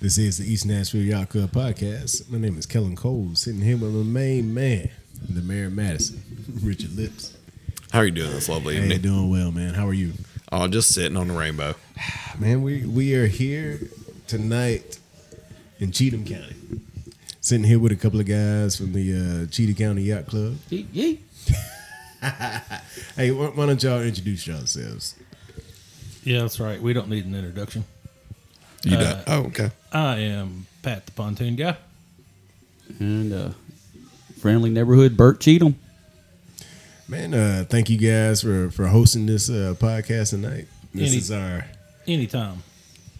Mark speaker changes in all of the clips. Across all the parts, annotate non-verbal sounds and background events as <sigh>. Speaker 1: This is the East Nashville Yacht Club podcast. My name is Kellen Cole, sitting here with my main man, the Mayor of Madison, Richard Lips.
Speaker 2: How are you doing this lovely
Speaker 1: Hey,
Speaker 2: evening?
Speaker 1: doing Uh, well, man. How are you?
Speaker 2: Oh, just sitting on the rainbow.
Speaker 1: Man, we we are here tonight in Cheatham County. Sitting here with a couple of guys from the uh, Cheetah County Yacht Club. Hey, why, why don't y'all introduce yourselves?
Speaker 3: Yeah, that's right. We don't need an introduction.
Speaker 2: You done? Oh, okay.
Speaker 3: I am Pat the Pontoon Guy.
Speaker 4: and uh, friendly neighborhood Bert Cheatham.
Speaker 1: Man, uh, thank you guys for for hosting this uh, podcast tonight. This
Speaker 3: Any-
Speaker 1: is our
Speaker 3: Anytime.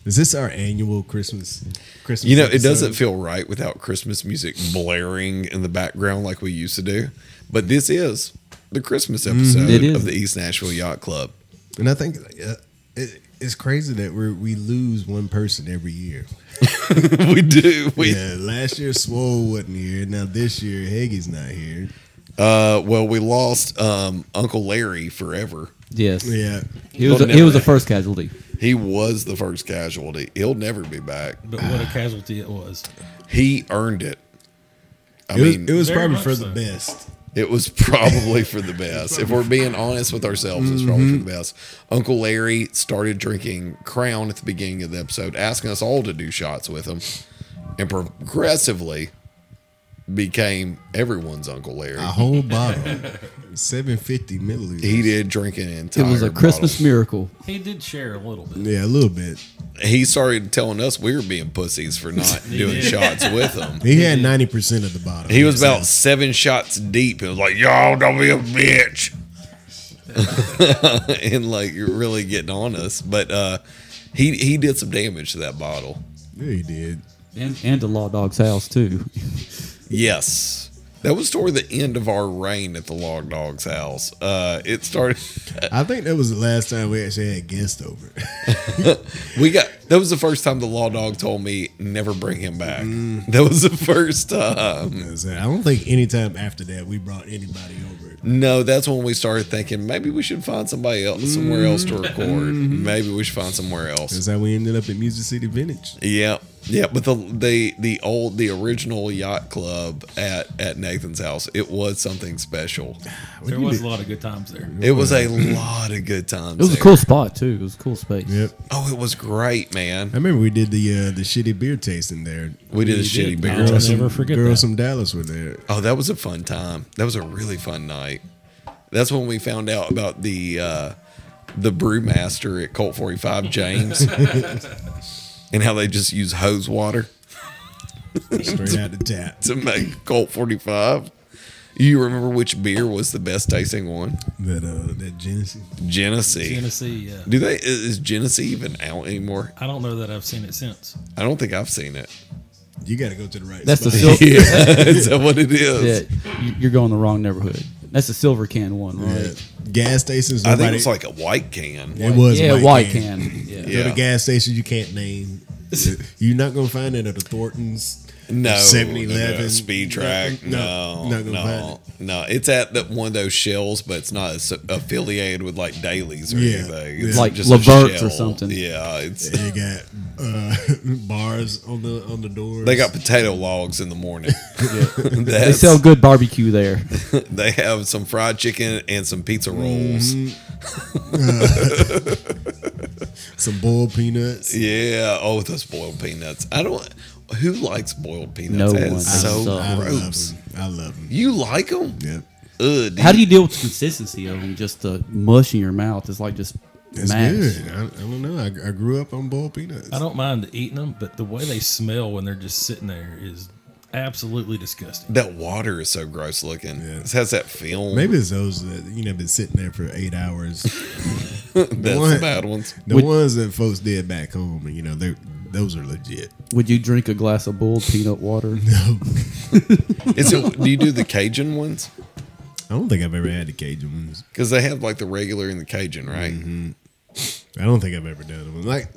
Speaker 1: is this our annual Christmas Christmas?
Speaker 2: You know, it
Speaker 1: episode?
Speaker 2: doesn't feel right without Christmas music blaring in the background like we used to do, but this is the Christmas
Speaker 1: Mm-hmm.
Speaker 2: episode
Speaker 4: It is.
Speaker 2: of the East Nashville Yacht Club. <laughs>
Speaker 1: And I think uh, it, it's crazy that we we lose one person every year.
Speaker 2: we do. We
Speaker 1: yeah, last year Swole wasn't here. Now this year Heggy's not here.
Speaker 2: uh, well, we lost um, Uncle Larry forever.
Speaker 4: Yes,
Speaker 1: Yeah,
Speaker 4: he was
Speaker 2: Well,
Speaker 4: he was
Speaker 2: never.
Speaker 4: the first casualty.
Speaker 2: He was the first casualty. He'll never be back.
Speaker 3: But what a casualty it was.
Speaker 2: He earned it. I
Speaker 1: it was,
Speaker 2: mean,
Speaker 1: it was
Speaker 3: Very
Speaker 1: probably
Speaker 3: much
Speaker 1: for
Speaker 3: so.
Speaker 1: the best.
Speaker 2: It was probably for the best. if we're being honest with ourselves, it's probably
Speaker 4: Mm-hmm.
Speaker 2: for the best. Uncle Larry started drinking Crown at the beginning of the episode, asking us all to do shots with him, and progressively became everyone's Uncle Larry.
Speaker 1: A whole bottle, <laughs> seven fifty milliliters.
Speaker 2: He did drink an entire.
Speaker 4: It was a
Speaker 2: bottle.
Speaker 4: Christmas miracle.
Speaker 3: He did share a little bit.
Speaker 1: Yeah, a little bit.
Speaker 2: He started telling us we were being pussies for
Speaker 4: <laughs>
Speaker 2: not doing shots with him.
Speaker 1: He had ninety percent of the bottle.
Speaker 2: He was about seven shots deep. It was like, y'all don't be a bitch. and like you're really getting on us. But uh he he did some damage to that bottle.
Speaker 1: Yeah, he did.
Speaker 4: And, and the Law Dog's house too.
Speaker 2: Yes. That was toward the end of our reign at the Log Dog's house. Uh it started <laughs>
Speaker 1: I think that was the last time we actually had guests over. <laughs>
Speaker 2: we got that was the first time the Law Dog told me never bring him back. That was the first time.
Speaker 1: I said, I don't think any time after that we brought anybody over.
Speaker 2: No, that's when we started thinking maybe we should find somebody else somewhere else to record. Maybe we should find somewhere else.
Speaker 1: That's how we ended up at Music City Vintage.
Speaker 2: Yeah, yeah, but the the the old the original yacht club at at Nathan's house, it was something special.
Speaker 3: There was a lot of good times there.
Speaker 2: It was a lot of good times.
Speaker 4: Mm-hmm. It was a
Speaker 2: there.
Speaker 4: cool spot too. It was a cool space.
Speaker 1: Yep.
Speaker 2: Oh, it was great,
Speaker 1: I
Speaker 2: man.
Speaker 1: remember we did the uh, the shitty beer tasting there.
Speaker 2: We did a
Speaker 3: did.
Speaker 2: shitty beer.
Speaker 3: I'll never
Speaker 1: Girls from-
Speaker 3: forget
Speaker 1: Girls
Speaker 3: that.
Speaker 1: from Dallas were
Speaker 2: <laughs>
Speaker 1: there.
Speaker 2: Oh, that was a fun time. That was a really fun night. That's when we found out about the uh the brewmaster at Colt 45
Speaker 4: <laughs>
Speaker 2: James and how they just use hose water.
Speaker 1: Straight out the tap.
Speaker 2: to make Colt 45. You remember which beer was the best tasting one?
Speaker 1: That uh, that Genesee.
Speaker 2: Genesee.
Speaker 3: Tennessee, uh,
Speaker 2: Do they is- is Genesee even out anymore?
Speaker 3: I don't know that I've seen it since.
Speaker 2: I don't think I've seen it.
Speaker 1: You got to go to the right.
Speaker 4: That's the
Speaker 1: spot.
Speaker 2: <laughs>
Speaker 4: silver.
Speaker 2: is that what it is?
Speaker 4: You're going the wrong neighborhood. That's the silver can
Speaker 1: <laughs>
Speaker 4: one,
Speaker 1: Yeah.
Speaker 4: right?
Speaker 1: gas stations.
Speaker 2: I think
Speaker 1: nobody-
Speaker 2: it's like a white can.
Speaker 1: it was
Speaker 4: yeah,
Speaker 1: white,
Speaker 4: white
Speaker 1: can. <laughs>
Speaker 4: can. Yeah.
Speaker 1: Go
Speaker 2: Yeah.
Speaker 1: to gas stations you can't
Speaker 2: <laughs>
Speaker 1: name. You're not gonna find it at the Thornton's.
Speaker 2: No,
Speaker 1: 7-Eleven.
Speaker 2: no, no, speed track.
Speaker 1: No,
Speaker 2: No,
Speaker 1: not
Speaker 2: no,
Speaker 1: gonna find
Speaker 2: no, It's at the, one of those shells, but it's not as affiliated with like dailies or
Speaker 1: Yeah,
Speaker 2: anything.
Speaker 1: yeah.
Speaker 2: It's
Speaker 4: Like
Speaker 2: a
Speaker 4: Lavert's or
Speaker 2: shell.
Speaker 4: something.
Speaker 2: Yeah, it's
Speaker 1: They got uh, <laughs> bars on the on the doors.
Speaker 2: they got potato logs in the morning. <laughs>
Speaker 4: They
Speaker 2: That's-
Speaker 4: sell good barbecue there.
Speaker 2: They have some fried chicken and some pizza rolls.
Speaker 1: some boiled peanuts.
Speaker 2: Yeah. Oh, those boiled peanuts. I don't. Who likes boiled peanuts?
Speaker 4: No
Speaker 2: That
Speaker 4: one.
Speaker 2: is so
Speaker 4: I
Speaker 1: I love
Speaker 2: gross.
Speaker 1: them. I love them.
Speaker 2: You like them?
Speaker 1: Yep.
Speaker 2: Ugh,
Speaker 4: <laughs> How do you deal with the consistency of them? Just the mush in your mouth. It's like just
Speaker 1: It's
Speaker 4: mash.
Speaker 1: good. I, I don't know. I, I grew up on boiled peanuts.
Speaker 3: I don't mind eating them, but the way they smell when they're just sitting there is absolutely disgusting.
Speaker 2: that water is so gross looking.
Speaker 1: Yeah.
Speaker 2: It has that film.
Speaker 1: Maybe it's those that you know been sitting there for eight hours.
Speaker 2: <laughs> that's
Speaker 1: one-
Speaker 2: the bad ones.
Speaker 1: The
Speaker 4: Would-
Speaker 1: ones that folks did back home, you know, they those are legit.
Speaker 4: Would you drink a glass of boiled peanut
Speaker 1: <laughs>
Speaker 4: water?
Speaker 2: Is it? Do you do the Cajun ones?
Speaker 1: I don't think I've ever had the Cajun ones.
Speaker 2: Because they have like the regular and the Cajun, right?
Speaker 1: Mm-hmm. I don't think I've ever done them. Like,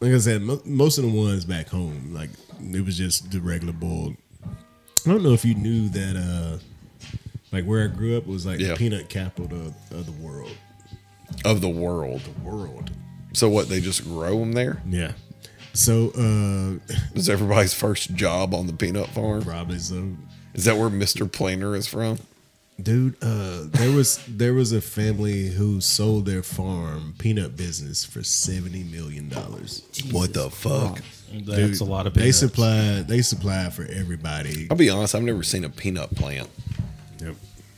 Speaker 1: like I said, mo- most of the ones back home, like it was just the regular boiled. I don't know if you knew that, uh like where I grew up was like
Speaker 2: Yeah.
Speaker 1: the peanut capital of, of the world.
Speaker 2: Of the world.
Speaker 1: World.
Speaker 2: So what? They just grow them there?
Speaker 1: Yeah. So uh <laughs>
Speaker 2: Is everybody's first job on the peanut farm?
Speaker 1: probably so.
Speaker 2: Is that where Mr. Planner is from?
Speaker 1: Dude, uh there was there was a family who sold their farm peanut business for seventy million dollars.
Speaker 2: What the fuck?
Speaker 3: That's a lot of
Speaker 1: They
Speaker 3: peanuts.
Speaker 1: supplied they supplied for everybody.
Speaker 2: I'll be honest, I've never seen a peanut plant,
Speaker 1: Yep.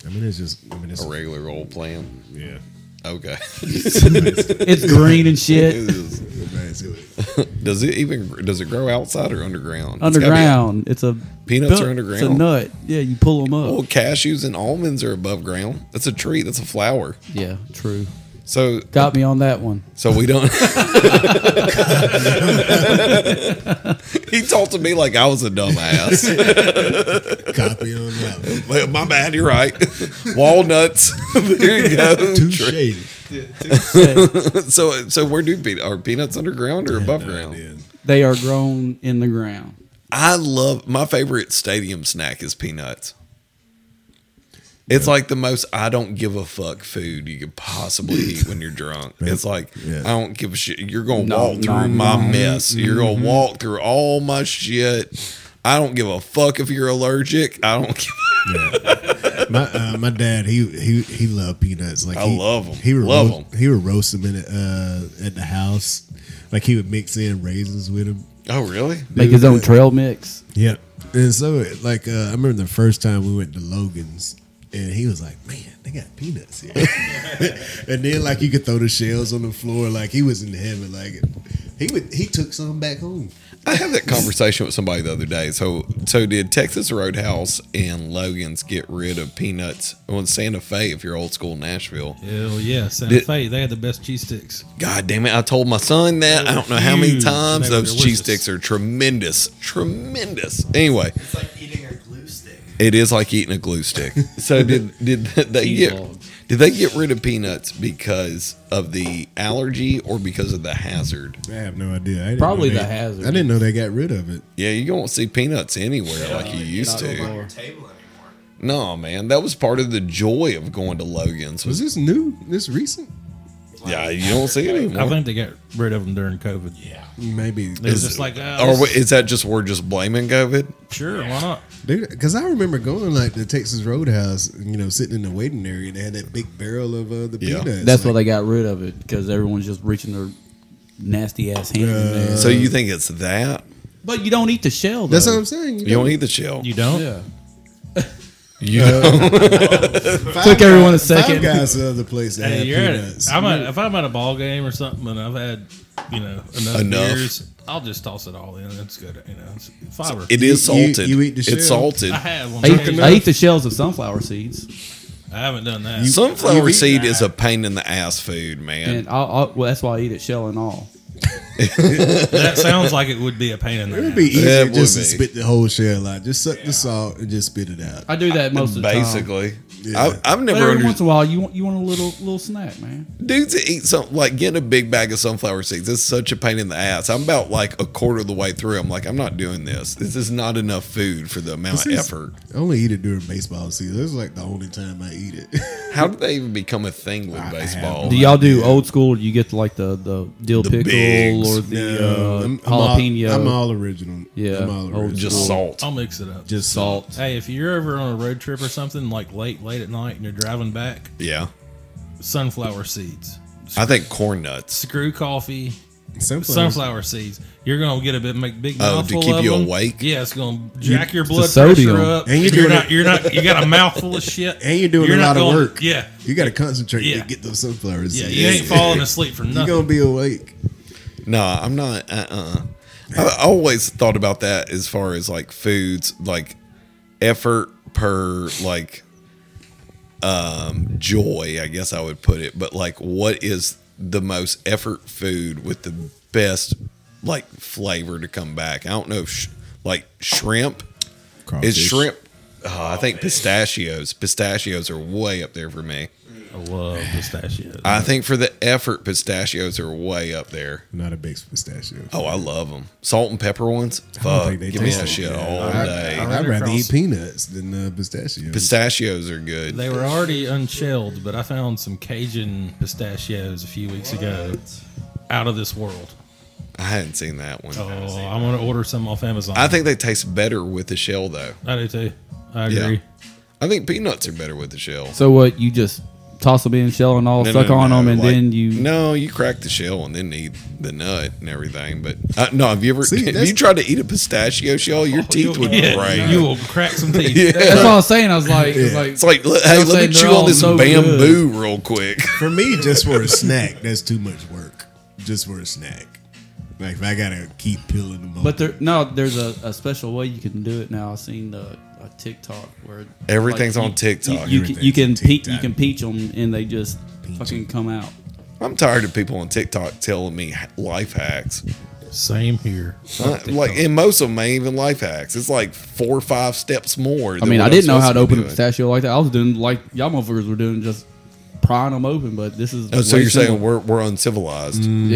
Speaker 1: I mean it's just I mean it's
Speaker 2: a regular old plant.
Speaker 1: yeah.
Speaker 2: Okay.
Speaker 4: It's green and
Speaker 2: <laughs>
Speaker 4: shit.
Speaker 2: Is-
Speaker 1: Basically.
Speaker 2: does it even does it grow outside or underground? It's gotta be-
Speaker 4: Underground. It's a
Speaker 2: Peanuts
Speaker 4: bu-
Speaker 2: are underground. Oh.
Speaker 4: It's a nut. Yeah, you pull them up.
Speaker 2: Well, cashews and almonds are above ground. That's a tree. That's a flower.
Speaker 4: Yeah, true.
Speaker 2: So
Speaker 4: Got me on that one.
Speaker 2: So we don't. <laughs> he talked to me like I was a dumbass.
Speaker 1: Copy on
Speaker 2: <laughs>
Speaker 1: that.
Speaker 2: Well, My bad. You're right. Walnuts. <laughs> there you go.
Speaker 1: Too shady.
Speaker 2: So so where do peanuts are peanuts underground or above ground?
Speaker 4: They are grown in the ground.
Speaker 2: I love my favorite stadium snack is peanuts. It's like the most I don't give a fuck food you could possibly eat when you're drunk. It's like
Speaker 1: Yeah.
Speaker 2: I don't give a shit. You're gonna
Speaker 4: No,
Speaker 2: walk
Speaker 4: no,
Speaker 2: through my
Speaker 4: no.
Speaker 2: mess. You're gonna walk through all my shit. I don't give a fuck if you're allergic. I don't give
Speaker 1: My uh, my dad he he he loved peanuts. Like
Speaker 2: I
Speaker 1: he,
Speaker 2: love 'em.
Speaker 1: He would
Speaker 2: Love
Speaker 1: roast,
Speaker 2: 'em.
Speaker 1: He would roast them in uh, at the house. Like he would mix in raisins with them.
Speaker 2: Oh really?
Speaker 4: Make his own trail mix.
Speaker 1: Yep. And so like uh, I remember the first time we went to Logan's. And he was like, "Man, they got peanuts here." <laughs> and then, like, you could throw the shells on the floor. Like he was in heaven. Like he would, he took some back home.
Speaker 2: I had that conversation with somebody the other day. So, so did Texas Roadhouse and Logan's get rid of peanuts on Santa Fe? If you're old school Nashville,
Speaker 3: Hell yeah, Santa
Speaker 2: Did-
Speaker 3: Fe. They had the best cheese sticks.
Speaker 2: God damn it! I told my son that I don't know how many
Speaker 3: Huge.
Speaker 2: times.
Speaker 3: They were
Speaker 2: Those cheese
Speaker 3: delicious.
Speaker 2: sticks are tremendous, tremendous. Anyway,
Speaker 5: It's like eating a glue stick.
Speaker 2: it is like eating a glue stick. <laughs> So did did they
Speaker 4: Cheese
Speaker 2: get
Speaker 4: balls.
Speaker 2: did they get rid of peanuts because of the allergy or because of the hazard?
Speaker 1: I have no idea. I didn't
Speaker 4: Probably
Speaker 1: know
Speaker 4: the
Speaker 1: they-
Speaker 4: hazard.
Speaker 1: I didn't know they got rid of it.
Speaker 2: Yeah, you don't see peanuts anywhere like you used
Speaker 4: not
Speaker 2: to.
Speaker 5: on
Speaker 4: Or-
Speaker 5: your table anymore.
Speaker 2: No, man, that was part of the joy of going to Logan's.
Speaker 1: Was this
Speaker 2: Was
Speaker 1: new? This recent?
Speaker 2: yeah, you don't see it
Speaker 3: I
Speaker 2: anymore.
Speaker 3: think they got rid of them during COVID.
Speaker 5: Yeah.
Speaker 1: Maybe
Speaker 3: They was just like, ah,
Speaker 2: Or
Speaker 3: this-
Speaker 2: wha- is that just we're just blaming COVID?
Speaker 3: sure, why not?
Speaker 1: Dude, because I remember going like to Texas Roadhouse, you know, sitting in the waiting area, and they had that big barrel of uh, the
Speaker 2: Yeah.
Speaker 1: peanuts.
Speaker 4: That's why
Speaker 1: like,
Speaker 4: they got rid of it because everyone's just reaching their nasty ass hand in there.
Speaker 2: Uh, So
Speaker 3: Uh,
Speaker 2: you think it's that?
Speaker 4: but you don't eat the shell. Though.
Speaker 1: That's what I'm saying.
Speaker 2: You don't eat the shell.
Speaker 3: You don't?
Speaker 4: Yeah.
Speaker 2: You don't.
Speaker 1: Five
Speaker 4: Took everyone a
Speaker 1: Guys-
Speaker 4: second.
Speaker 1: Five guys the other place that
Speaker 3: Hey,
Speaker 1: had
Speaker 3: you're
Speaker 1: peanuts.
Speaker 3: at a, I'm at, if I'm at a ball game or something and I've had, you know, enough,
Speaker 2: Enough.
Speaker 3: beers, I'll just toss it all in. It's good, you know, it's fiber.
Speaker 2: It is
Speaker 1: You- you-
Speaker 2: salted.
Speaker 1: you eat the shell?
Speaker 2: It's salted.
Speaker 3: I have one.
Speaker 4: I eat, the, I
Speaker 3: I,
Speaker 4: eat the shells of sunflower seeds,
Speaker 3: haven't done that.
Speaker 2: Sunflower
Speaker 1: you eat
Speaker 2: seed is a pain in the ass food, man.
Speaker 4: and I'll, I'll, well, that's why I eat it shell and all.
Speaker 3: that sounds like it would be a pain in the
Speaker 1: it would
Speaker 3: ass.
Speaker 1: be easier
Speaker 2: would
Speaker 1: just to
Speaker 2: be.
Speaker 1: spit the whole shell out. Just suck the salt and just spit it out.
Speaker 4: I do that most of the time.
Speaker 2: Basically,
Speaker 1: Yeah.
Speaker 2: I, I've
Speaker 4: But
Speaker 2: never
Speaker 4: every
Speaker 2: understood
Speaker 4: once in a while, you want you want a little little snack, man.
Speaker 2: dudes that eat something like getting a big bag of sunflower seeds. It's such a pain in the ass. I'm about like a quarter of the way through. I'm like, I'm not doing this. This is not enough food for the amount
Speaker 1: This
Speaker 2: of
Speaker 1: is-
Speaker 2: effort.
Speaker 1: I only eat it during baseball season. That's like the only time I eat it.
Speaker 2: How did they even become a thing with
Speaker 1: I
Speaker 2: baseball?
Speaker 1: have
Speaker 4: Do y'all do old school? Or do you get like the the dill
Speaker 2: The
Speaker 4: pickle
Speaker 2: bigs.
Speaker 1: <laughs>
Speaker 4: or the uh,
Speaker 1: I'm- I'm all-
Speaker 4: jalapeno?
Speaker 1: I'm all original.
Speaker 4: Yeah.
Speaker 1: I'm all
Speaker 4: Old
Speaker 3: Oh,
Speaker 1: original.
Speaker 2: just salt.
Speaker 3: I'll mix it up.
Speaker 1: just salt.
Speaker 3: Hey, if you're ever on a road trip or something, like late, late at night, and you're driving back,
Speaker 2: Yeah.
Speaker 3: sunflower seeds,
Speaker 2: I think corn nuts.
Speaker 3: screw coffee,
Speaker 1: Sunflower.
Speaker 3: sunflower seeds. You're gonna get a bit make big
Speaker 2: Oh, to
Speaker 3: mouthful
Speaker 2: keep
Speaker 3: of
Speaker 2: you
Speaker 3: them.
Speaker 2: awake?
Speaker 3: Yeah, it's gonna jack your blood
Speaker 4: sodium.
Speaker 3: pressure up.
Speaker 1: And
Speaker 3: And
Speaker 1: you're
Speaker 3: you're,
Speaker 1: doing
Speaker 3: not.
Speaker 1: it-
Speaker 3: You're not. You got a mouthful of shit.
Speaker 1: <laughs> And you're doing a lot
Speaker 3: not
Speaker 1: of
Speaker 3: gonna-
Speaker 1: work.
Speaker 3: Yeah,
Speaker 1: You got to concentrate
Speaker 3: Yeah.
Speaker 1: to get those sunflowers.
Speaker 3: yeah. You ain't
Speaker 1: <laughs>
Speaker 3: falling asleep for
Speaker 1: You're
Speaker 3: nothing.
Speaker 1: gonna be awake.
Speaker 2: Nah, I'm not. Uh. uh I always thought about that as far as like foods, like effort per like um joy. I guess I would put it, but like, what is the most effort food with the best like flavor to come back? I don't know. If sh- like shrimp is shrimp. Oh, I think pistachios. Pistachios are way up there for me.
Speaker 3: I love pistachios.
Speaker 2: I think for the effort, pistachios are way up there.
Speaker 1: Not a big pistachio.
Speaker 2: Oh, I love them. Salt and pepper ones. Fuck,
Speaker 1: think they
Speaker 2: give me
Speaker 1: taste
Speaker 2: that
Speaker 1: it.
Speaker 2: shit
Speaker 1: Yeah.
Speaker 2: all
Speaker 1: I,
Speaker 2: day.
Speaker 1: would rather
Speaker 3: Cross-
Speaker 1: eat peanuts than uh, pistachios.
Speaker 2: Pistachios are good.
Speaker 3: They were already unshelled, but I found some Cajun pistachios a few weeks ago. Out of this world.
Speaker 2: I hadn't seen that one.
Speaker 3: Oh, I'm gonna order some off Amazon.
Speaker 2: I think they taste better with the shell, though.
Speaker 3: I do too. I
Speaker 2: Yeah.
Speaker 3: agree.
Speaker 2: I think peanuts are better with the shell.
Speaker 4: So what? You just toss them in, shell and all,
Speaker 2: No,
Speaker 4: suck
Speaker 2: no,
Speaker 4: on
Speaker 2: no,
Speaker 4: them, and
Speaker 2: like-
Speaker 4: then you.
Speaker 2: no, you crack the shell and then eat the nut and everything. But uh, no, have you ever?
Speaker 1: See,
Speaker 2: have
Speaker 1: that's-
Speaker 2: you tried to eat a pistachio shell?
Speaker 4: Oh,
Speaker 2: Your teeth would
Speaker 3: yeah,
Speaker 2: break.
Speaker 3: You will crack
Speaker 2: <laughs>
Speaker 3: some teeth.
Speaker 4: That's all I was saying. I was like, it's like,
Speaker 2: It's like, let- hey,
Speaker 4: They'll say
Speaker 2: let me
Speaker 4: they're
Speaker 2: chew on
Speaker 4: all
Speaker 2: this
Speaker 4: so
Speaker 2: bamboo real quick. <laughs>
Speaker 1: For me, just for a snack, that's too much work. Just for a snack. Like if I gotta keep peeling them.
Speaker 4: but
Speaker 1: open.
Speaker 4: there, no, there's a, a special way you can do it now. I've seen the a TikTok where
Speaker 2: Everything's
Speaker 4: like,
Speaker 2: on TikTok.
Speaker 4: You, you, can you can
Speaker 1: Everything's on
Speaker 4: pe- you
Speaker 1: TikTok.
Speaker 4: can peach them, and they just
Speaker 1: Peach 'em.
Speaker 4: fucking come out.
Speaker 2: I'm tired of people on TikTok telling me h- life hacks.
Speaker 3: Same here.
Speaker 2: Uh, like, and most of them ain't even life hacks. It's like four or five steps more.
Speaker 4: I
Speaker 2: than
Speaker 4: mean,
Speaker 2: what
Speaker 4: I
Speaker 2: I'm
Speaker 4: didn't know
Speaker 2: supposed
Speaker 4: how to
Speaker 2: be
Speaker 4: open a
Speaker 2: doing.
Speaker 4: pistachio like that. I was doing like y'all motherfuckers were doing, just prying them open. But this is
Speaker 2: Oh, so
Speaker 4: way
Speaker 2: you're saying
Speaker 4: simpler.
Speaker 2: we're, we're uncivilized.
Speaker 4: Mm.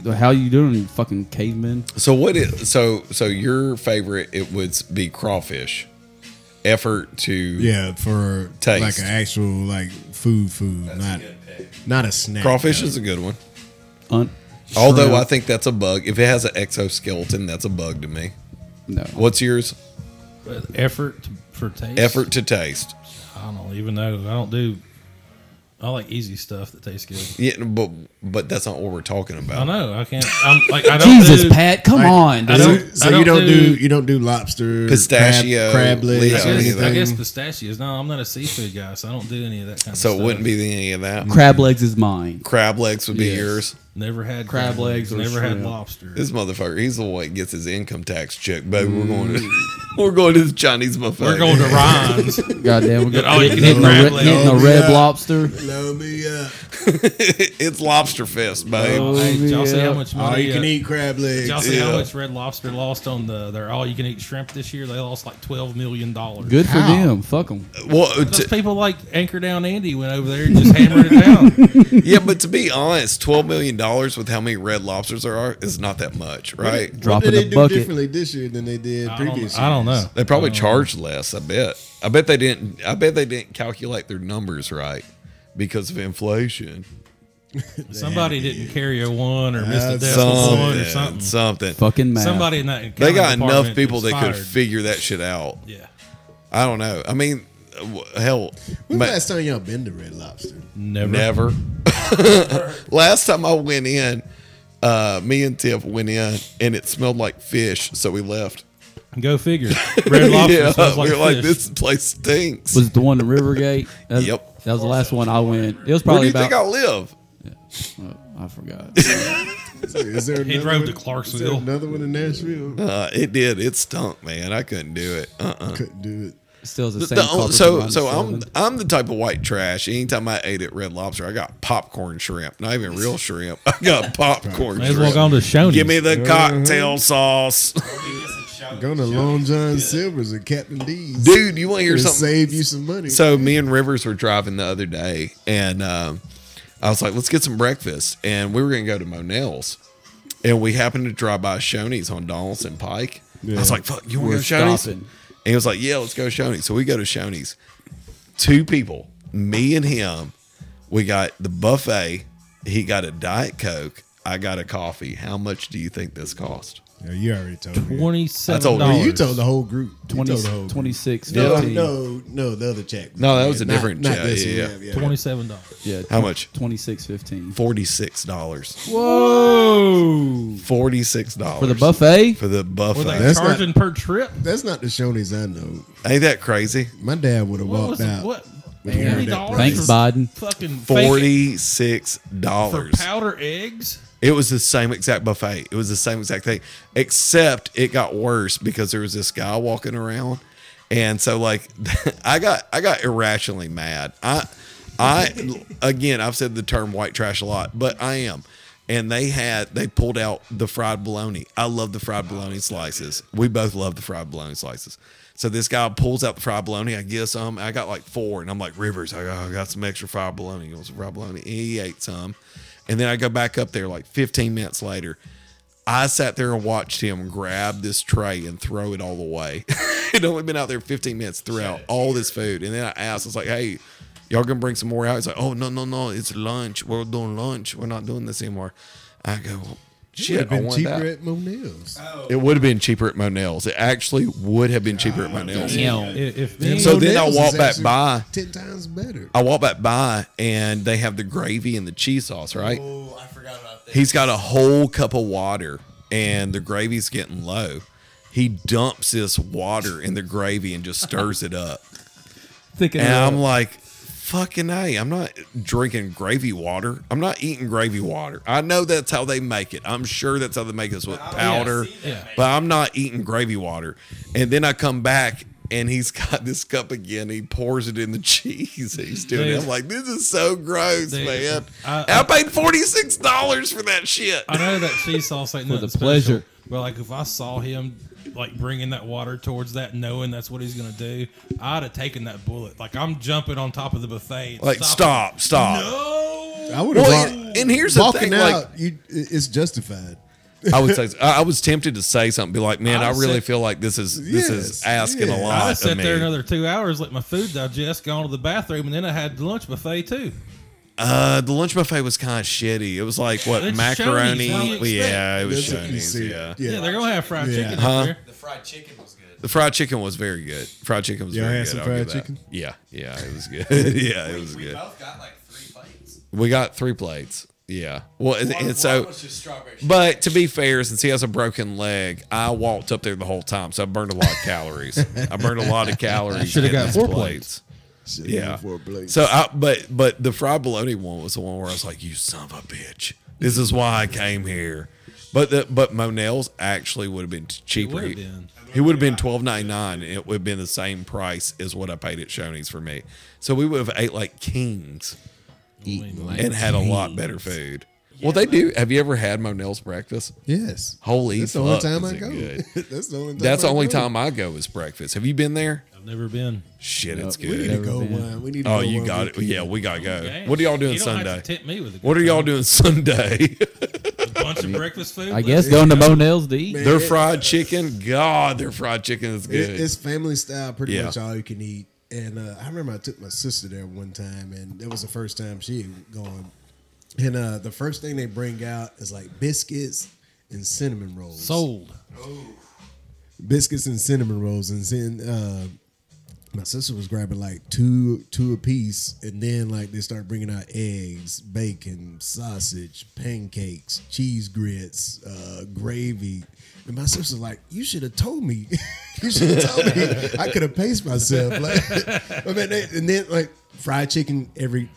Speaker 2: Mm.
Speaker 4: Yeah, how you doing, you fucking cavemen?
Speaker 2: So what is so so your favorite? It would be crawfish. Effort to
Speaker 1: yeah, for
Speaker 2: Taste.
Speaker 1: like an actual like food, food, not not a snack.
Speaker 2: crawfish
Speaker 1: though.
Speaker 2: is a good one.
Speaker 4: Un-
Speaker 2: Although I
Speaker 4: shrimp?
Speaker 2: think that's a bug. If it has an exoskeleton, that's a bug to me.
Speaker 4: no,
Speaker 2: What's yours?
Speaker 3: Effort to- for taste.
Speaker 2: Effort to taste.
Speaker 3: I don't even know. I don't do. I like easy stuff that tastes good.
Speaker 2: Yeah, but but that's not what we're talking
Speaker 3: I
Speaker 2: about.
Speaker 3: know. I can't. I'm like I don't.
Speaker 4: Jesus,
Speaker 3: do,
Speaker 4: Pat, come
Speaker 1: Like,
Speaker 4: on,
Speaker 1: so,
Speaker 4: dude.
Speaker 3: I don't-
Speaker 1: so
Speaker 3: I
Speaker 1: you
Speaker 3: don't
Speaker 1: don't do,
Speaker 3: do-
Speaker 1: you don't do lobster,
Speaker 2: Pistachio,
Speaker 1: crab, crab
Speaker 2: leeks,
Speaker 1: legs,
Speaker 3: I
Speaker 1: or
Speaker 3: guess,
Speaker 1: anything.
Speaker 3: I guess pistachios. No, I'm not a seafood guy, so I don't do any of that kind of
Speaker 2: So
Speaker 3: stuff.
Speaker 2: it wouldn't be any of that.
Speaker 4: Crab legs is mine.
Speaker 2: Crab legs would be
Speaker 4: Yes.
Speaker 2: yours.
Speaker 3: Never had
Speaker 4: Crab legs or
Speaker 3: Never had
Speaker 4: shrimp.
Speaker 3: lobster.
Speaker 2: This motherfucker, he's the one that gets his income tax check, but we're going to <laughs> we're going to the Chinese buffet.
Speaker 3: Mm.
Speaker 2: <laughs>
Speaker 3: We're going
Speaker 4: <laughs>
Speaker 3: to Ryan's.
Speaker 4: Goddamn, we're
Speaker 3: <laughs> Oh,
Speaker 4: gonna
Speaker 3: you
Speaker 4: hit,
Speaker 3: can
Speaker 4: hitting,
Speaker 3: do
Speaker 4: a,
Speaker 3: crab
Speaker 4: re-
Speaker 3: legs.
Speaker 4: hitting a
Speaker 1: Oh,
Speaker 4: red
Speaker 1: yeah.
Speaker 4: lobster.
Speaker 1: Blow me up.
Speaker 2: it's lobster fest, babe.
Speaker 4: Oh.
Speaker 3: Hey, did y'all see how
Speaker 4: yeah.
Speaker 3: much money?
Speaker 1: All Oh, you can
Speaker 3: uh,
Speaker 1: eat crab
Speaker 3: did
Speaker 1: legs.
Speaker 3: Y'all see how
Speaker 2: Yeah.
Speaker 3: much Red Lobster lost on the their all-you-can-eat shrimp this year? They lost like twelve million dollars.
Speaker 4: Good for them. Fuck them.
Speaker 2: Well,
Speaker 3: Those
Speaker 2: to,
Speaker 3: people like Anchor Down Andy went over there and just hammered it down.
Speaker 1: <laughs>
Speaker 2: yeah, but to be honest, twelve million dollars with how many red lobsters there are is not that much, right?
Speaker 1: What
Speaker 4: Drop
Speaker 1: did
Speaker 4: in
Speaker 1: they
Speaker 4: the
Speaker 1: do
Speaker 4: bucket.
Speaker 1: differently this year than they did
Speaker 3: I
Speaker 1: previous?
Speaker 3: don't,
Speaker 1: years?
Speaker 3: I don't know.
Speaker 2: They probably charge less. I bet. I bet they didn't. I bet they didn't calculate their numbers right because of inflation.
Speaker 3: Somebody didn't carry a one or missed a
Speaker 1: Uh,
Speaker 3: decimal point
Speaker 2: Something,
Speaker 3: or something.
Speaker 2: something.
Speaker 4: Fucking math.
Speaker 3: Somebody in that
Speaker 2: They
Speaker 3: accounting
Speaker 2: got enough
Speaker 3: department
Speaker 2: people
Speaker 3: was
Speaker 2: that could
Speaker 3: fired.
Speaker 2: figure that shit out.
Speaker 3: Yeah,
Speaker 2: I don't know. I mean, uh, wh- hell,
Speaker 1: When's
Speaker 2: ma-
Speaker 1: the last time y'all been to Red Lobster?
Speaker 3: never.
Speaker 2: never. <laughs> last time I went in, uh, me and Tiff went in, and it smelled like fish, so we left. <laughs>
Speaker 3: Go figure. Red Lobster
Speaker 2: yeah,
Speaker 3: smells like,
Speaker 2: we were like,
Speaker 3: fish.
Speaker 2: this place stinks.
Speaker 4: was it the one in Rivergate. That,
Speaker 2: Yep.
Speaker 4: That was the last one I went. It was
Speaker 2: Where do
Speaker 4: probably
Speaker 2: you think I
Speaker 4: about. Oh,
Speaker 2: live? <laughs>
Speaker 4: I forgot.
Speaker 1: Is
Speaker 3: <laughs>
Speaker 1: there another
Speaker 3: drove
Speaker 1: one- Is
Speaker 3: to
Speaker 1: there
Speaker 3: Clarksville.
Speaker 1: another one in Nashville?
Speaker 2: Uh, it did. It stunk, man. I couldn't do it. Uh-uh.
Speaker 1: Couldn't do it.
Speaker 4: Still is the
Speaker 2: The
Speaker 4: same.
Speaker 2: on-
Speaker 4: culprit
Speaker 2: so
Speaker 4: behind
Speaker 2: so
Speaker 4: the
Speaker 2: I'm
Speaker 4: seven.
Speaker 2: I'm the type of white trash. Anytime I ate at Red Lobster, I got popcorn shrimp. Not even
Speaker 3: <laughs>
Speaker 2: real shrimp. I got popcorn
Speaker 3: May as well go on
Speaker 2: shrimp.
Speaker 3: to Shoney's.
Speaker 2: Give me the cocktail sauce, <laughs>
Speaker 1: Going to Long John Silver's and Captain D's.
Speaker 2: dude. You want to hear
Speaker 1: It'll
Speaker 2: something?
Speaker 1: save you some money.
Speaker 2: So me and Rivers were driving the other day, and um, I was like, "Let's get some breakfast," and we were gonna go to Monell's, and we happened to drive by Shoney's on Donaldson Pike. I was
Speaker 1: Yeah.
Speaker 2: like, "Fuck, you want to
Speaker 4: We're
Speaker 2: go to Shoney's?"
Speaker 4: stopping.
Speaker 2: And he was like, "Yeah, let's go to Shoney's." So we go to Shoney's. Two people, me and him. We got the buffet. He got a diet coke. I got a coffee. How much do you think this cost?
Speaker 1: Yeah, you already told me.
Speaker 2: That's all-
Speaker 3: Twenty-seven
Speaker 2: Well,
Speaker 1: Well,
Speaker 3: dollars.
Speaker 1: you told the whole group. You told
Speaker 4: 20,
Speaker 1: the whole group.
Speaker 4: 26,
Speaker 1: No,
Speaker 4: 15.
Speaker 1: no, no, the other check.
Speaker 2: No, that was a
Speaker 1: Not-
Speaker 2: different
Speaker 1: not
Speaker 2: check.
Speaker 1: this
Speaker 2: Yeah,
Speaker 1: one.
Speaker 3: Twenty-seven dollars.
Speaker 4: Yeah,
Speaker 2: How much?
Speaker 4: 26, 15.
Speaker 2: Forty six dollars.
Speaker 4: Whoa!
Speaker 2: Forty six dollars
Speaker 4: For the buffet?
Speaker 2: For the
Speaker 3: Were
Speaker 2: buffet.
Speaker 3: they
Speaker 1: That's not-
Speaker 3: charging per trip?
Speaker 1: That's not the Shoney's I know.
Speaker 2: Ain't that crazy?
Speaker 1: My dad would have
Speaker 3: What
Speaker 1: walked
Speaker 3: was it?
Speaker 1: out.
Speaker 3: What?
Speaker 1: heard that
Speaker 3: Forty dollars.
Speaker 1: price.
Speaker 4: Thanks, Biden.
Speaker 3: Fucking forty
Speaker 2: Forty six
Speaker 3: for
Speaker 2: dollars.
Speaker 3: powder eggs.
Speaker 2: It was the same exact buffet. It was the same exact thing, except it got worse because there was this guy walking around, and so like, <laughs> I got I got irrationally mad. I I again I've said the term white trash a lot, but I am. And they had they pulled out the fried bologna. I love the fried bologna slices. We both love the fried bologna slices. So this guy pulls out the fried bologna. I get some. I got like four, and I'm like Rivers. I got, I got some extra fried bologna. You want some fried bologna? And he ate some. And then I go back up there like 15 minutes later. I sat there and watched him grab this tray and throw it all away. <laughs> He'd only been out there 15 minutes throughout all this food. And then I asked, I was like, hey, y'all gonna bring some more out? He's like, oh, no, no, no, it's lunch. We're doing lunch. We're not doing this anymore. I go,
Speaker 1: Should
Speaker 2: Shit,
Speaker 1: have
Speaker 2: I
Speaker 1: been
Speaker 2: want
Speaker 1: cheaper
Speaker 2: that.
Speaker 1: at Monell's.
Speaker 3: Oh.
Speaker 2: It would have been cheaper at Monell's. It actually would have been cheaper at Monell's.
Speaker 4: Damn.
Speaker 3: If, if they,
Speaker 2: So then I
Speaker 1: Monell's
Speaker 2: walked
Speaker 1: is
Speaker 2: back
Speaker 1: actually
Speaker 2: by.
Speaker 1: ten times better.
Speaker 2: I walk back by and they have the gravy and the cheese sauce, right?
Speaker 5: Oh, I forgot about this.
Speaker 2: He's got a whole cup of water and the gravy's getting low. He dumps this water in the gravy and just stirs it
Speaker 3: <laughs>
Speaker 2: up.
Speaker 4: Thinking
Speaker 2: And
Speaker 4: of-
Speaker 2: I'm like, fucking A, I'm not drinking gravy water. I'm not eating gravy water. I know that's how they make it. I'm sure that's how they make this with powder,
Speaker 3: Oh, Yeah.
Speaker 2: but I'm not eating gravy water. And then I come back and he's <laughs> got this cup again. He pours it in the <laughs> cheese. and He's doing it. I'm like, this is so gross,
Speaker 3: They-
Speaker 2: man.
Speaker 3: I-
Speaker 2: I, paid $46 for that shit.
Speaker 3: I know that cheese sauce ain't nothing
Speaker 4: the
Speaker 3: special,
Speaker 4: pleasure.
Speaker 3: but like if I saw him like bringing that water towards that, knowing that's what he's gonna do, I'd have taken that bullet. Like I'm jumping on top of the buffet. and
Speaker 2: like,
Speaker 3: stopping.
Speaker 2: stop, stop.
Speaker 1: I would have
Speaker 2: Well, and, and here's the
Speaker 1: walking
Speaker 2: thing, like,
Speaker 1: out. you, it's justified.
Speaker 2: I would say I I was tempted to say something, be like, "Man,
Speaker 3: I
Speaker 2: I,
Speaker 3: would
Speaker 2: really
Speaker 3: sit-
Speaker 2: feel like this is this is
Speaker 1: Yes,
Speaker 2: asking
Speaker 1: yeah.
Speaker 2: a
Speaker 3: I
Speaker 2: lot
Speaker 3: would
Speaker 2: of
Speaker 3: sat
Speaker 2: me."
Speaker 3: there another two hours, let my food digest, gone to the bathroom, and then I had the lunch buffet too.
Speaker 2: uh, the lunch buffet was kind of shitty. It was like what
Speaker 3: It's
Speaker 2: macaroni?
Speaker 3: Shoney's, how do you
Speaker 2: yeah, it was
Speaker 1: That's what you
Speaker 2: Shoney's.
Speaker 1: see.
Speaker 2: Yeah.
Speaker 3: Yeah, they're gonna have fried
Speaker 1: Yeah.
Speaker 3: chicken
Speaker 2: Huh?
Speaker 3: up there.
Speaker 5: The fried chicken was good.
Speaker 2: the fried chicken was very good. Fried chicken was
Speaker 1: Y'all
Speaker 2: very
Speaker 1: had
Speaker 2: good.
Speaker 1: some
Speaker 2: I'll give
Speaker 1: fried
Speaker 2: that.
Speaker 1: chicken?
Speaker 2: Yeah, yeah, it was good. <laughs> yeah, it was
Speaker 5: we
Speaker 2: good.
Speaker 5: both got like three plates.
Speaker 2: We got three plates. Yeah. Well, and,
Speaker 5: One-
Speaker 2: and
Speaker 5: one
Speaker 2: so.
Speaker 5: was just strawberry.
Speaker 2: But to be fair, since he has a broken leg, I walked up there the whole time, so I burned a lot of calories. I burned a lot of calories.
Speaker 4: Shoulda
Speaker 2: in
Speaker 4: got
Speaker 2: those
Speaker 4: four plates.
Speaker 1: Should've
Speaker 2: Yeah.
Speaker 1: gone for a plate.
Speaker 2: So, I, but but the fried bologna one was the one where I was like, "You son of a bitch! This is why I came here." But the, but Monell's actually would have been cheaper.
Speaker 3: would've been.
Speaker 2: It would have been twelve ninety nine. It would have been the same price as what I paid at Shoney's for me. So we would have ate like kings
Speaker 4: Eating like
Speaker 2: and had a lot better food. well, they do. Have you ever had Monell's breakfast?
Speaker 1: yes,
Speaker 2: Holy
Speaker 1: that's the only
Speaker 2: fuck,
Speaker 1: time
Speaker 2: is
Speaker 1: I
Speaker 2: it
Speaker 1: go.
Speaker 2: good.
Speaker 1: <laughs> that's the only time.
Speaker 2: That's the
Speaker 1: I
Speaker 2: only
Speaker 1: go.
Speaker 2: time I go is breakfast. Have you been there?
Speaker 3: I've never been.
Speaker 2: Shit, it's
Speaker 1: We need to
Speaker 2: good.
Speaker 4: Never
Speaker 1: go
Speaker 4: been.
Speaker 1: one. We need. To
Speaker 2: Oh,
Speaker 1: go
Speaker 2: you
Speaker 1: one
Speaker 2: got
Speaker 1: week.
Speaker 2: it. Yeah, we gotta go.
Speaker 3: Damn.
Speaker 2: What are y'all doing
Speaker 3: You don't have to
Speaker 2: Sunday?
Speaker 3: tempt me with a
Speaker 2: What are
Speaker 3: good
Speaker 2: y'all
Speaker 3: time.
Speaker 2: doing <laughs> Sunday?
Speaker 3: Bunch of breakfast food.
Speaker 4: I guess going to Monell's to eat.
Speaker 2: their fried chicken, God, their fried chicken is
Speaker 1: It-
Speaker 2: good.
Speaker 1: it's family style, pretty
Speaker 2: Yeah.
Speaker 1: much all you can eat. And uh, I remember I took my sister there one time, and that was the first time she had gone. And uh, the first thing they bring out is like biscuits and cinnamon rolls.
Speaker 3: Sold.
Speaker 1: biscuits and cinnamon rolls, and then uh, my sister was grabbing like two two a piece, and then like they start bringing out eggs, bacon, sausage, pancakes, cheese grits, uh, gravy. And my sister's like, "You should have told me. <laughs> you should have told me. I could have paced myself." <laughs> Like, I mean, they, and then like fried chicken every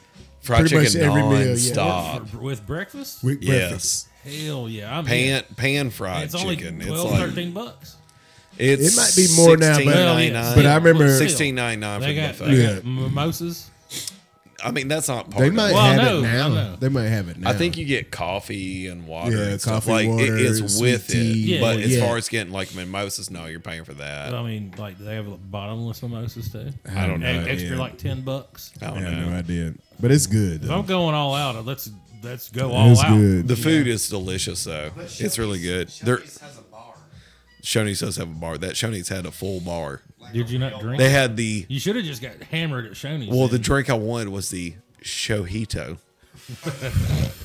Speaker 2: fried
Speaker 1: pretty
Speaker 2: chicken
Speaker 1: much every meal, yeah.
Speaker 2: nonstop.
Speaker 3: For- with breakfast?
Speaker 1: with
Speaker 2: Yes.
Speaker 1: breakfast.
Speaker 3: Hell yeah. I'm
Speaker 2: Pan
Speaker 3: in.
Speaker 2: pan fried
Speaker 3: It's only
Speaker 2: chicken.
Speaker 3: 12,
Speaker 2: it's like
Speaker 3: 13 bucks.
Speaker 1: It
Speaker 2: it's
Speaker 1: might be more now, but-
Speaker 3: Well, yeah,
Speaker 2: 16.99.
Speaker 1: But I remember-
Speaker 3: still,
Speaker 2: 16.99 for
Speaker 3: They
Speaker 2: the
Speaker 3: got,
Speaker 2: buffet.
Speaker 3: they
Speaker 1: Yeah.
Speaker 3: got mimosas.
Speaker 2: I mean, that's not part.
Speaker 1: They
Speaker 2: of
Speaker 1: might
Speaker 2: it.
Speaker 3: Well, I
Speaker 1: have
Speaker 3: know,
Speaker 1: it
Speaker 3: I
Speaker 1: now.
Speaker 3: know.
Speaker 1: They might have it now.
Speaker 2: I think you get coffee and water.
Speaker 1: Yeah,
Speaker 2: and stuff.
Speaker 1: coffee,
Speaker 2: like
Speaker 1: water,
Speaker 2: it is
Speaker 1: sweet
Speaker 2: with
Speaker 1: tea,
Speaker 2: it. But
Speaker 1: yeah.
Speaker 2: as
Speaker 1: Yeah.
Speaker 2: far as getting like mimosas, no, you're paying for that.
Speaker 3: I mean, like they have like, bottomless mimosas too.
Speaker 2: I don't know.
Speaker 3: Ex- Extra
Speaker 1: yeah.
Speaker 3: like ten bucks.
Speaker 2: I
Speaker 1: I
Speaker 2: don't
Speaker 1: have
Speaker 2: know.
Speaker 1: no idea, but it's good.
Speaker 3: If
Speaker 1: though.
Speaker 3: I'm going all out, let's let's go all
Speaker 1: It's
Speaker 3: out.
Speaker 1: good.
Speaker 2: Oh, The food is delicious though.
Speaker 5: But
Speaker 2: It's really good.
Speaker 5: Shoney's-
Speaker 2: There,
Speaker 5: Shoney's has a bar.
Speaker 2: Shoney's does have a bar. That Shoney's had a full bar.
Speaker 5: Like
Speaker 3: Did
Speaker 5: a
Speaker 3: you not
Speaker 5: real
Speaker 3: drink?
Speaker 2: They had the
Speaker 3: You should have just got hammered at Shoney's.
Speaker 2: Well, the
Speaker 3: then.
Speaker 2: drink I wanted was the Shohito.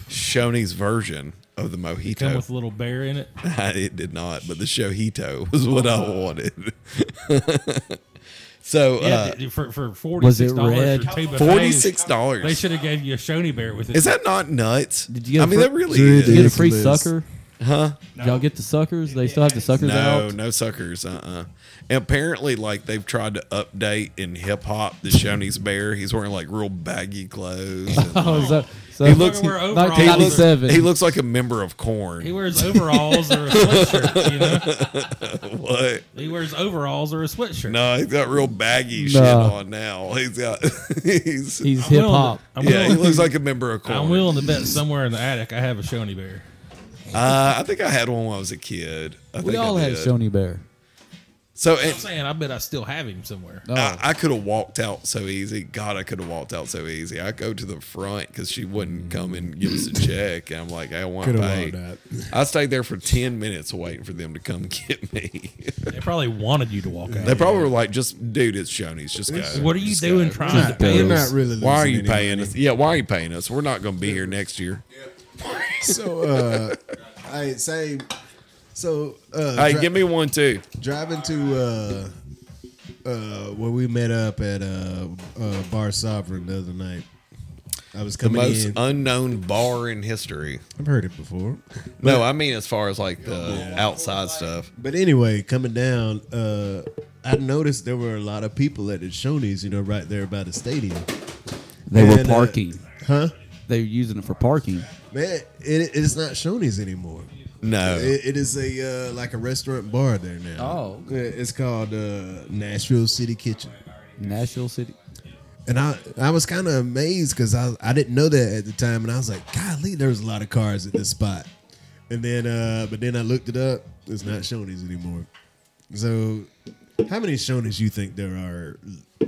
Speaker 2: Shoney's version of the
Speaker 3: come
Speaker 2: mojito. <laughs>
Speaker 3: with a little bear in it.
Speaker 2: it did not, but the Shohito was what I wanted. <laughs> so,
Speaker 3: Yeah,
Speaker 2: uh,
Speaker 3: d- for for forty
Speaker 4: Was it
Speaker 3: six dollars
Speaker 4: red?
Speaker 3: for two buffets,
Speaker 2: $46.
Speaker 3: They should have gave you a Shoney bear with it.
Speaker 2: is that not nuts?
Speaker 4: Did you get
Speaker 2: I
Speaker 4: a
Speaker 2: mean,
Speaker 4: fr-
Speaker 2: that really
Speaker 1: Dude,
Speaker 2: is.
Speaker 4: You get a
Speaker 1: Yes,
Speaker 4: free
Speaker 1: Liz.
Speaker 4: sucker? Huh? Y'all get the suckers? They still have the suckers
Speaker 2: No,
Speaker 4: out?
Speaker 2: no suckers. Uh uh And apparently, like, they've tried to update in hip hop the Shoney's bear. He's wearing, like, real baggy clothes.
Speaker 4: <laughs>
Speaker 2: and, like,
Speaker 4: Oh, so, so
Speaker 2: He looks-
Speaker 3: Wear overalls.
Speaker 2: he, looks,
Speaker 4: 1997.
Speaker 2: he looks like a member of Corn.
Speaker 3: He wears overalls or a sweatshirt. You
Speaker 2: <laughs>
Speaker 3: know,
Speaker 2: what?
Speaker 3: he wears overalls or a sweatshirt.
Speaker 2: No, he's got real baggy shit
Speaker 4: No.
Speaker 2: on now. He's got <laughs> he's,
Speaker 4: He's
Speaker 3: I'm
Speaker 4: hip
Speaker 3: willing to-
Speaker 4: hop.
Speaker 3: I'm
Speaker 2: yeah, he
Speaker 3: willing-
Speaker 4: <laughs>
Speaker 2: looks like a member of Korn.
Speaker 3: I'm willing to bet somewhere in the attic I have a Shoney bear.
Speaker 2: Uh, I think I had one when I was a kid. I
Speaker 4: We
Speaker 2: think
Speaker 4: all
Speaker 2: I
Speaker 4: had
Speaker 2: did.
Speaker 4: Shoney Bear.
Speaker 2: So
Speaker 3: I'm
Speaker 2: and
Speaker 3: saying I bet I still have him somewhere.
Speaker 4: No.
Speaker 2: I, I could have walked out so easy. God, I could have walked out so easy. I go to the front because she wouldn't come and give us a check, and I'm like, I want
Speaker 1: Coulda
Speaker 2: pay.
Speaker 1: walked
Speaker 2: I stayed there for ten minutes waiting for them to come <laughs> get me.
Speaker 3: They probably wanted you to walk out.
Speaker 2: they probably were like, "Just dude, it's Shoney's. Just go."
Speaker 3: What are you
Speaker 2: Just
Speaker 3: doing
Speaker 2: go.
Speaker 3: trying to
Speaker 4: Just
Speaker 3: pay
Speaker 1: We're
Speaker 4: goes.
Speaker 3: us?
Speaker 1: not really.
Speaker 2: Why are
Speaker 1: losing
Speaker 2: you
Speaker 1: any
Speaker 2: paying
Speaker 1: money.
Speaker 2: us? Yeah, why are you paying us? We're not going to be here next year.
Speaker 1: So uh, All right, say so. Uh,
Speaker 2: Hey,
Speaker 1: dri-
Speaker 2: give me one too.
Speaker 1: driving to uh, uh, where we met up at uh, uh, Bar Sovereign the other night. I was
Speaker 2: The
Speaker 1: coming
Speaker 2: most
Speaker 1: in.
Speaker 2: unknown bar in history.
Speaker 1: I've heard it before.
Speaker 2: No, I mean as far as like the outside stuff.
Speaker 1: But anyway, coming down, uh, I noticed there were a lot of people at the Shoney's, you know, right there by the stadium.
Speaker 4: They were
Speaker 1: And, uh,
Speaker 4: parking.
Speaker 1: Huh?
Speaker 4: they were using it for parking.
Speaker 1: Man, it, it's not Shoney's anymore.
Speaker 2: No,
Speaker 1: It, it is a uh, like a restaurant bar there now.
Speaker 4: Oh,
Speaker 1: Yeah, it's called uh, Nashville City Kitchen.
Speaker 4: Nashville City.
Speaker 1: And I, I was kind of amazed because I, I didn't know that at the time, and I was like, "Golly, there was a lot of cars at this spot." And then, uh, but then I looked it up. It's not Shoney's anymore. So, how many Shoney's you think there are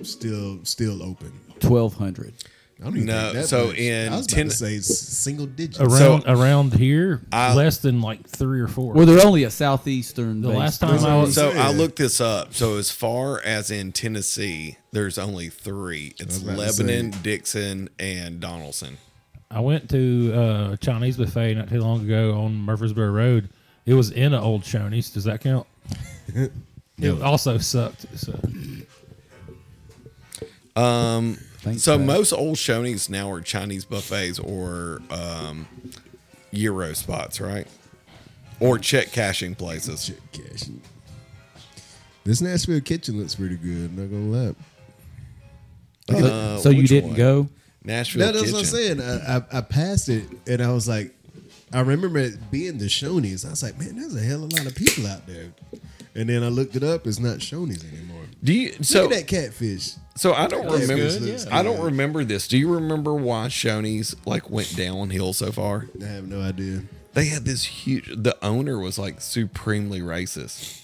Speaker 1: still still open?
Speaker 4: Twelve hundred.
Speaker 1: I don't even
Speaker 2: No,
Speaker 1: think that
Speaker 2: so
Speaker 1: much.
Speaker 2: in
Speaker 1: I was about
Speaker 2: ten-
Speaker 1: to say s- single digits.
Speaker 3: around around here,
Speaker 2: I-
Speaker 3: less than like three or four.
Speaker 4: Well, they're only a southeastern.
Speaker 3: the
Speaker 4: base.
Speaker 3: last time I was,
Speaker 2: So
Speaker 1: Yeah.
Speaker 2: I looked this up. So as far as in Tennessee, there's only three. It's
Speaker 1: was about to say-
Speaker 2: Lebanon, Dixon, and Donaldson.
Speaker 3: I went to uh, a Chinese buffet not too long ago on Murfreesboro Road. It was in an old Shoney's. Does that count? It also sucked. uh, So
Speaker 4: Thanks,
Speaker 2: So
Speaker 4: Pat.
Speaker 2: most old Shoney's now are Chinese buffets or um, Euro spots, right? Or check cashing places.
Speaker 1: Shit, cash. This Nashville kitchen looks pretty good. Not gonna lie.
Speaker 2: Uh,
Speaker 4: so you
Speaker 2: which
Speaker 4: didn't
Speaker 2: one?
Speaker 4: go.
Speaker 2: Nashville.
Speaker 1: No, that's
Speaker 2: Kitchen.
Speaker 1: what I'm saying. I, I, I passed it and I was like, I remember it being the Shoney's. I was like, man, there's a hell of a lot of people out there. And then I looked it up. It's not Shoney's anymore.
Speaker 2: Do you so
Speaker 1: Look at that catfish.
Speaker 2: so I don't
Speaker 1: That's
Speaker 2: remember
Speaker 1: good, yeah.
Speaker 2: I don't remember this. Do you remember why Shoney's like went downhill so far?
Speaker 1: I have no idea.
Speaker 2: They had this huge the owner was like supremely racist.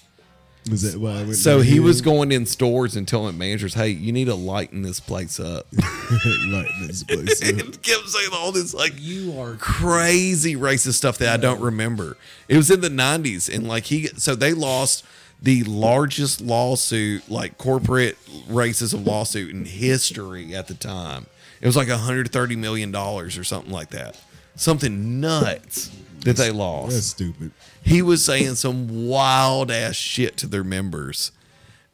Speaker 1: Is that why? I went
Speaker 2: So
Speaker 1: down
Speaker 2: he
Speaker 1: here?
Speaker 2: was going in stores and telling managers, "Hey, you need to lighten this place up."
Speaker 1: like this
Speaker 2: <laughs>
Speaker 1: place. up.
Speaker 2: and kept saying all this like
Speaker 4: You are
Speaker 2: crazy racist stuff that I don't remember. It was in the '90s, and like he, so they lost the largest lawsuit, like corporate racism lawsuit in history at the time. It was like 130 million dollars or something like that, something nuts that they lost
Speaker 1: That's stupid.
Speaker 2: he was saying some wild ass shit to their members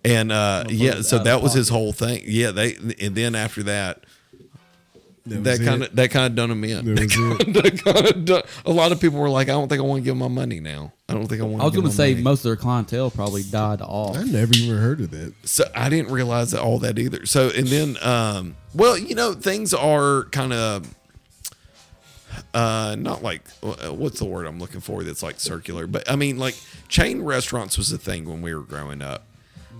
Speaker 2: and uh yeah so that was his whole thing yeah they and then after that
Speaker 1: was
Speaker 2: that kind
Speaker 1: it.
Speaker 2: of that kind of done him in
Speaker 1: That was it.
Speaker 2: <laughs> That kinda done- <laughs> a lot of people were like i don't think i want to give my money now i don't think i want
Speaker 4: I was
Speaker 2: going to
Speaker 4: say
Speaker 2: money.
Speaker 4: most of their clientele probably died off.
Speaker 1: I never even heard of that.
Speaker 2: so i didn't realize that all that either so and then um well you know things are kind of uh not like uh, what's the word i'm looking for that's like circular but i mean like chain restaurants was a thing when we were growing up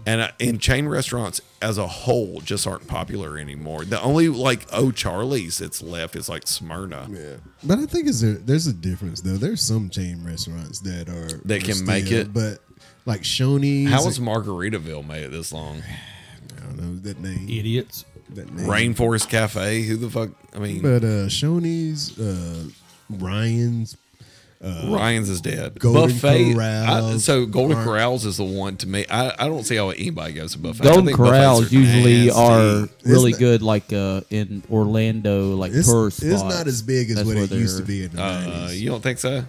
Speaker 2: and uh, and chain restaurants as a whole just aren't popular anymore the only like oh charlie's that's left is like smyrna
Speaker 1: Yeah. But I think is there, there's a difference though. There's some chain restaurants that are
Speaker 2: That
Speaker 1: are
Speaker 2: can make
Speaker 1: still,
Speaker 2: it.
Speaker 1: but like Shoney's.
Speaker 2: how was margaritaville made it this long
Speaker 1: I don't know that name.
Speaker 3: idiots.
Speaker 1: That name.
Speaker 2: rainforest cafe who the fuck i mean
Speaker 1: But uh Shoney's, uh Ryan's,
Speaker 2: Ryan's is dead.
Speaker 1: Golden
Speaker 2: buffet. I,
Speaker 1: Corrals
Speaker 2: so Golden
Speaker 1: aren't-
Speaker 2: Corrals is the one to me. I, I don't see how anybody goes to buffets. I
Speaker 4: Golden
Speaker 2: think buffets
Speaker 4: Corrals usually are
Speaker 2: nasty.
Speaker 4: really
Speaker 1: It's not-
Speaker 4: good, like uh, in Orlando, like
Speaker 1: It's,
Speaker 4: tourist
Speaker 1: it's
Speaker 4: spots.
Speaker 1: not as big as
Speaker 4: That's
Speaker 1: what
Speaker 4: where
Speaker 1: it used to
Speaker 4: they're-
Speaker 1: be in the
Speaker 2: Uh,
Speaker 1: 90s.
Speaker 2: you don't think so?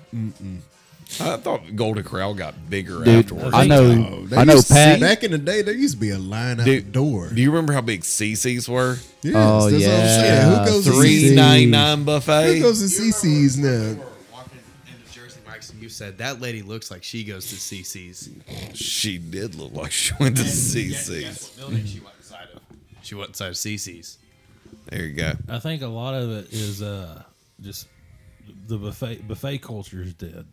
Speaker 2: I thought Golden Corral got bigger
Speaker 4: Dude,
Speaker 2: afterwards.
Speaker 4: I know,
Speaker 1: Oh, they
Speaker 4: I know,
Speaker 1: used to-
Speaker 4: Pat.
Speaker 1: back in the day, there used to be a line out
Speaker 2: Dude,
Speaker 1: the door.
Speaker 2: Do you remember how big CC's were?
Speaker 1: yes,
Speaker 4: Oh,
Speaker 1: that's what I'm saying.
Speaker 4: yeah.
Speaker 1: Who goes
Speaker 4: Three
Speaker 2: Three
Speaker 1: to
Speaker 2: ninety nine buffet.
Speaker 1: CC? Who goes to
Speaker 5: You remember
Speaker 1: CC's
Speaker 5: when
Speaker 1: now?
Speaker 5: we were walking into Jersey Mike's and you said that lady looks like she goes to CC's.
Speaker 2: She did look like she went to CC's.
Speaker 5: what building she went inside of? She went inside of CC's.
Speaker 2: There you go.
Speaker 3: I think a lot of it is uh, just the buffet buffet culture is dead.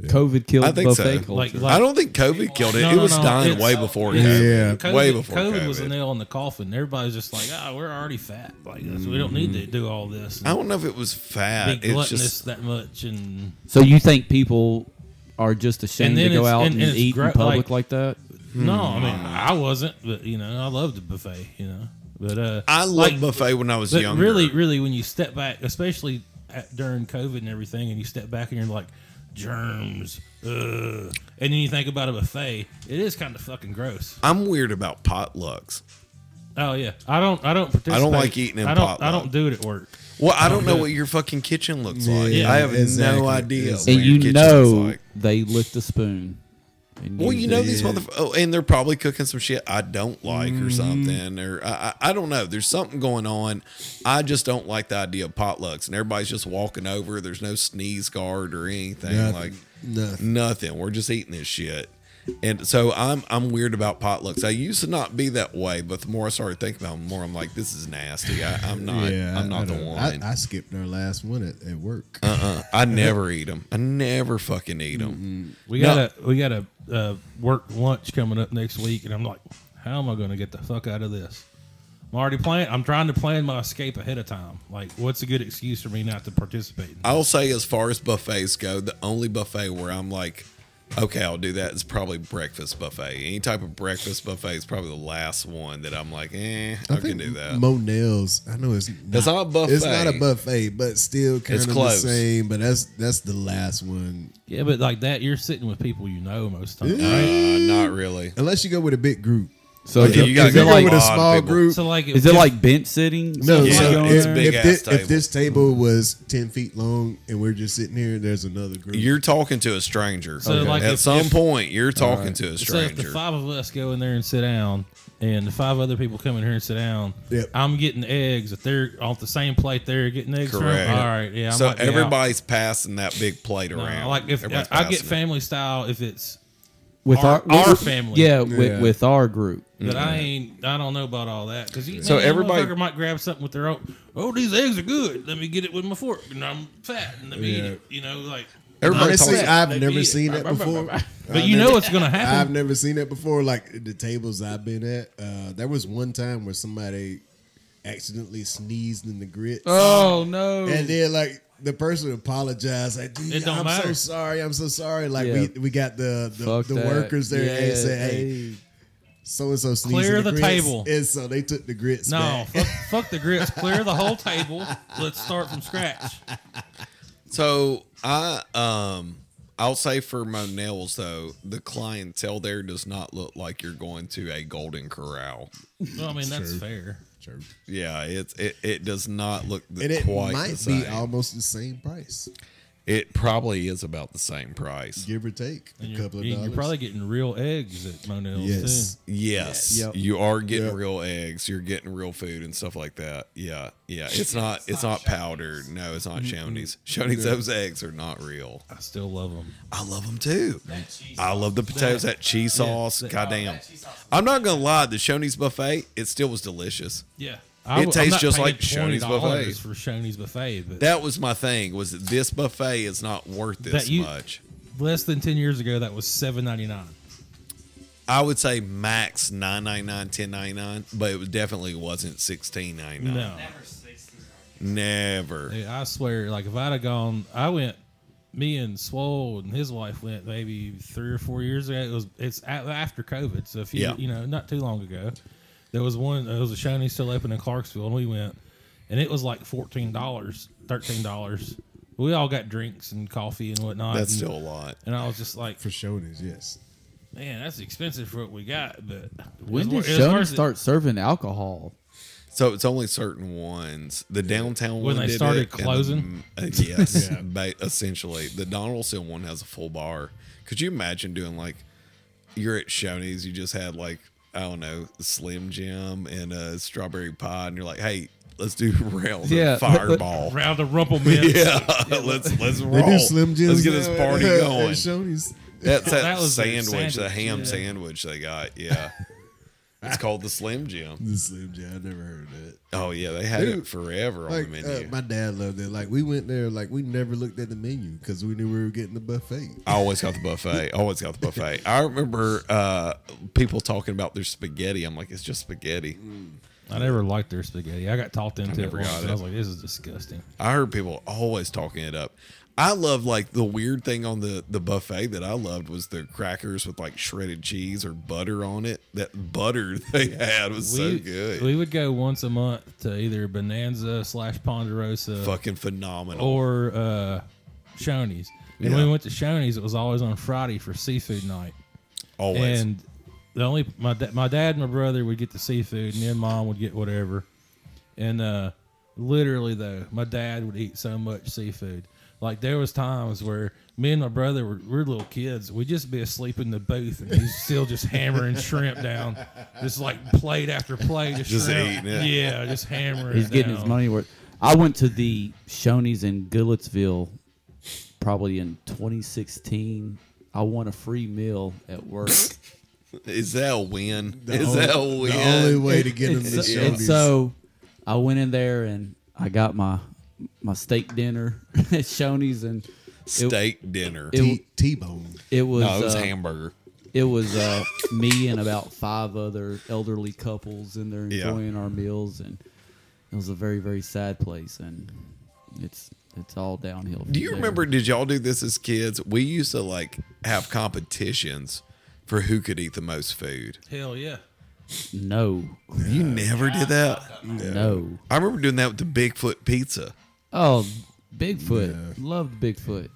Speaker 4: COVID killed
Speaker 2: I think
Speaker 4: buffet
Speaker 2: so.
Speaker 4: culture.
Speaker 3: Like- like-
Speaker 2: I don't think COVID killed it.
Speaker 3: No,
Speaker 2: it
Speaker 3: no,
Speaker 2: was
Speaker 3: no,
Speaker 2: dying
Speaker 3: it's-
Speaker 2: way before
Speaker 3: it's-
Speaker 2: COVID.
Speaker 1: Yeah.
Speaker 2: way before
Speaker 3: COVID, was the
Speaker 2: COVID.
Speaker 3: nail in the coffin. Everybody's just like, ah, we're already fat. Like that's- we don't need to do all this.
Speaker 2: I
Speaker 3: And
Speaker 2: don't know if it was
Speaker 3: be
Speaker 2: fat. It's
Speaker 3: gluttonous
Speaker 2: just
Speaker 3: that much, and
Speaker 4: so you think people are just ashamed
Speaker 3: And
Speaker 4: to
Speaker 3: then
Speaker 4: go
Speaker 3: it's-
Speaker 4: out
Speaker 3: and-
Speaker 4: and,
Speaker 3: and it's
Speaker 4: eat
Speaker 3: gro-
Speaker 4: in public
Speaker 3: like-
Speaker 4: like, that?
Speaker 3: no, I mean I wasn't, but you know I loved the buffet. You know, but uh,
Speaker 2: I loved
Speaker 3: like,
Speaker 2: buffet when I was
Speaker 3: But
Speaker 2: younger.
Speaker 3: really, really, when you step back, especially at, during COVID and everything, and you step back and you're like, germs, ugh. and then you think about a buffet, it is kind of fucking gross.
Speaker 2: I'm weird about potlucks.
Speaker 3: Oh yeah, I don't, I don't participate.
Speaker 2: like eating in
Speaker 3: I don't, I
Speaker 2: potluck.
Speaker 3: don't do it at work.
Speaker 2: Well, I don't know what your fucking kitchen looks like.
Speaker 1: Yeah,
Speaker 2: I have
Speaker 1: exactly.
Speaker 2: no idea. what
Speaker 1: And
Speaker 4: and
Speaker 2: your
Speaker 4: you
Speaker 2: kitchen
Speaker 4: know
Speaker 2: looks like.
Speaker 4: they licked a spoon. And
Speaker 2: Well,
Speaker 4: used
Speaker 2: you know
Speaker 4: it.
Speaker 2: these motherfuckers, oh, and they're probably cooking some shit I don't like or something, or I, I, I don't know. There's something going on. I just don't like the idea of potlucks, and everybody's just walking over. There's no sneeze guard or anything
Speaker 1: Nothing.
Speaker 2: like
Speaker 1: Nothing.
Speaker 2: nothing. We're just eating this shit, and so I'm I'm weird about potlucks. I used to not be that way, but the more I started thinking about, it, the more I'm like, this is nasty. I, I'm not.
Speaker 1: yeah,
Speaker 2: I'm
Speaker 1: I-
Speaker 2: not
Speaker 1: I
Speaker 2: the
Speaker 1: don't-
Speaker 2: one.
Speaker 1: I, I skipped our last one at, at work.
Speaker 2: Uh-uh. I never eat them. I never fucking eat them.
Speaker 3: We
Speaker 2: No.
Speaker 3: got a we got a uh, work lunch coming up next week, and I'm like, how am I going to get the fuck out of this? I'm already plan. I'm trying to plan my escape ahead of time. Like, what's a good excuse for me not to participate? in-
Speaker 2: I'll say, as far as buffets go, the only buffet where I'm like, okay, I'll do that is probably breakfast buffet. Any type of breakfast buffet is probably the last one that I'm like, eh, I, can do that.
Speaker 1: Monell's. I know it's
Speaker 2: It's not a buffet.
Speaker 1: It's not a buffet, but still kind
Speaker 2: It's
Speaker 1: of
Speaker 2: close.
Speaker 1: the same. But that's that's the last one.
Speaker 3: yeah, but like that, you're sitting with people you know most of the time, right?
Speaker 2: uh, not really.
Speaker 1: Unless you go with a big group.
Speaker 4: So
Speaker 2: Yeah, you gotta
Speaker 4: is,
Speaker 2: go
Speaker 4: it like,
Speaker 1: with a
Speaker 2: lot of
Speaker 1: small
Speaker 2: people.
Speaker 1: group.
Speaker 3: So like,
Speaker 4: is it like bench sitting?
Speaker 1: No,
Speaker 4: Something
Speaker 2: so
Speaker 4: like going
Speaker 1: it's if,
Speaker 4: there?
Speaker 2: big
Speaker 1: thi-
Speaker 2: ass
Speaker 1: if
Speaker 2: table.
Speaker 1: this table was ten feet long and we're just sitting here, there's another group.
Speaker 2: You're talking to a stranger.
Speaker 3: So, like,
Speaker 2: At
Speaker 3: if-
Speaker 2: some
Speaker 3: if-
Speaker 2: point, you're talking to a
Speaker 3: So if the
Speaker 2: stranger.
Speaker 3: five of us go in there and sit down, and the five other people come in here and sit down,
Speaker 1: Yep.
Speaker 3: I'm getting eggs. If they're off the same plate, they're getting eggs. from-
Speaker 2: Correct.
Speaker 3: All right. Yeah. I
Speaker 2: so
Speaker 3: might be out.
Speaker 2: everybody's passing that big plate
Speaker 3: No,
Speaker 2: around.
Speaker 3: like if
Speaker 2: Everybody's
Speaker 3: I get
Speaker 2: passing it.
Speaker 3: family style, if it's
Speaker 4: with
Speaker 3: our-
Speaker 4: our,
Speaker 3: our
Speaker 4: with-
Speaker 3: family.
Speaker 4: Yeah, with,
Speaker 1: Yeah.
Speaker 4: with our group.
Speaker 3: But I ain't. I don't know about all that because
Speaker 2: So
Speaker 3: so
Speaker 2: everybody-
Speaker 3: everybody might grab something with their own. Oh, these eggs are good. Let me get it with my fork, and I'm fat, and let me eat
Speaker 1: Yeah.
Speaker 3: it. You know, like.
Speaker 2: Everybody
Speaker 1: Honestly,
Speaker 2: talks-
Speaker 1: I've
Speaker 3: They
Speaker 1: never
Speaker 3: eat it.
Speaker 1: seen that before.
Speaker 3: But you know it's gonna
Speaker 1: I've
Speaker 3: happen.
Speaker 1: never seen that before. Like the tables I've been at, uh, there was one time where somebody accidentally sneezed in the grits,
Speaker 4: Oh no!
Speaker 1: and then like the person apologized, like, "Dude,
Speaker 3: It don't
Speaker 1: I'm so
Speaker 3: matter.
Speaker 1: sorry, I'm so sorry." Like
Speaker 4: Yeah.
Speaker 1: we, we got the
Speaker 4: Fuck
Speaker 1: the, the
Speaker 4: that.
Speaker 1: workers there and
Speaker 4: Yeah,
Speaker 1: said, "Hey, so and so sneezed
Speaker 3: Clear
Speaker 1: in the,
Speaker 3: the
Speaker 1: grits."
Speaker 3: table.
Speaker 1: and so they took the grits.
Speaker 3: No,
Speaker 1: back.
Speaker 3: fuck, fuck the grits. Clear the whole table. Let's start from scratch.
Speaker 2: So I um I'll say for Monell's though, the clientele there does not look like you're going to a golden corral.
Speaker 3: Well, I mean that's
Speaker 1: True.
Speaker 3: fair.
Speaker 1: Sure.
Speaker 2: Yeah, it's it, it does not look the,
Speaker 1: and it
Speaker 2: quite the
Speaker 1: might
Speaker 2: same.
Speaker 1: be almost the same price,
Speaker 2: it probably is about the same price.
Speaker 1: give or take
Speaker 3: And
Speaker 1: a
Speaker 3: you're,
Speaker 1: couple of
Speaker 3: you-
Speaker 1: dollars.
Speaker 3: you're probably getting real eggs at Monell's
Speaker 1: yes.
Speaker 2: Yes,
Speaker 4: Yep.
Speaker 2: you are getting
Speaker 1: Yep.
Speaker 2: real eggs. You're getting real food and stuff like that. Yeah, yeah. It's not. It's, not, powdered. No, it's not Shoney's. Shoney's. Those eggs are not real.
Speaker 3: too. I still love them.
Speaker 2: I love them too. I love the potatoes, that, cheese sauce.
Speaker 5: Oh,
Speaker 2: Goddamn. I'm not going to lie, the Shoney's buffet, it still was delicious.
Speaker 3: Yeah,
Speaker 2: It tastes just like Shoney's buffet.
Speaker 3: for Shoney's buffet, but
Speaker 2: That was my thing, was that this buffet is not worth this
Speaker 3: That you-
Speaker 2: much.
Speaker 3: less than ten years ago, that was seven ninety nine.
Speaker 2: I would say max 999 1099 but it was definitely wasn't 1699
Speaker 3: No,
Speaker 2: Never.
Speaker 3: Dude, I swear, like if I'd have gone, I went. Me and Swole and his wife went maybe three or four years ago. It was it's a- after COVID, so if you
Speaker 2: Yeah.
Speaker 3: you know not too long ago, there was one. There was a Shoney's still open in Clarksville, and we went, and it was like fourteen dollars, thirteen dollars. We all got drinks and coffee and whatnot.
Speaker 2: That's
Speaker 3: and,
Speaker 2: still a lot.
Speaker 3: And I was just like,
Speaker 1: For Shoney's, yes.
Speaker 3: man, that's expensive for what we got. But
Speaker 4: When
Speaker 3: it
Speaker 4: did
Speaker 3: was wor- it was worth
Speaker 4: Shoney
Speaker 3: it.
Speaker 4: start serving alcohol?
Speaker 2: So it's only certain ones. The downtown one
Speaker 3: When they
Speaker 2: did
Speaker 3: started
Speaker 2: it, and the-
Speaker 3: closing?
Speaker 2: <laughs> uh, yes,
Speaker 1: Yeah.
Speaker 2: ba- essentially the Donaldson one has a full bar. Could you imagine doing like you're at Shoney's, you just had like I don't know Slim Jim and a strawberry pie, and you're like, hey, let's do <laughs> rounds
Speaker 4: Yeah,
Speaker 2: of
Speaker 4: but- but-
Speaker 2: Fireball.
Speaker 3: <laughs>
Speaker 2: <laughs>
Speaker 3: round of Rumplemint?
Speaker 2: yeah, let's let's roll.
Speaker 1: They do Slim Jims.
Speaker 2: let's get this
Speaker 1: now <laughs>
Speaker 2: party
Speaker 1: at- at
Speaker 2: going.
Speaker 1: Shoney's.
Speaker 2: That's that,
Speaker 3: That was their
Speaker 2: sandwich, the
Speaker 3: sandwich,
Speaker 2: ham
Speaker 3: yeah.
Speaker 2: sandwich they got. Yeah, it's called the Slim Jim.
Speaker 1: The Slim Jim. I never heard of it.
Speaker 2: Oh yeah, they had it
Speaker 1: Dude,
Speaker 2: forever on the
Speaker 1: Like
Speaker 2: menu.
Speaker 1: uh, my dad loved it. Like we went there. Like we never looked at the menu because we knew we were getting the buffet.
Speaker 2: I always got the buffet. I Always got the buffet. I remember uh, people talking about their spaghetti. I'm like, it's just spaghetti.
Speaker 3: I never liked their spaghetti. I got talked into it.
Speaker 2: never
Speaker 3: once,
Speaker 2: got
Speaker 3: and I was
Speaker 2: it.
Speaker 3: like, this is disgusting.
Speaker 2: I heard people always talking it up. I love like the weird thing on the the buffet that I loved was the crackers with like shredded cheese or butter on it. That butter <laughs> they had was so good,
Speaker 3: We would go once a month to either Bonanza slash Ponderosa
Speaker 2: fucking phenomenal.
Speaker 3: or uh, Shoney's. And when
Speaker 2: Yeah.
Speaker 3: we went to Shoney's, it was always on Friday for seafood night.
Speaker 2: always.
Speaker 3: And the only my da- my dad and my brother would get the seafood, and then mom would get whatever. And uh, Literally though, my dad would eat so much seafood. Like there was times where me and my brother were, we were little kids. We'd just be asleep in the booth, and he's still just hammering shrimp down, just like plate after plate of
Speaker 2: Just
Speaker 3: shrimp.
Speaker 2: eating it.
Speaker 3: Yeah, just hammering.
Speaker 4: He's
Speaker 3: it
Speaker 4: getting
Speaker 3: down.
Speaker 4: his money worth. I went to the Shoney's in Goodlettsville probably in 2016. I won a free meal
Speaker 1: <laughs>
Speaker 4: at work.
Speaker 2: Is that a win?
Speaker 1: The
Speaker 2: <laughs> Is
Speaker 1: only-
Speaker 2: that a win?
Speaker 1: The only way to get them
Speaker 4: and,
Speaker 1: to
Speaker 4: so,
Speaker 1: show
Speaker 4: and
Speaker 3: uh,
Speaker 4: so I went in there and I got my my steak dinner <laughs> at Shoney's and
Speaker 2: Steak dinner.
Speaker 4: it,
Speaker 1: T- T-bone.
Speaker 4: it was
Speaker 2: no, it was
Speaker 4: uh,
Speaker 2: hamburger.
Speaker 4: it was uh, me and about five other elderly couples in there
Speaker 2: Yeah.
Speaker 4: enjoying our meals, and it was a very very sad place, and it's it's all downhill. from
Speaker 2: Do you
Speaker 4: there.
Speaker 2: remember? Did y'all do this as kids? We used to like have competitions for who could eat the most food.
Speaker 3: Hell yeah.
Speaker 4: No,
Speaker 2: You never did that.
Speaker 4: no.
Speaker 2: I remember doing that with the Bigfoot pizza.
Speaker 4: Oh, Bigfoot loved Bigfoot.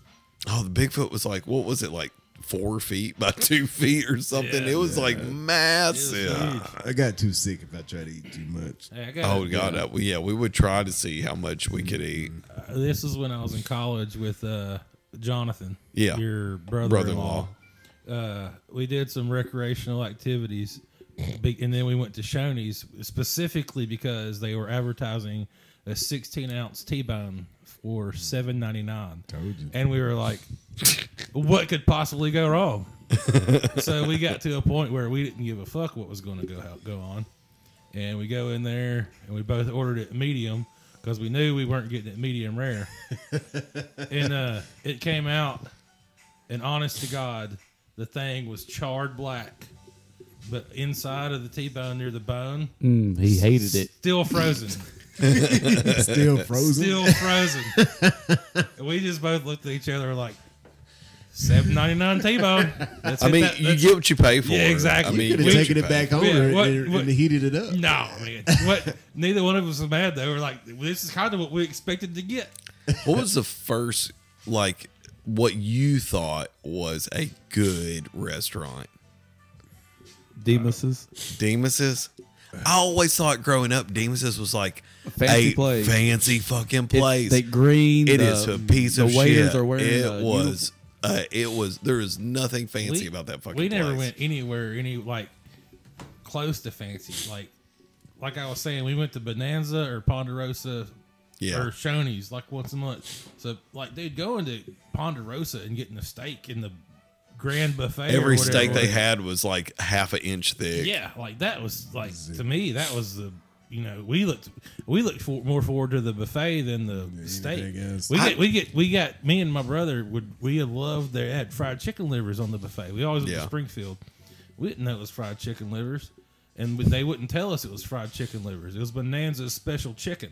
Speaker 2: Oh, the Bigfoot was like, what was it like? Four feet by two <laughs> feet or something.
Speaker 3: Yeah.
Speaker 2: it was like massive.
Speaker 3: huge.
Speaker 1: I got too sick if I tried to eat too
Speaker 3: <laughs>
Speaker 1: much.
Speaker 3: Hey, I got
Speaker 2: Oh god, uh, yeah, we would try to see how much we could eat.
Speaker 3: this is when I was in college with uh, Jonathan,
Speaker 2: Yeah.
Speaker 3: your brother-in-law.
Speaker 2: Brother-in-law.
Speaker 3: Uh, we did some recreational activities, be- and then we went to Shoney's specifically because they were advertising a 16 ounce T-bone for 7.99.
Speaker 1: Told you.
Speaker 3: And we were like, what could possibly go
Speaker 1: <laughs>
Speaker 3: wrong? so we got to a point where we didn't give a fuck what was going to go go on, and we go in there and we both ordered it medium because we knew we weren't getting it
Speaker 1: <laughs>
Speaker 3: medium rare, and uh, it came out, and honest to God, the thing was charred black, but inside of the T-bone near the bone,
Speaker 4: Mm, he hated it.
Speaker 3: still frozen.
Speaker 1: Still frozen.
Speaker 3: Still frozen. And we just both looked at each other like, seven ninety nine T bone.
Speaker 2: I mean, you get what you pay for.
Speaker 3: Yeah, exactly.
Speaker 2: I mean,
Speaker 1: You could
Speaker 2: you
Speaker 1: have
Speaker 2: get
Speaker 1: taken
Speaker 2: what
Speaker 1: it back home
Speaker 2: you pay
Speaker 3: Yeah,
Speaker 1: and-
Speaker 3: what-
Speaker 1: and,
Speaker 3: what-
Speaker 1: and heated it up.
Speaker 3: No, man. What? Neither one of us was mad though. We're like, this is kind of what we expected to get.
Speaker 2: for. What was the first like what you thought was a good restaurant?
Speaker 4: Demas's.
Speaker 2: Demas's? I always thought growing up Demas's was like
Speaker 4: Fancy
Speaker 2: a
Speaker 4: place.
Speaker 2: fancy fucking
Speaker 4: It's
Speaker 2: place.
Speaker 4: the green.
Speaker 2: It
Speaker 4: the-
Speaker 2: is a piece of
Speaker 4: The waiters
Speaker 2: shit.
Speaker 4: are wearing.
Speaker 2: it
Speaker 4: the uni-
Speaker 2: was uh, it was there was nothing fancy
Speaker 3: we,
Speaker 2: about that fucking
Speaker 3: We never
Speaker 2: place.
Speaker 3: went anywhere any like close to fancy. Like, like I was saying, we went to Bonanza or Ponderosa.
Speaker 2: Yeah.
Speaker 3: Or Shoney's like once a month. So like, dude, going to Ponderosa and getting a steak in the grand buffet. or
Speaker 2: Every
Speaker 3: whatever
Speaker 2: steak they
Speaker 3: was-
Speaker 2: had was like half an inch thick.
Speaker 3: Yeah, like that was like to me that was the you know we looked we looked for, more forward to the buffet than the steak.
Speaker 1: anything else.
Speaker 3: We
Speaker 2: I-
Speaker 3: get we get we got me and my brother would we had loved they had fried chicken livers on the buffet. We always went
Speaker 2: Yeah.
Speaker 3: to Springfield. We didn't know it was fried chicken livers, and we- they wouldn't tell us it was fried chicken livers. It was Bonanza's special chicken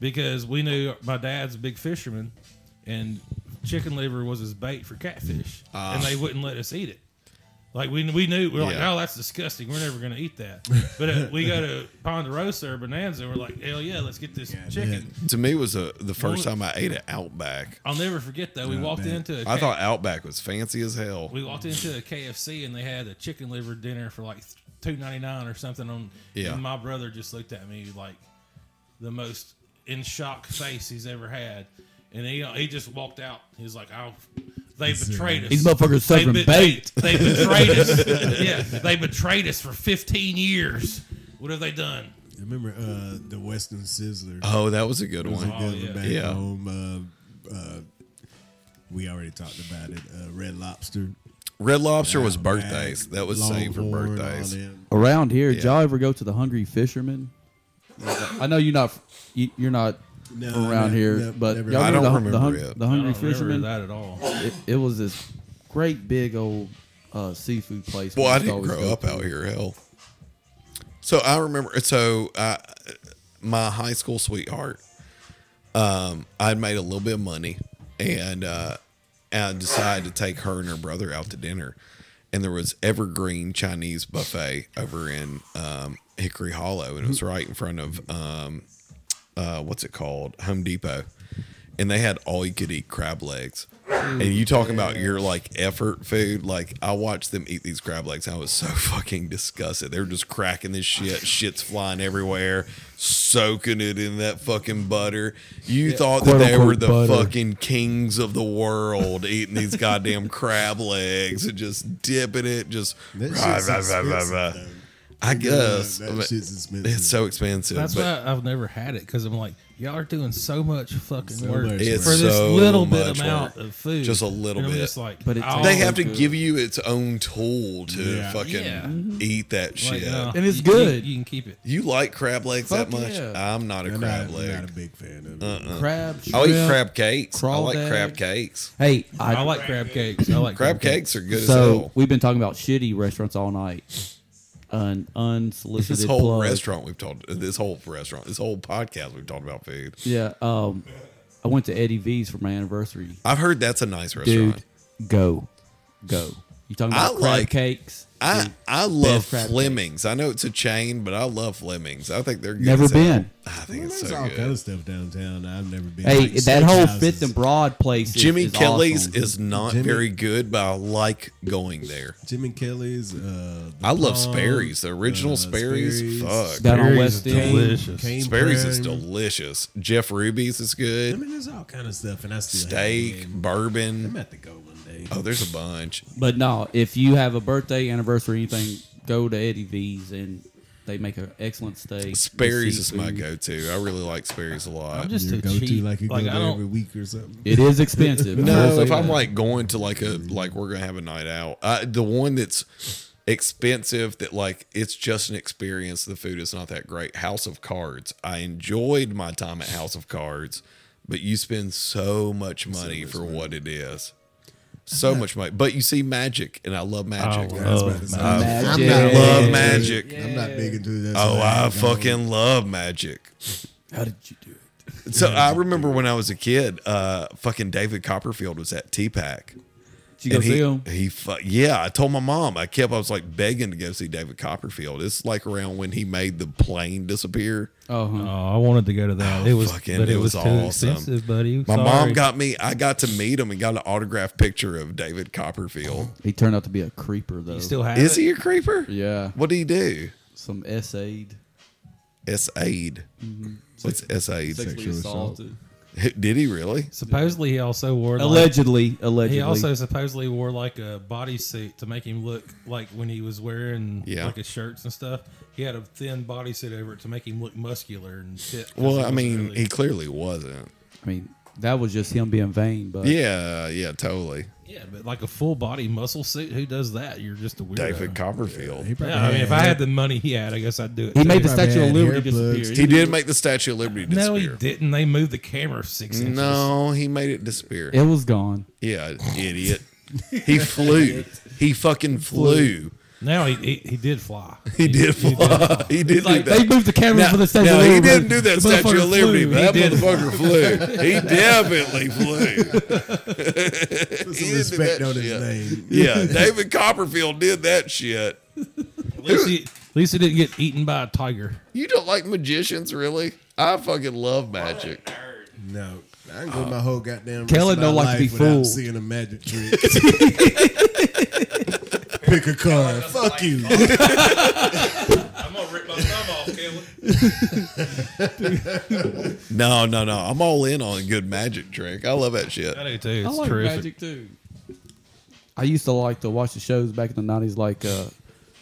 Speaker 3: because we knew my dad's a big fisherman, and chicken liver was his bait for catfish, and they wouldn't let us eat it. Like we we knew we were like,
Speaker 2: Ah. Yeah.
Speaker 3: oh, that's disgusting. We're never gonna eat that. But uh, we go to Ponderosa or Bonanza, and we're like, hell yeah, let's get this chicken.
Speaker 2: To me, it was a, the first
Speaker 3: Well,
Speaker 2: time I ate at Outback.
Speaker 3: I'll never forget though. We walked
Speaker 1: man.
Speaker 3: into a
Speaker 2: I
Speaker 3: K-
Speaker 2: thought Outback was fancy as hell.
Speaker 3: we walked into a KFC and they had a chicken liver dinner for like two ninety nine or something. On
Speaker 2: Yeah.
Speaker 3: and my brother just looked at me like the most in shock face he's ever had, and he he just walked out. He was like, "Oh, they betrayed us.
Speaker 4: These motherfuckers serving
Speaker 3: be-
Speaker 4: bait."
Speaker 3: They, they betrayed us. yeah, they betrayed us for fifteen years. What have they done?
Speaker 1: I remember uh, the Western Sizzler.
Speaker 2: oh, that was a good
Speaker 1: was a
Speaker 2: one.
Speaker 1: good
Speaker 3: Oh,
Speaker 1: one
Speaker 3: yeah.
Speaker 1: back
Speaker 2: Yeah.
Speaker 1: home. Uh, uh, we already talked about it. Uh, Red Lobster.
Speaker 2: Red Lobster was
Speaker 1: Outback,
Speaker 2: birthdays. That was saved for
Speaker 1: Longhorn, all
Speaker 2: birthdays.
Speaker 1: them.
Speaker 4: Around here,
Speaker 2: Yeah.
Speaker 4: did y'all ever go to the Hungry Fisherman? I know you're not. You, you're not
Speaker 1: No,
Speaker 4: around
Speaker 1: no,
Speaker 4: here,
Speaker 1: no,
Speaker 4: but
Speaker 1: never.
Speaker 4: y'all
Speaker 2: I
Speaker 4: go
Speaker 2: don't
Speaker 4: to the,
Speaker 2: remember
Speaker 4: the, Hung-
Speaker 2: it.
Speaker 4: the
Speaker 3: I
Speaker 4: Hungry
Speaker 3: don't remember
Speaker 4: Fisherman.
Speaker 3: that at all.
Speaker 4: it, it was this great big old uh, seafood place.
Speaker 2: Well,
Speaker 4: we
Speaker 2: I
Speaker 4: used to
Speaker 2: didn't
Speaker 4: always
Speaker 2: grow
Speaker 4: go
Speaker 2: up
Speaker 4: to.
Speaker 2: out here. Hell. So I remember. So I, my high school sweetheart, um, I'd made a little bit of money, and uh, I decided to take her and her brother out to dinner, and there was Evergreen Chinese buffet over in um, Hickory Hollow, and it
Speaker 4: Mm-hmm.
Speaker 2: was right in front of um, uh, what's it called Home Depot, and they had all you could eat crab legs. And you talking about your like effort food? Like I watched them eat these crab legs. I was so <laughs> fucking disgusted. They were just cracking this shit. Shit's flying everywhere, soaking it in that fucking butter. You thought that
Speaker 6: Quote,
Speaker 2: they were
Speaker 6: unquote,
Speaker 2: the
Speaker 6: butter.
Speaker 2: fucking kings of the world eating these goddamn crab legs and just dipping it. Just
Speaker 1: That shit's
Speaker 2: rah, rah, rah, rah,
Speaker 1: expensive,
Speaker 2: rah.
Speaker 1: though.
Speaker 2: I guess
Speaker 1: that
Speaker 2: I mean,
Speaker 1: shit's expensive.
Speaker 2: It's so expensive.
Speaker 3: That's
Speaker 2: but-
Speaker 3: why I've never had it because I'm like, y'all are doing so much fucking
Speaker 1: So
Speaker 3: work
Speaker 1: much
Speaker 3: for
Speaker 1: It's
Speaker 3: this
Speaker 2: so
Speaker 3: little
Speaker 2: much
Speaker 3: bit amount
Speaker 2: work.
Speaker 3: of food,
Speaker 2: Just a little
Speaker 3: And I'm
Speaker 2: bit.
Speaker 3: just like,
Speaker 4: But it
Speaker 3: oh,
Speaker 2: they have to
Speaker 4: good.
Speaker 2: give you its own tool to
Speaker 1: Yeah.
Speaker 2: fucking
Speaker 3: Yeah.
Speaker 4: Mm-hmm.
Speaker 2: eat that
Speaker 3: like,
Speaker 2: shit.
Speaker 3: no,
Speaker 4: And it's
Speaker 3: you-
Speaker 4: good.
Speaker 3: You, you can keep it.
Speaker 2: You like crab legs
Speaker 4: uh, Fuck
Speaker 2: that much?
Speaker 4: yeah.
Speaker 2: I'm not a
Speaker 1: I'm
Speaker 2: crab
Speaker 1: not, I'm
Speaker 2: leg.
Speaker 1: not a big fan of it.
Speaker 2: Uh,
Speaker 4: crab.
Speaker 2: I'll eat
Speaker 4: shrimp.
Speaker 2: crab cakes. I like
Speaker 4: crawdad.
Speaker 2: crab cakes.
Speaker 4: Hey,
Speaker 3: I,
Speaker 4: I,
Speaker 3: like crab cakes. I like
Speaker 2: Crab cakes are good as
Speaker 4: so
Speaker 2: hell.
Speaker 4: we've been talking about shitty restaurants all night. An unsolicited
Speaker 2: This whole
Speaker 4: plug.
Speaker 2: restaurant we've talked, uh, this whole restaurant, this whole podcast we've talked about food.
Speaker 4: Yeah. Um, I went to Eddie V's for my anniversary.
Speaker 2: I've heard that's a nice restaurant.
Speaker 4: Dude, go, go. You talking
Speaker 2: I
Speaker 4: about crab
Speaker 2: like-
Speaker 4: cakes?
Speaker 2: I I love
Speaker 4: crab cake.
Speaker 2: Flemings. I know it's a chain, but I love Flemings. I think they're good
Speaker 4: Never
Speaker 2: as hell.
Speaker 4: been.
Speaker 2: I think
Speaker 1: There's
Speaker 2: it's so
Speaker 1: all
Speaker 2: good.
Speaker 1: kind of stuff downtown. I've never been.
Speaker 4: Hey,
Speaker 1: Like,
Speaker 4: that whole
Speaker 1: steakhouses.
Speaker 4: Fifth and Broad place. Is,
Speaker 2: Jimmy
Speaker 4: is
Speaker 2: Kelly's
Speaker 4: awesome.
Speaker 2: is not
Speaker 1: Jimmy-
Speaker 2: very good, but I like going there.
Speaker 1: Jim and Kelly's. Uh, the
Speaker 2: I love
Speaker 1: Palm,
Speaker 2: Sperry's, the original
Speaker 1: uh,
Speaker 2: Sperry's. Fuck.
Speaker 4: down on
Speaker 3: Berries
Speaker 4: West
Speaker 3: are
Speaker 4: End.
Speaker 3: delicious.
Speaker 1: Cane
Speaker 2: Sperry's is
Speaker 1: Prime.
Speaker 2: delicious. Jeff Ruby's is
Speaker 1: I
Speaker 2: good.
Speaker 1: mean, there's all kind of stuff, and I still
Speaker 2: Steak,
Speaker 1: haven't been. I'm
Speaker 2: bourbon.
Speaker 1: at the go one day.
Speaker 2: Oh, there's a bunch.
Speaker 4: But no, if you have a birthday, anniversary, anything, go to Eddie V's and they make an excellent steak.
Speaker 2: Sperry's is
Speaker 4: seafood.
Speaker 2: my go-to. I really like Sperry's a lot.
Speaker 3: I'm just
Speaker 1: Your
Speaker 3: too
Speaker 1: go-to,
Speaker 3: cheap.
Speaker 1: like you
Speaker 3: Like,
Speaker 1: go
Speaker 3: I
Speaker 1: there
Speaker 3: don't-
Speaker 1: every week or something.
Speaker 4: It is expensive. I
Speaker 2: <laughs>
Speaker 4: will
Speaker 2: no,
Speaker 4: say
Speaker 2: if I'm
Speaker 4: that.
Speaker 2: like going to like a like we're gonna have a night out, I, the one that's expensive that like it's just an experience. The food is not that great. House of Cards. I enjoyed my time at House of Cards, but you spend so much money for what it is. So much money, but you see magic, and I love magic.
Speaker 3: Oh,
Speaker 1: Yeah, that's
Speaker 3: Oh,
Speaker 1: about to say.
Speaker 4: magic.
Speaker 1: I'm not
Speaker 2: Love
Speaker 1: big into
Speaker 2: magic.
Speaker 1: it. I'm not big into this.
Speaker 2: Oh, I
Speaker 1: Like,
Speaker 2: fucking love magic.
Speaker 4: how did you do it?
Speaker 2: So I remember when I was a kid, uh, fucking David Copperfield was at TPAC.
Speaker 4: Did you go
Speaker 2: And
Speaker 4: see him?
Speaker 2: <laughs> he, he fu- yeah, I told my mom. I kept, I was like begging to go see David Copperfield. It's like around when he made the plane disappear.
Speaker 4: Oh, huh.
Speaker 3: Oh, I wanted to go to that. it was,
Speaker 2: Oh, fucking-
Speaker 3: but
Speaker 2: it
Speaker 3: it,
Speaker 2: was
Speaker 3: was, too
Speaker 2: awesome.
Speaker 3: expensive, buddy.
Speaker 2: My mom
Speaker 3: Sorry.
Speaker 2: got me, I got to meet him and got an autographed picture of David Copperfield.
Speaker 4: he turned out to be a creeper though.
Speaker 3: You still have
Speaker 2: Is
Speaker 3: it?
Speaker 2: he a creeper?
Speaker 4: Oh, Yeah,
Speaker 2: What do he do?
Speaker 4: some essayed.
Speaker 2: S aid. What's S aid?
Speaker 4: Sexually assaulted.
Speaker 2: Did he really?
Speaker 3: Supposedly, he also wore like,
Speaker 4: Allegedly, allegedly.
Speaker 3: He also supposedly wore like a bodysuit to make him look like when he was wearing
Speaker 2: Yeah.
Speaker 3: like his shirts and stuff. He had a thin bodysuit over it to make him look muscular and shit. 'cause he
Speaker 2: Well, I
Speaker 3: wasn't
Speaker 2: mean,
Speaker 3: really-
Speaker 2: he clearly wasn't.
Speaker 4: I mean, that was just him being vain, but
Speaker 2: Yeah, yeah, totally.
Speaker 3: yeah, but like a full body muscle suit, who does that? You're just a weirdo.
Speaker 2: David Copperfield.
Speaker 1: He probably
Speaker 3: yeah, I mean, if I
Speaker 1: had-
Speaker 3: had the money he had, I guess I'd do it.
Speaker 4: he
Speaker 3: too.
Speaker 4: made the
Speaker 1: Probably
Speaker 4: Statue of
Speaker 1: had
Speaker 4: Liberty
Speaker 1: hair plugs.
Speaker 4: disappear.
Speaker 2: He did make the Statue of Liberty disappear.
Speaker 3: No, he didn't. They moved the camera six inches.
Speaker 2: No, he made it disappear.
Speaker 4: It was gone.
Speaker 2: Yeah, idiot. He flew. He fucking flew.
Speaker 3: now he, he he did fly.
Speaker 2: He did fly. He did do
Speaker 4: Like they
Speaker 2: that.
Speaker 4: moved the camera
Speaker 2: Now,
Speaker 4: for the Statue
Speaker 2: now,
Speaker 4: of
Speaker 2: he
Speaker 4: Liberty.
Speaker 2: didn't do that
Speaker 4: The
Speaker 2: Statue of
Speaker 4: motherfucker
Speaker 2: Liberty,
Speaker 4: flew.
Speaker 2: but that
Speaker 3: He did.
Speaker 2: motherfucker flew. He <laughs> definitely flew.
Speaker 1: put
Speaker 2: <laughs>
Speaker 1: some
Speaker 2: He didn't do
Speaker 1: respect
Speaker 2: that
Speaker 1: on his
Speaker 2: shit.
Speaker 1: name.
Speaker 2: <laughs> Yeah, David Copperfield did that shit.
Speaker 3: At least he, at least he didn't get eaten by a tiger.
Speaker 2: You don't like magicians, really? I fucking love magic.
Speaker 1: No, I can
Speaker 2: Uh,
Speaker 1: go my whole goddamn.
Speaker 4: Kellen
Speaker 1: Kellen
Speaker 4: don't like to be fooled.
Speaker 1: Seeing a magic
Speaker 2: <laughs>
Speaker 1: trick. Pick a card. Fuck you.
Speaker 3: I'm gonna rip my thumb off, Caleb.
Speaker 2: No, no, no. I'm all in on a good magic trick. I love that shit.
Speaker 3: I do too. It's
Speaker 4: I like
Speaker 3: terrific.
Speaker 4: Magic too. I used to like to watch the shows back in the nineties. Like uh,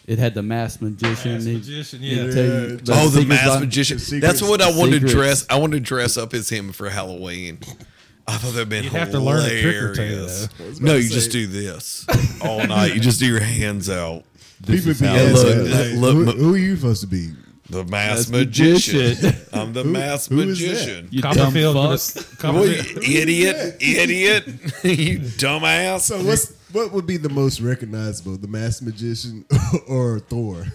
Speaker 4: it had the Masked Magician.
Speaker 3: Masked
Speaker 4: He-
Speaker 3: Magician,
Speaker 4: he'd
Speaker 3: yeah.
Speaker 4: tell you
Speaker 1: Yeah.
Speaker 2: oh, the
Speaker 4: secrets
Speaker 2: masked
Speaker 4: on-
Speaker 2: magician.
Speaker 1: The secrets-
Speaker 2: That's what I want to
Speaker 4: secrets.
Speaker 2: dress. I want to dress up as him for Halloween. I thought that'd been
Speaker 3: You'd
Speaker 2: hilarious.
Speaker 3: have to learn a trick or two,
Speaker 2: no, you just do this all night. You just do your hands out.
Speaker 1: People be
Speaker 2: how
Speaker 1: asking,
Speaker 2: look-
Speaker 1: like,
Speaker 2: look-
Speaker 1: who,
Speaker 2: look-
Speaker 1: who are you supposed to be?
Speaker 2: The masked
Speaker 4: Masked
Speaker 2: magician. I'm the masked
Speaker 1: who is
Speaker 2: magician.
Speaker 4: You dumb
Speaker 3: Copperfield,
Speaker 4: fuck.
Speaker 3: was-
Speaker 2: Well,
Speaker 3: Copperfield,
Speaker 2: you idiot, idiot, <laughs> you dumbass.
Speaker 1: So what's what would be the most recognizable? The masked magician <laughs> or Thor?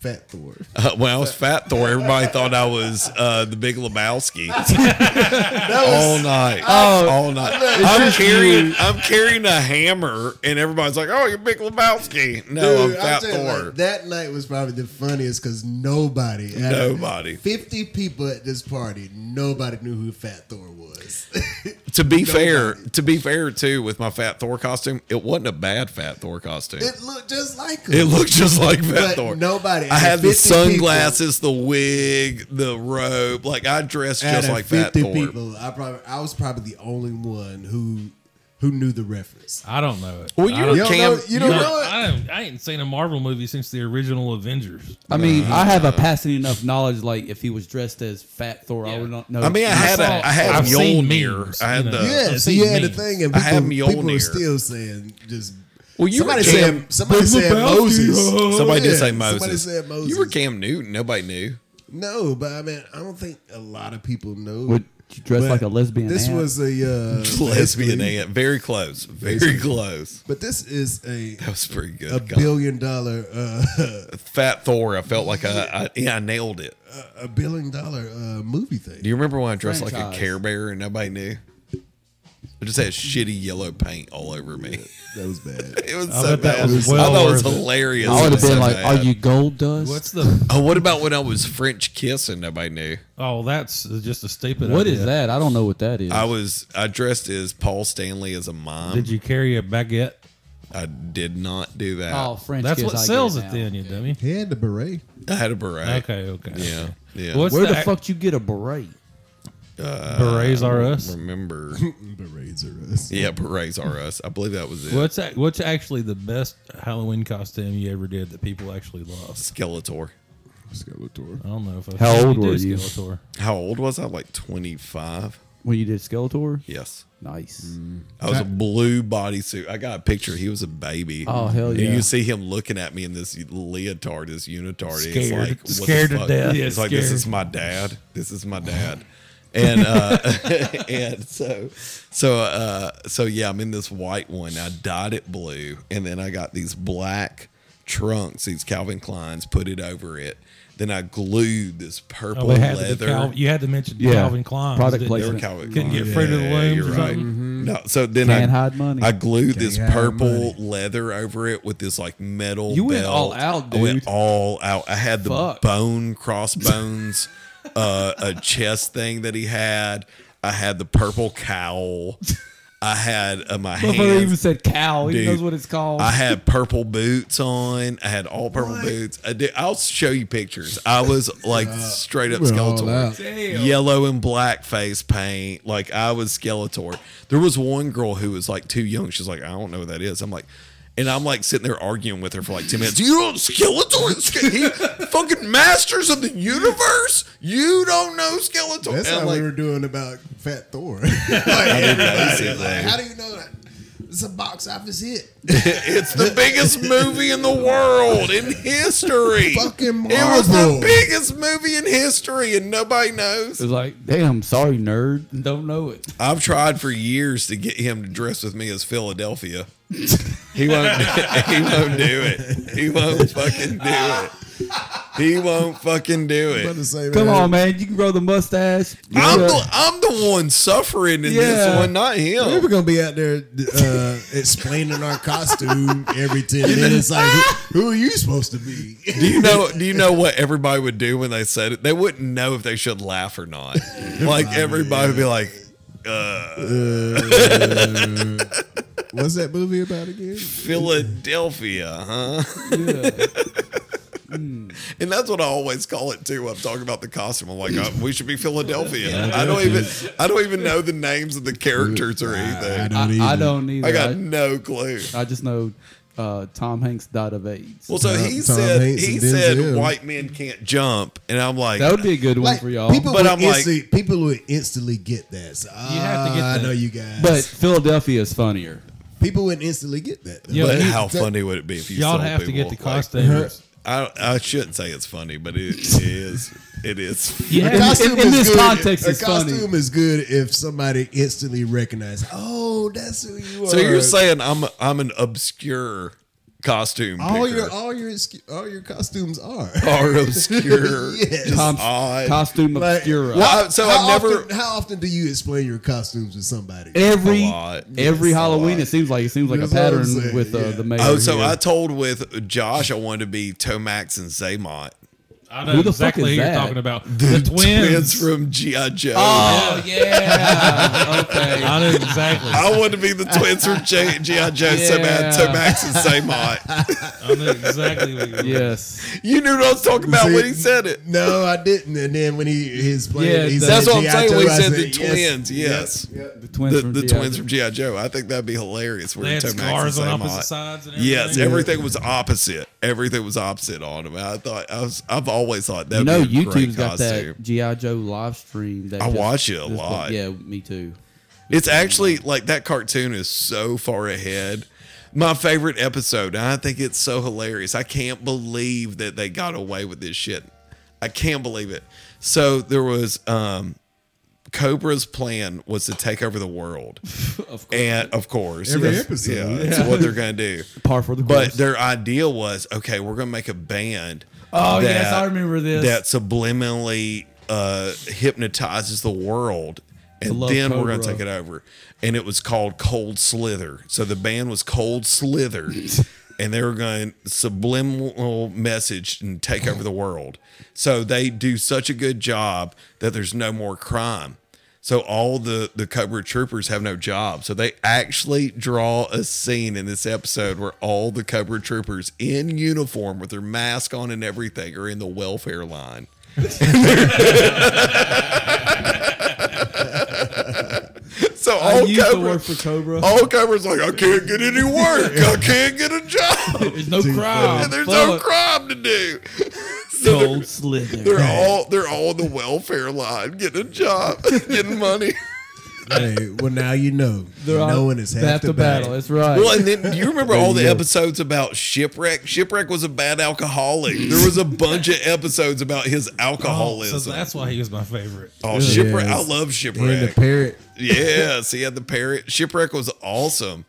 Speaker 1: Fat <laughs> Thor.
Speaker 2: Uh, <laughs> when I was Fat Thor, everybody thought I was uh, the
Speaker 1: <laughs>
Speaker 2: Big Lebowski. all night,
Speaker 1: Oh.
Speaker 2: all night. I'm carrying, I'm carrying a hammer, and everybody's like, "Oh, you're Big Lebowski."
Speaker 1: Dude,
Speaker 2: No, Oh, I'm
Speaker 1: I'll
Speaker 2: Fat
Speaker 1: tell you,
Speaker 2: Thor.
Speaker 1: like, that night was probably the funniest because nobody, out of
Speaker 2: Nobody.
Speaker 1: fifty people at this party, nobody knew who Fat Thor was. <laughs>
Speaker 2: to be fair, to be fair too, with my Fat Thor costume, it wasn't a bad Fat Thor costume. It,
Speaker 1: It looked just like him.
Speaker 2: looked just like Fat
Speaker 1: But
Speaker 2: Thor.
Speaker 1: nobody-
Speaker 2: I had the
Speaker 1: 50 people-
Speaker 2: sunglasses, the wig, the robe. Like I dressed
Speaker 1: Out
Speaker 2: just
Speaker 1: of
Speaker 2: like Fat Thor.
Speaker 1: people, I probably I was probably the only one who who knew the reference.
Speaker 3: I don't know it.
Speaker 2: Well,
Speaker 3: I
Speaker 2: you
Speaker 3: don't-
Speaker 2: were
Speaker 1: You don't
Speaker 2: Cam-
Speaker 1: know. You don't
Speaker 3: No,
Speaker 1: know it.
Speaker 3: I, haven't- I ain't seen a Marvel movie since the original Avengers.
Speaker 4: I mean, I have a passing enough knowledge. Like if he was dressed as Fat Thor, I
Speaker 3: Yeah.
Speaker 4: would not know.
Speaker 2: I mean, I had
Speaker 3: saw-
Speaker 2: a, I had
Speaker 3: I've seen
Speaker 2: Mjolnir.
Speaker 3: memes,
Speaker 2: I had
Speaker 3: you know.
Speaker 2: the
Speaker 3: Yeah.
Speaker 1: Yes,
Speaker 3: it's
Speaker 1: he
Speaker 3: these
Speaker 1: had a
Speaker 3: memes.
Speaker 1: thing, and
Speaker 2: I have
Speaker 1: people, people are
Speaker 2: Mjolnir.
Speaker 1: still saying just.
Speaker 2: Well, you
Speaker 1: somebody
Speaker 2: were
Speaker 1: said
Speaker 2: Cam-
Speaker 1: somebody said Moses.
Speaker 2: Somebody
Speaker 1: Yeah,
Speaker 2: did say Moses.
Speaker 1: Somebody said Moses.
Speaker 2: You were Cam Newton. Nobody knew.
Speaker 1: No, but I mean, I don't think a lot of people know.
Speaker 4: Would you dress
Speaker 1: But
Speaker 4: like a lesbian?
Speaker 1: This
Speaker 4: aunt?
Speaker 1: was
Speaker 2: <laughs>
Speaker 1: a uh,
Speaker 2: Lesbian
Speaker 1: basically-
Speaker 2: aunt. Very close. Very close.
Speaker 1: But this is a
Speaker 2: That was pretty good.
Speaker 1: a
Speaker 2: God.
Speaker 1: billion dollar uh, <laughs>
Speaker 2: Fat Thor. I felt like I, I yeah I nailed it.
Speaker 1: a billion dollar uh, movie thing.
Speaker 2: Do you remember when I dressed like a
Speaker 4: Franchise.
Speaker 2: Care Bear and nobody knew? I just had shitty yellow paint all over me. <laughs>
Speaker 1: That was bad.
Speaker 2: It was
Speaker 3: I
Speaker 2: so
Speaker 3: bet that
Speaker 2: bad.
Speaker 3: was
Speaker 2: I
Speaker 3: well
Speaker 2: thought it was
Speaker 3: worth it.
Speaker 2: hilarious.
Speaker 4: I would
Speaker 2: It
Speaker 4: have
Speaker 2: was
Speaker 4: been
Speaker 2: so
Speaker 4: like,
Speaker 2: bad.
Speaker 4: "Are you gold dust?
Speaker 3: What's the?
Speaker 2: Oh, what about when I was French kiss and nobody knew?
Speaker 3: Oh, that's just a stupid.
Speaker 4: What
Speaker 3: idea.
Speaker 4: is that? I don't know what that is.
Speaker 2: I was I dressed as Paul Stanley as a mom.
Speaker 3: Did you carry a baguette?
Speaker 2: I did not do that.
Speaker 4: oh, French.
Speaker 3: That's
Speaker 4: kiss,
Speaker 3: what
Speaker 4: I get
Speaker 3: sells
Speaker 4: it
Speaker 3: it
Speaker 4: now.
Speaker 3: then, you dummy.
Speaker 1: He had the beret.
Speaker 2: I had a beret.
Speaker 3: Okay, okay.
Speaker 2: Yeah. Yeah.
Speaker 3: What's
Speaker 4: Where
Speaker 3: the,
Speaker 4: the fuck you get a beret?
Speaker 2: uh,
Speaker 3: Berets are us. <laughs>
Speaker 2: Remember.
Speaker 1: Berets are us.
Speaker 2: yeah, berets are us. I believe that was it.
Speaker 3: What's that, what's actually the best Halloween costume you ever did that people actually love?
Speaker 2: Skeletor. Uh,
Speaker 1: Skeletor.
Speaker 3: I don't know if I
Speaker 4: How old
Speaker 3: did
Speaker 4: were you?
Speaker 3: Skeletor.
Speaker 2: How old was I? Like 25?
Speaker 4: When you did Skeletor?
Speaker 2: Yes.
Speaker 4: Nice.
Speaker 2: I was a blue bodysuit. I got a picture. He was a baby.
Speaker 4: Oh, hell
Speaker 2: And
Speaker 4: yeah.
Speaker 2: you can see him looking at me in this leotard, this unitard. Scared, it's
Speaker 3: Scared.
Speaker 2: like, what the
Speaker 3: Scared to
Speaker 2: fuck?
Speaker 3: death.
Speaker 2: It's
Speaker 3: Yeah,
Speaker 2: like this
Speaker 3: scared.
Speaker 2: is my dad. This is my dad. And uh, <laughs> and so so uh, so yeah, I'm in this white one. I dyed it blue, and then I got these black trunks, these Calvin Kleins, put it over it. Then I glued this
Speaker 3: Oh,
Speaker 2: purple
Speaker 3: they had the
Speaker 2: leather.
Speaker 3: Cal- you had to mention
Speaker 4: Yeah.
Speaker 3: Calvin Klein.
Speaker 4: Product
Speaker 2: They were
Speaker 4: placement.
Speaker 2: Calvin
Speaker 3: Couldn't
Speaker 2: Klein.
Speaker 3: get Fruit of the Looms or
Speaker 2: you're right. Mm-hmm.
Speaker 3: something?
Speaker 2: No, so then
Speaker 4: Can't
Speaker 2: I
Speaker 4: hide money.
Speaker 2: I glued this
Speaker 1: hide
Speaker 2: purple
Speaker 1: money.
Speaker 2: leather over it with this like metal.
Speaker 4: You went
Speaker 2: belt.
Speaker 4: all out,
Speaker 2: I went
Speaker 4: dude.
Speaker 2: all out. I had the
Speaker 4: Fuck.
Speaker 2: bone
Speaker 4: <laughs>
Speaker 2: crossbones, uh, a chest thing that he had. I had the purple cowl. I had uh, my
Speaker 3: <laughs>
Speaker 4: Motherfucker even
Speaker 2: hands.
Speaker 4: said cow. He
Speaker 2: Dude,
Speaker 4: knows what it's called.
Speaker 2: I had purple boots on. I had all purple boots. I did, I'll show you pictures. I was like straight up
Speaker 1: We're all
Speaker 2: Skeletor
Speaker 1: out.
Speaker 2: yellow and black face paint. Like I was Skeletor. There was one girl who was like too young. She's like, I don't know what that is. I'm like, and I'm like sitting there arguing with her for like 10 minutes. You don't Skeletor? Ske- He
Speaker 1: <laughs>
Speaker 2: fucking masters of the universe? You don't know Skeletor?
Speaker 1: That's
Speaker 2: And I'm
Speaker 1: how
Speaker 2: like,
Speaker 1: we were doing about Fat Thor. like, everybody's
Speaker 2: that.
Speaker 1: like, <laughs> how do you know that? It's a box office hit.
Speaker 2: <laughs> It's the biggest movie in the world in history.
Speaker 1: Fucking
Speaker 2: It was the
Speaker 1: Marvel.
Speaker 2: biggest movie in history, and nobody
Speaker 4: it
Speaker 2: <laughs> knows.
Speaker 4: was like, damn, sorry, nerd. Don't know it.
Speaker 2: I've tried for years to get him to dress with me as Philadelphia. He won't. <laughs> he won't do it. He won't fucking do it. He won't fucking do
Speaker 1: About to
Speaker 2: it.
Speaker 1: say,
Speaker 4: <laughs> Come
Speaker 1: man,
Speaker 4: on, man. You can grow the mustache.
Speaker 2: I'm
Speaker 4: Yeah.
Speaker 2: the, I'm the one suffering in this
Speaker 4: Yeah.
Speaker 2: one, not
Speaker 1: We were
Speaker 2: him.
Speaker 1: gonna be out there uh, explaining our costume every ten minutes. Like, who, who are you supposed to be?
Speaker 2: Do you <laughs> know? Do you know what everybody would do when they said it? They wouldn't know if they should laugh or not. Like everybody would be like,
Speaker 1: What's that movie about again?
Speaker 2: Philadelphia, huh? <laughs>
Speaker 4: Yeah.
Speaker 1: Hmm.
Speaker 2: And that's what I always call it too. when I'm talking about the costume. I'm like, oh, we should be Philadelphia. I don't even, I don't even know the names of the characters or anything.
Speaker 4: I, I don't either.
Speaker 2: I
Speaker 4: I,
Speaker 2: got no clue.
Speaker 4: I just know uh, Tom Hanks died of AIDS.
Speaker 2: Well, so he
Speaker 1: Tom
Speaker 2: said,
Speaker 1: Hanks
Speaker 2: he
Speaker 1: and
Speaker 2: said
Speaker 1: Denzel.
Speaker 2: white men can't jump, and I'm like,
Speaker 4: that would be a good one
Speaker 1: Like,
Speaker 4: for y'all.
Speaker 1: People
Speaker 2: But
Speaker 1: would
Speaker 2: I'm like-
Speaker 1: instantly, people would instantly get that. So,
Speaker 3: have to get
Speaker 1: ah, I
Speaker 3: that.
Speaker 1: know you guys,
Speaker 4: but Philadelphia is funnier.
Speaker 1: people would instantly get that. though.
Speaker 3: Yeah,
Speaker 2: but
Speaker 3: you-
Speaker 2: how funny would it be if you
Speaker 3: Y'all
Speaker 2: sold
Speaker 3: have to get
Speaker 2: people,
Speaker 3: the
Speaker 2: like,
Speaker 3: costumes.
Speaker 2: I, I shouldn't say it's funny, but it is. It is.
Speaker 4: Yeah. In, in- in
Speaker 1: is
Speaker 4: this
Speaker 1: good-
Speaker 4: context,
Speaker 1: a
Speaker 4: it's funny.
Speaker 1: costume is good if somebody instantly recognizes. Oh, that's who you are.
Speaker 2: So you're saying I'm I'm an obscure costume
Speaker 1: all
Speaker 2: picker.
Speaker 1: your all your excu- all your costumes are.
Speaker 2: are
Speaker 6: <laughs>
Speaker 4: <laughs>
Speaker 2: obscure,
Speaker 1: Yes.
Speaker 2: just
Speaker 4: Com-
Speaker 2: odd.
Speaker 4: Costume of
Speaker 1: Like,
Speaker 4: Europe.
Speaker 2: Well, I- so
Speaker 1: how
Speaker 2: I've never.
Speaker 1: Often, how often do you explain your costumes to somebody?
Speaker 4: every
Speaker 2: A lot.
Speaker 4: every
Speaker 2: Yes, a
Speaker 4: Halloween,
Speaker 2: lot.
Speaker 4: it seems like it seems like
Speaker 1: That's
Speaker 4: a
Speaker 1: what I'm
Speaker 4: pattern
Speaker 1: saying,
Speaker 4: with uh,
Speaker 1: yeah.
Speaker 4: the mayor.
Speaker 2: Oh, so
Speaker 4: here.
Speaker 2: I told with Josh I wanted to be Tomax and Zaymont.
Speaker 3: I know
Speaker 4: Who the fuck
Speaker 3: exactly
Speaker 4: is
Speaker 3: who you're
Speaker 4: that? <laughs>
Speaker 3: talking about. The, twins.
Speaker 2: Twins from GI Joe.
Speaker 4: Oh
Speaker 2: <laughs>
Speaker 4: yeah. okay.
Speaker 3: I know exactly.
Speaker 2: I want to be the twins from J- GI Joe so bad. So
Speaker 4: Yeah.
Speaker 2: Max and say Mott.
Speaker 3: I know exactly what you're
Speaker 4: Yes.
Speaker 2: You knew what I was talking about when he said it.
Speaker 6: No, I didn't. And then when he his plane,
Speaker 4: Yeah,
Speaker 6: he
Speaker 4: the-
Speaker 6: said,
Speaker 2: That's what I'm
Speaker 6: "G.I.
Speaker 2: saying.
Speaker 6: Joe,"
Speaker 2: When he
Speaker 6: I
Speaker 2: said the
Speaker 6: "Yes,
Speaker 2: twins, yes.
Speaker 4: The twins
Speaker 2: The,
Speaker 4: from
Speaker 2: the
Speaker 4: G.I.
Speaker 2: twins
Speaker 4: Joe.
Speaker 2: from G.I. Joe. I think that'd be hilarious. <laughs> We're
Speaker 3: They had
Speaker 2: Toe Max
Speaker 3: scars
Speaker 2: and
Speaker 3: on
Speaker 2: Say
Speaker 3: opposite
Speaker 2: Mott.
Speaker 3: sides and everything.
Speaker 2: Yes, everything was opposite. Everything was opposite on him. I thought I was, I've always thought that.
Speaker 4: You know,
Speaker 2: would be a great
Speaker 4: YouTube's got
Speaker 2: costume.
Speaker 4: that GI Joe live stream. That
Speaker 2: I
Speaker 4: just-
Speaker 2: watch it a
Speaker 4: just went-
Speaker 2: lot.
Speaker 4: Yeah, me too.
Speaker 2: It's actually like that cartoon is so far ahead. My favorite episode. and I think it's so hilarious. I can't believe that they got away with this shit. I can't believe it. So there was um Cobra's plan was to take over the world.
Speaker 4: <laughs> Of course,
Speaker 2: And of course,
Speaker 6: Every
Speaker 2: that's-
Speaker 6: episode,
Speaker 2: Yeah,
Speaker 6: yeah.
Speaker 2: that's what they're gonna do.
Speaker 4: <laughs> par for the course.
Speaker 2: But their idea was okay, we're gonna make a band.
Speaker 4: Oh, yes, I remember this.
Speaker 2: That subliminally uh, hypnotizes the world, and
Speaker 4: love
Speaker 2: then we're gonna
Speaker 4: Cobra.
Speaker 2: take it over. And it was called Cold Slither. So the band was Cold
Speaker 4: <laughs>
Speaker 2: Slither, and they were going to subliminal message and take over the world. So they do such a good job that there's no more crime. So all the the Cobra troopers have no job. So they actually draw a scene in this episode where all the Cobra troopers in uniform with their mask on and everything are in the welfare line. so
Speaker 4: I
Speaker 2: all
Speaker 4: used
Speaker 2: Cobra,
Speaker 4: to work for Cobra. Oh,
Speaker 2: all Cobra's like, I can't get any <laughs> work. I can't get a job.
Speaker 4: There's no crime.
Speaker 2: And there's no
Speaker 4: Fuck.
Speaker 2: crime to do. So they're-
Speaker 4: <laughs> Gold slither.
Speaker 2: they're all they're all in the welfare line, getting a job, <laughs> getting money.
Speaker 6: Hey, well, now you
Speaker 2: <laughs>
Speaker 6: know.
Speaker 4: They're
Speaker 2: uh,
Speaker 4: all-
Speaker 6: Knowing is half, the battle.
Speaker 4: That's right.
Speaker 2: Well, and then do you remember all the episodes about Shipwreck? Shipwreck was a bad alcoholic. There was a bunch of episodes about his
Speaker 3: Oh, so
Speaker 2: alcoholism. Oh,
Speaker 3: that's why he was my favorite.
Speaker 2: Shipwreck. I
Speaker 6: Yes.
Speaker 2: love
Speaker 6: And
Speaker 2: Shipwreck.
Speaker 6: the parrot.
Speaker 2: yes, he had the parrot. Shipwreck was awesome.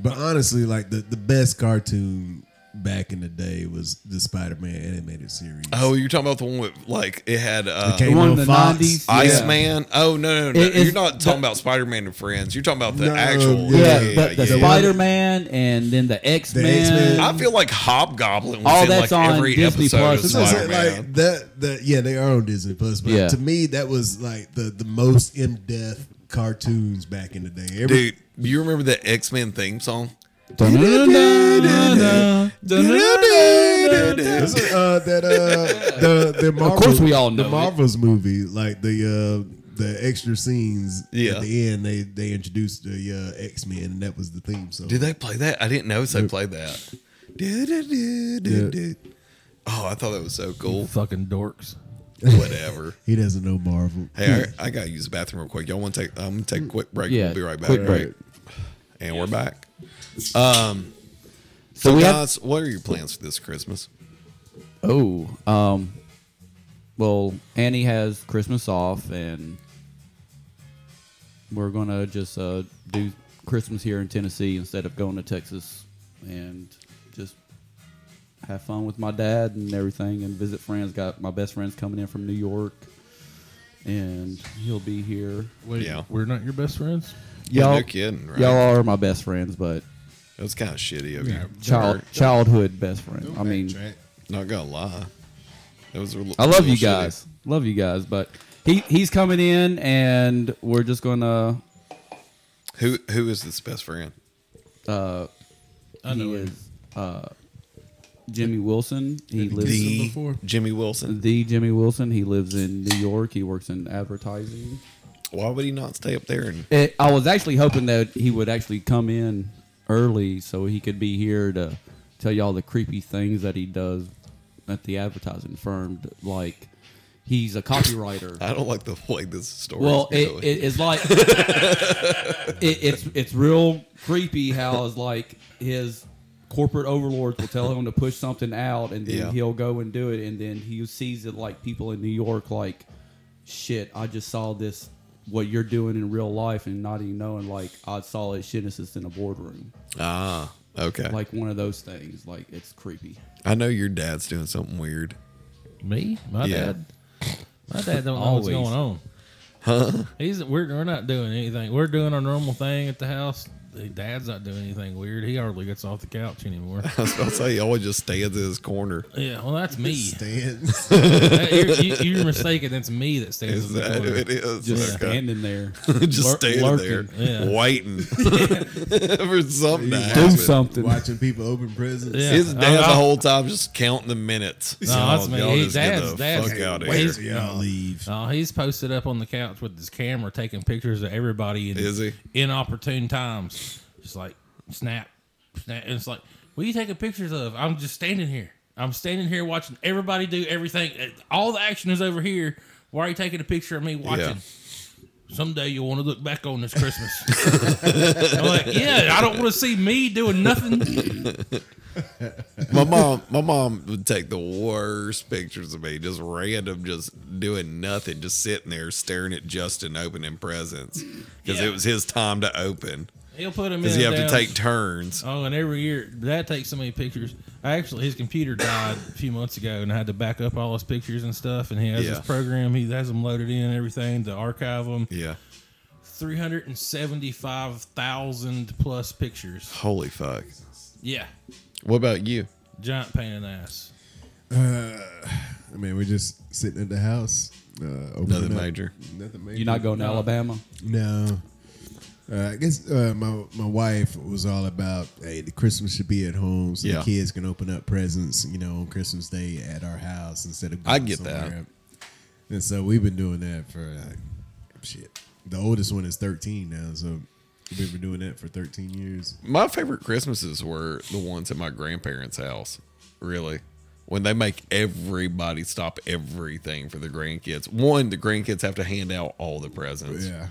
Speaker 6: But honestly, like the, the best cartoon back in the day was the Spider Man animated series.
Speaker 2: Oh, you're talking about the one with like it had uh,
Speaker 6: Came
Speaker 4: One in
Speaker 6: on
Speaker 4: the
Speaker 6: Fox.
Speaker 4: 90s.
Speaker 2: Iceman. Oh no, no, no!
Speaker 4: It-
Speaker 2: you're
Speaker 4: it's-
Speaker 2: not talking about Spider-Man and Friends. You're talking about the
Speaker 6: No,
Speaker 2: actual.
Speaker 4: yeah,
Speaker 6: Yeah,
Speaker 4: but the
Speaker 6: yeah.
Speaker 4: Spider Man and then the X Men.
Speaker 6: X-Men.
Speaker 2: I feel like Hobgoblin was
Speaker 4: All
Speaker 2: in
Speaker 4: that's
Speaker 2: like
Speaker 4: on
Speaker 2: every
Speaker 4: Disney
Speaker 2: episode
Speaker 4: Plus.
Speaker 2: of
Speaker 6: That's what I'm saying,
Speaker 2: Spider-Man.
Speaker 6: Like that, that yeah, they are on Disney Plus. But
Speaker 4: Yeah.
Speaker 6: to me, that was like the the most in depth cartoons back in the day. Every-
Speaker 2: Dude, you remember the X Men theme song?
Speaker 6: This is, uh, that uh, the the Marvel,
Speaker 4: course we all know
Speaker 6: the
Speaker 4: it.
Speaker 6: Marvels movie, like the uh, the extra scenes
Speaker 2: Yeah.
Speaker 6: at the end. They they introduced the uh, X Men, and that was the theme. So
Speaker 2: Did they play that? I didn't notice they played that. Do, do, do, do, do. Oh, I thought that was so
Speaker 4: <laughs>
Speaker 2: cool.
Speaker 3: Fucking dorks.
Speaker 2: Whatever.
Speaker 6: he doesn't know Marvel.
Speaker 2: Hey, I, I gotta use the bathroom real quick. Y'all want to take? I'm gonna take a quick break.
Speaker 4: Yeah,
Speaker 2: we'll be right back.
Speaker 4: quick break.
Speaker 2: And we're back.
Speaker 4: So we have
Speaker 2: Guys, what are your plans for this Christmas?
Speaker 4: Oh, um, well, Annie has Christmas off, and we're gonna just uh, do Christmas here in Tennessee instead of going to Texas, and just have fun with my dad and everything, and visit friends. Got my best friends coming in from New York, and he'll be here.
Speaker 3: Wait,
Speaker 2: Yeah.
Speaker 3: we're not your best friends?
Speaker 2: no kidding, right?
Speaker 4: y'all are my best friends, but
Speaker 2: That was kind of shitty of you.
Speaker 4: child, childhood best friend. I mean,
Speaker 2: Not gonna lie. That was. a
Speaker 4: I love
Speaker 2: little
Speaker 4: you
Speaker 2: shitty.
Speaker 4: guys. Love you guys, but he he's coming in and we're just gonna
Speaker 2: Who Who is this best friend?
Speaker 3: I know
Speaker 4: he
Speaker 3: it.
Speaker 4: is, uh Jimmy Wilson. He lives
Speaker 2: The
Speaker 3: before.
Speaker 2: Jimmy Wilson.
Speaker 4: the Jimmy Wilson. He lives in New York. He works in advertising.
Speaker 2: Why would he not stay up there and
Speaker 4: It, I was actually hoping that he would actually come in early so he could be here to tell y'all the creepy things that he does at the advertising firm. Like he's a copywriter.
Speaker 2: I don't like the way this story.
Speaker 4: Well,
Speaker 2: is
Speaker 4: it,
Speaker 2: going.
Speaker 4: it,
Speaker 2: <laughs>
Speaker 4: it's like it, it's it's real creepy how it's like his corporate overlords will tell him to push something out, and then
Speaker 2: Yeah.
Speaker 4: he'll go and do it, and then he sees it like people in New York, like shit. I just saw this what you're doing in real life, and not even knowing like I saw it shit it's just in a boardroom,
Speaker 2: ah, okay.
Speaker 4: like one of those things. Like it's creepy.
Speaker 2: I know your dad's doing something weird. <laughs>
Speaker 3: Me? My
Speaker 2: Yeah.
Speaker 3: dad? My dad don't know
Speaker 4: Always.
Speaker 3: what's going on. Huh? He's we're, we're not doing anything. We're doing our normal thing at the house. Dad's not doing anything weird. He hardly gets off the
Speaker 2: <laughs>
Speaker 3: couch anymore.
Speaker 2: I was about to say, he always just stands in his corner.
Speaker 3: yeah, well, that's me.
Speaker 1: Stand.
Speaker 3: That- you're, you, you're mistaken. That's me that stands
Speaker 2: Is
Speaker 3: in the
Speaker 2: that
Speaker 3: corner.
Speaker 2: it is?
Speaker 4: Just
Speaker 2: Okay.
Speaker 4: standing there.
Speaker 2: <laughs> just
Speaker 3: Lur-
Speaker 2: standing
Speaker 3: lurking,
Speaker 2: there,
Speaker 3: yeah. <laughs>
Speaker 2: waiting for something to happen.
Speaker 4: Do something.
Speaker 1: Watching people open presents.
Speaker 3: Yeah.
Speaker 2: His dad
Speaker 3: I- I-
Speaker 2: the whole time just counting the minutes. No,
Speaker 3: that's me. He-
Speaker 2: just get
Speaker 3: dad's-
Speaker 2: the
Speaker 3: dad's-
Speaker 2: fuck out of
Speaker 3: Wait.
Speaker 2: here.
Speaker 1: Wait till y'all leave.
Speaker 3: Oh, he's posted up on the couch with his camera taking pictures of everybody in
Speaker 2: Is he?
Speaker 3: inopportune times. Just like snap, snap. And it's like, what are you taking pictures of? I'm just standing here. I'm standing here watching everybody do everything. Uh, All the action is over here. Why are you taking a picture of me watching?
Speaker 2: Yeah.
Speaker 3: Someday you'll want to look back on this Christmas. <laughs> I'm like, yeah, I don't want to see me doing nothing.
Speaker 2: my mom, my mom would take the worst pictures of me, just random, just doing nothing, just sitting there staring at Justin opening presents because
Speaker 3: Yeah.
Speaker 2: it was his time to open.
Speaker 3: He'll put him in.
Speaker 2: Because you have
Speaker 3: down.
Speaker 2: to take turns.
Speaker 3: Oh, and every year that takes so many pictures. I actually his computer died a few months ago, and I had to back up all his pictures and stuff. And he has
Speaker 2: Yeah.
Speaker 3: his program; he has them loaded in and everything to archive them.
Speaker 2: Yeah.
Speaker 3: Three hundred and seventy-five thousand plus pictures.
Speaker 2: Holy fuck.
Speaker 3: Yeah,
Speaker 2: What about you?
Speaker 3: giant pain in the ass.
Speaker 1: I mean, we're just sitting at the house. Uh, opening
Speaker 2: Nothing
Speaker 1: up.
Speaker 2: major.
Speaker 1: Nothing major.
Speaker 4: You're not going to Alabama.
Speaker 1: No. Uh, I guess uh, my my wife was all about hey the Christmas should be at home so
Speaker 2: Yeah.
Speaker 1: the kids can open up presents you know on Christmas Day at our house instead of
Speaker 2: I
Speaker 1: going
Speaker 2: get that.
Speaker 1: somewhere. and so we've been doing that for like, shit the oldest one is thirteen now so we've been doing that for thirteen years
Speaker 2: My favorite Christmases were the ones at my grandparents' house, really. When they make everybody stop everything for the grandkids. One, the grandkids have to hand out all the presents.
Speaker 1: yeah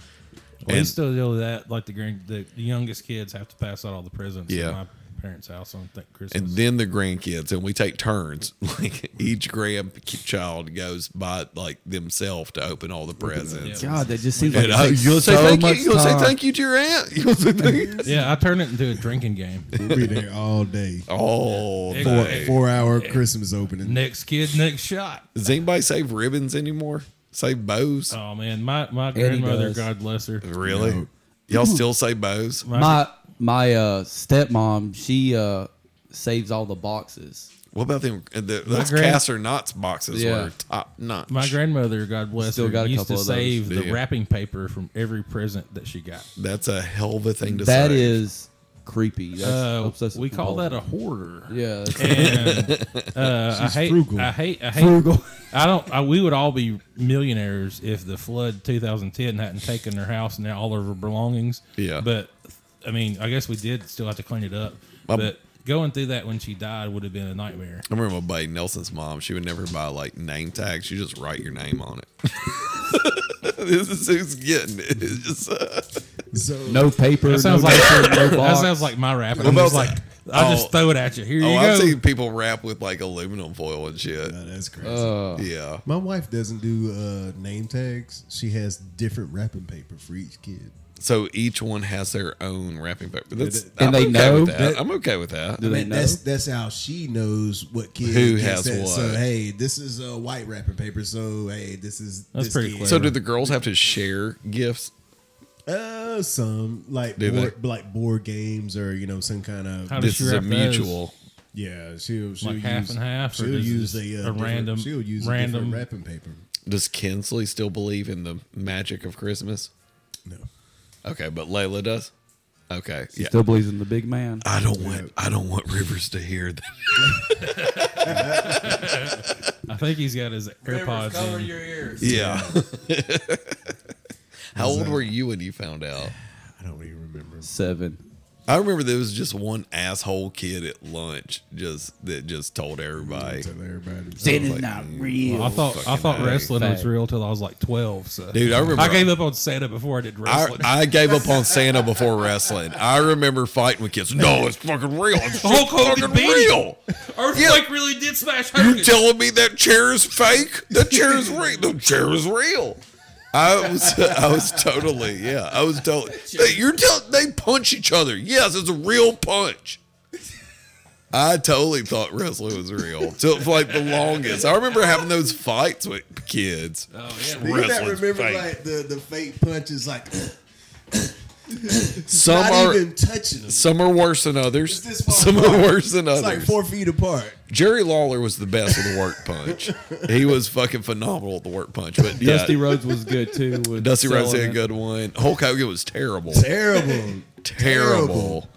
Speaker 3: Well, we
Speaker 2: And-
Speaker 3: still deal with that. Like the grand, the, the youngest kids have to pass out all the presents.
Speaker 2: Yeah.
Speaker 3: at my parents' house on th- Christmas.
Speaker 2: And then the grandkids, and we take turns. <laughs> Like each grandchild goes by like themselves to open all the presents.
Speaker 4: God, that just seems like
Speaker 2: And I,
Speaker 4: it takes
Speaker 2: you'll say
Speaker 4: so
Speaker 2: thank you.
Speaker 4: much
Speaker 2: You'll say
Speaker 4: time.
Speaker 2: thank you to your aunt. <laughs> You'll say thank you.
Speaker 3: yeah, I turn it into a drinking game. <laughs>
Speaker 1: we'll be there all
Speaker 2: <laughs>
Speaker 1: day
Speaker 2: Oh,
Speaker 3: Yeah.
Speaker 1: four,
Speaker 2: day.
Speaker 1: four hour Christmas opening
Speaker 3: next kid, next shot.
Speaker 2: does anybody save ribbons anymore? Save bows?
Speaker 3: Oh man, my my
Speaker 4: Eddie
Speaker 3: grandmother,
Speaker 4: does.
Speaker 3: God bless her.
Speaker 2: Really? Y'all still say bows?
Speaker 4: My my uh, stepmom, she uh, saves all the boxes.
Speaker 2: What about them? uh, The, those
Speaker 3: grand-
Speaker 2: Caster Knots boxes
Speaker 4: Yeah.
Speaker 2: were top notch.
Speaker 3: My grandmother, God bless
Speaker 4: Still
Speaker 3: her,
Speaker 4: got a
Speaker 3: used
Speaker 4: couple
Speaker 3: to
Speaker 4: of those.
Speaker 3: save
Speaker 2: Do
Speaker 3: the
Speaker 2: you?
Speaker 3: wrapping paper from every present that she got.
Speaker 2: That's a hell of a thing to
Speaker 4: That
Speaker 2: say.
Speaker 4: is creepy. That's
Speaker 3: Uh,
Speaker 4: obsessive
Speaker 3: we call that a
Speaker 4: compulsive.
Speaker 3: hoarder.
Speaker 4: yeah. that's-
Speaker 3: And uh, I hate,
Speaker 1: frugal.
Speaker 3: I hate, I hate. Frugal. I don't. I, we would all be millionaires if the flood 2010 hadn't taken their house and all of her belongings.
Speaker 2: Yeah.
Speaker 3: But I mean, I guess we did still have to clean it up.
Speaker 2: My-
Speaker 3: but going through that when she died would have been a nightmare.
Speaker 2: I remember my buddy Nelson's mom. She would never buy like name tags. She just write your name on it. <laughs> this is who's getting it. It's just, uh,
Speaker 1: so
Speaker 4: no paper.
Speaker 3: That sounds
Speaker 4: no
Speaker 3: like
Speaker 4: paper, no
Speaker 3: <laughs> that
Speaker 4: box.
Speaker 3: sounds like my rapping.
Speaker 2: What
Speaker 3: I'm
Speaker 2: about
Speaker 3: just like I
Speaker 2: Oh.
Speaker 3: just throw it at you. Here
Speaker 2: oh,
Speaker 3: you
Speaker 2: I've
Speaker 3: go.
Speaker 2: seen people wrap with like aluminum foil and shit.
Speaker 1: Oh, that's crazy
Speaker 4: Uh,
Speaker 2: Yeah.
Speaker 1: my wife doesn't do uh, name tags she has different wrapping paper for each kid
Speaker 2: So each one has their own wrapping paper. That's,
Speaker 4: And
Speaker 2: I'm
Speaker 4: they
Speaker 2: okay
Speaker 4: know?
Speaker 2: with that. I'm okay with
Speaker 4: do
Speaker 2: that.
Speaker 4: they
Speaker 1: Man,
Speaker 4: know?
Speaker 1: that's that's how she knows what kid
Speaker 2: Who
Speaker 1: gets
Speaker 2: has
Speaker 1: that.
Speaker 2: what.
Speaker 1: So hey, this is a white wrapping paper. So hey, this is
Speaker 3: That's
Speaker 1: this
Speaker 3: pretty
Speaker 1: kid.
Speaker 3: clever.
Speaker 2: So do the girls have to share gifts?
Speaker 1: Uh, some like
Speaker 2: Do
Speaker 1: board, like board games or you know some kind of
Speaker 3: How does
Speaker 2: This
Speaker 3: she
Speaker 2: is a
Speaker 3: wrap those?
Speaker 2: mutual.
Speaker 1: yeah. She'll, she'll
Speaker 3: Like
Speaker 1: use,
Speaker 3: half and half, or
Speaker 1: She'll
Speaker 3: does it
Speaker 1: use
Speaker 3: just
Speaker 1: a, uh,
Speaker 3: a
Speaker 1: different-
Speaker 3: random-
Speaker 1: She'll use
Speaker 3: random-
Speaker 1: a different wrapping paper.
Speaker 2: Does Kinsley still believe in the magic of Christmas?
Speaker 1: No,
Speaker 2: Okay, but Layla does. Okay, yeah.
Speaker 4: Still believes in the big man.
Speaker 2: I don't want I don't want Rivers to hear that.
Speaker 3: I think he's got his AirPods. in.
Speaker 4: ears.
Speaker 2: Yeah. <laughs> How old were you when you found out?
Speaker 1: I don't even remember.
Speaker 4: Seven.
Speaker 2: I remember there was just one asshole kid at lunch just that just told everybody.
Speaker 1: Tell everybody.
Speaker 2: Like,
Speaker 3: I thought I
Speaker 2: fucking
Speaker 3: thought
Speaker 2: A.
Speaker 3: wrestling was
Speaker 4: Fact.
Speaker 3: real till I was like twelve. So
Speaker 2: Dude, I remember
Speaker 3: I gave up on Santa before I did
Speaker 2: I,
Speaker 3: wrestling.
Speaker 2: I gave up on Santa before wrestling. I remember fighting with kids. No, it's fucking real. It's
Speaker 3: Hulk Hogan
Speaker 2: fucking
Speaker 3: beat him.
Speaker 2: real.
Speaker 3: Earthquake really did smash
Speaker 2: You
Speaker 3: Hogan.
Speaker 2: telling me that chair is fake? That chair is real. The chair is real. I was, I was totally, yeah, I was totally. They, you're tell, they punch each other. Yes, it's a real punch. I totally thought wrestling was real. So for like the longest, I remember having those fights with kids.
Speaker 3: oh, yeah.
Speaker 1: Do you not
Speaker 2: Wrestling's
Speaker 1: remember
Speaker 2: fake.
Speaker 1: like the the fake punches like
Speaker 2: Some
Speaker 6: Not
Speaker 2: are
Speaker 6: even touching them.
Speaker 2: some are worse than others.
Speaker 6: It's this far
Speaker 2: Some are
Speaker 6: apart.
Speaker 2: worse than
Speaker 6: It's
Speaker 2: others.
Speaker 6: like four feet apart.
Speaker 2: Jerry Lawler was the best with the work punch. he was fucking phenomenal at the work punch. But yeah,
Speaker 4: Dusty Rhodes was
Speaker 2: <laughs>
Speaker 4: good too. with
Speaker 2: Dusty Rhodes
Speaker 4: selling
Speaker 2: had a
Speaker 4: it.
Speaker 2: good one. Hulk Hogan was
Speaker 6: <laughs>
Speaker 2: terrible.
Speaker 6: Terrible.
Speaker 2: terrible.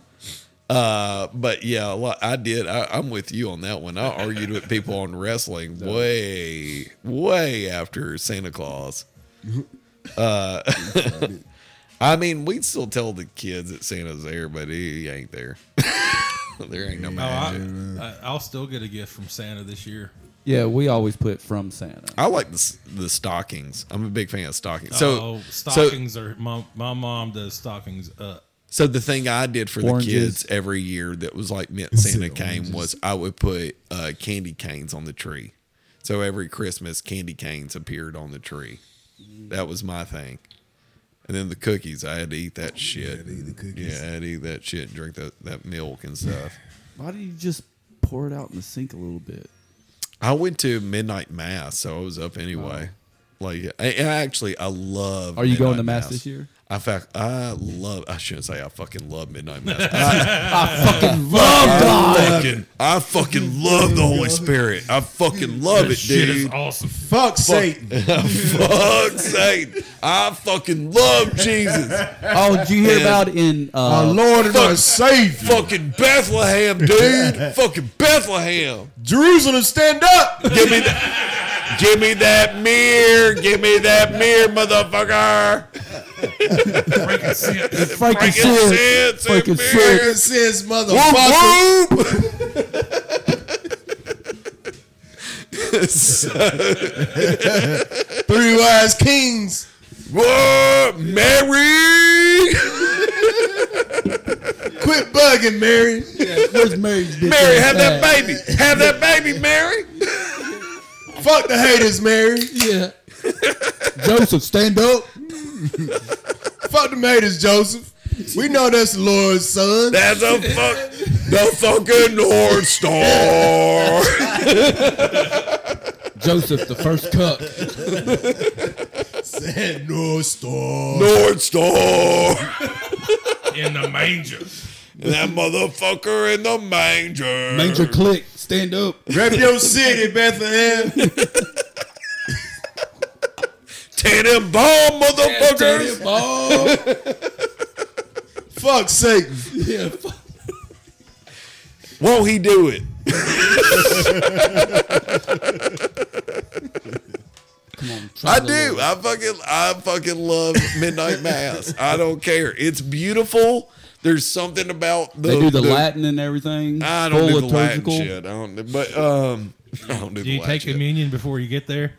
Speaker 2: Uh, but yeah, a lot, I did. I, I'm with you on that one. I argued with people on wrestling way, way after Santa Claus. Uh, I mean, we'd still tell the kids that Santa's there, but he, he ain't there. <laughs> there ain't no
Speaker 3: Oh, I,
Speaker 2: magic.
Speaker 3: I, I'll still get a gift from Santa this year.
Speaker 4: Yeah, we always put from Santa.
Speaker 2: I like the, s- the stockings. I'm a big fan of stockings.
Speaker 3: oh,
Speaker 2: So, so,
Speaker 3: stockings are my, my mom does stockings up.
Speaker 2: so the thing I did for
Speaker 4: Oranges.
Speaker 2: the kids every year that was like meant Santa came was I would put uh, candy canes on the tree. So every Christmas, candy canes appeared on the tree. That was my thing. And then the cookies, I had to eat that shit.
Speaker 6: eat the cookies.
Speaker 2: Yeah, I had to eat that shit and drink that, that milk and stuff.
Speaker 4: Why do you just pour it out in the sink a little bit?
Speaker 2: I went to midnight mass, so I was up anyway. Like, I, I actually, I love.
Speaker 4: Are you going
Speaker 2: midnight
Speaker 4: to mass this year?
Speaker 2: I fact, I love. I shouldn't say I fucking love midnight mass.
Speaker 3: <laughs>
Speaker 2: I, fucking love God. I fucking love the Holy Spirit. I fucking love it,
Speaker 3: Shit is
Speaker 2: dude.
Speaker 3: awesome.
Speaker 6: Fuck Satan.
Speaker 2: Fuck's sake, I fucking love Jesus.
Speaker 4: Oh, did you hear
Speaker 2: <laughs> And-
Speaker 4: about in
Speaker 6: Our
Speaker 4: uh,
Speaker 6: Lord and
Speaker 2: Fuck.
Speaker 6: our Savior.
Speaker 2: Fucking Bethlehem, dude. Fucking Bethlehem.
Speaker 6: Jerusalem, stand <laughs> up.
Speaker 2: Give me that. Give me that mirror. Give me that mirror, motherfucker.
Speaker 4: Frankie Sears?
Speaker 2: Frankincense and
Speaker 4: Frankincense.
Speaker 2: myrrh.
Speaker 6: It says, motherfucker.
Speaker 2: Whoop, whoop. So-
Speaker 6: Three wise kings.
Speaker 2: whoop, Mary.
Speaker 6: Quit bugging, Mary.
Speaker 4: Where's Mary's bitch
Speaker 2: Mary,
Speaker 4: ass
Speaker 2: have that
Speaker 4: at?
Speaker 2: baby. Have that baby, Mary.
Speaker 6: Fuck the haters, Mary.
Speaker 4: Yeah. <laughs> Joseph, stand up.
Speaker 6: Fuck the haters, Joseph. We know that's the Lord's son.
Speaker 2: That's a fuck. The fucking North Star.
Speaker 4: Joseph, the first cup.
Speaker 6: Said no store.
Speaker 2: North Star.
Speaker 3: in the manger.
Speaker 2: And that motherfucker in the manger.
Speaker 4: Manger click. Stand up.
Speaker 6: Rep your city, Bethlehem.
Speaker 2: Tannenbaum, motherfuckers.
Speaker 4: Ball.
Speaker 6: Fuck Satan.
Speaker 4: Yeah. fuck.
Speaker 2: Won't he do it?
Speaker 4: Come on. try
Speaker 2: I
Speaker 4: the
Speaker 2: do.
Speaker 4: Lord.
Speaker 2: I fucking I fucking love midnight mass. I don't care. It's beautiful. There's something about the
Speaker 4: They do the,
Speaker 2: the-
Speaker 4: Latin and everything.
Speaker 2: I don't do
Speaker 4: full
Speaker 2: the Latin
Speaker 4: liturgical.
Speaker 2: shit. I don't. But um, I don't do,
Speaker 3: Do
Speaker 2: the
Speaker 3: you
Speaker 2: Latin
Speaker 3: take
Speaker 2: shit.
Speaker 3: communion before you get there?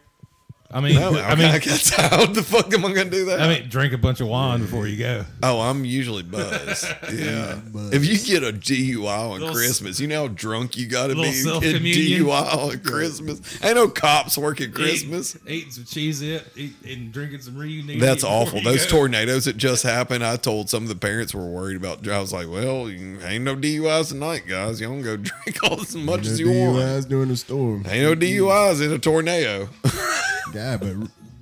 Speaker 3: I mean,
Speaker 2: No,
Speaker 3: I
Speaker 2: <laughs>
Speaker 3: mean,
Speaker 2: how the fuck am I gonna do that?
Speaker 3: I mean, drink a bunch of wine before you go.
Speaker 2: oh, I'm usually
Speaker 3: <laughs>
Speaker 2: buzzed. Yeah. If you get a DUI on
Speaker 3: Little s-
Speaker 2: Christmas, you know how drunk you got to be.
Speaker 3: little
Speaker 2: to Get
Speaker 3: self-communion.
Speaker 2: DUI on Christmas. Ain't no cops working <laughs> Christmas.
Speaker 3: Eat- eating some cheese it eat, and drinking some reunion.
Speaker 2: That's
Speaker 3: before
Speaker 2: awful.
Speaker 3: you
Speaker 2: Those
Speaker 3: go.
Speaker 2: tornadoes that just happened, I told some of the parents were worried about. I was like, "Well, you ain't no DUIs tonight, guys. Y'all can go <laughs> drink all as much as you want.
Speaker 6: DUIs during the storm.
Speaker 2: Ain't no DUIs in a tornado. <laughs>
Speaker 6: God, but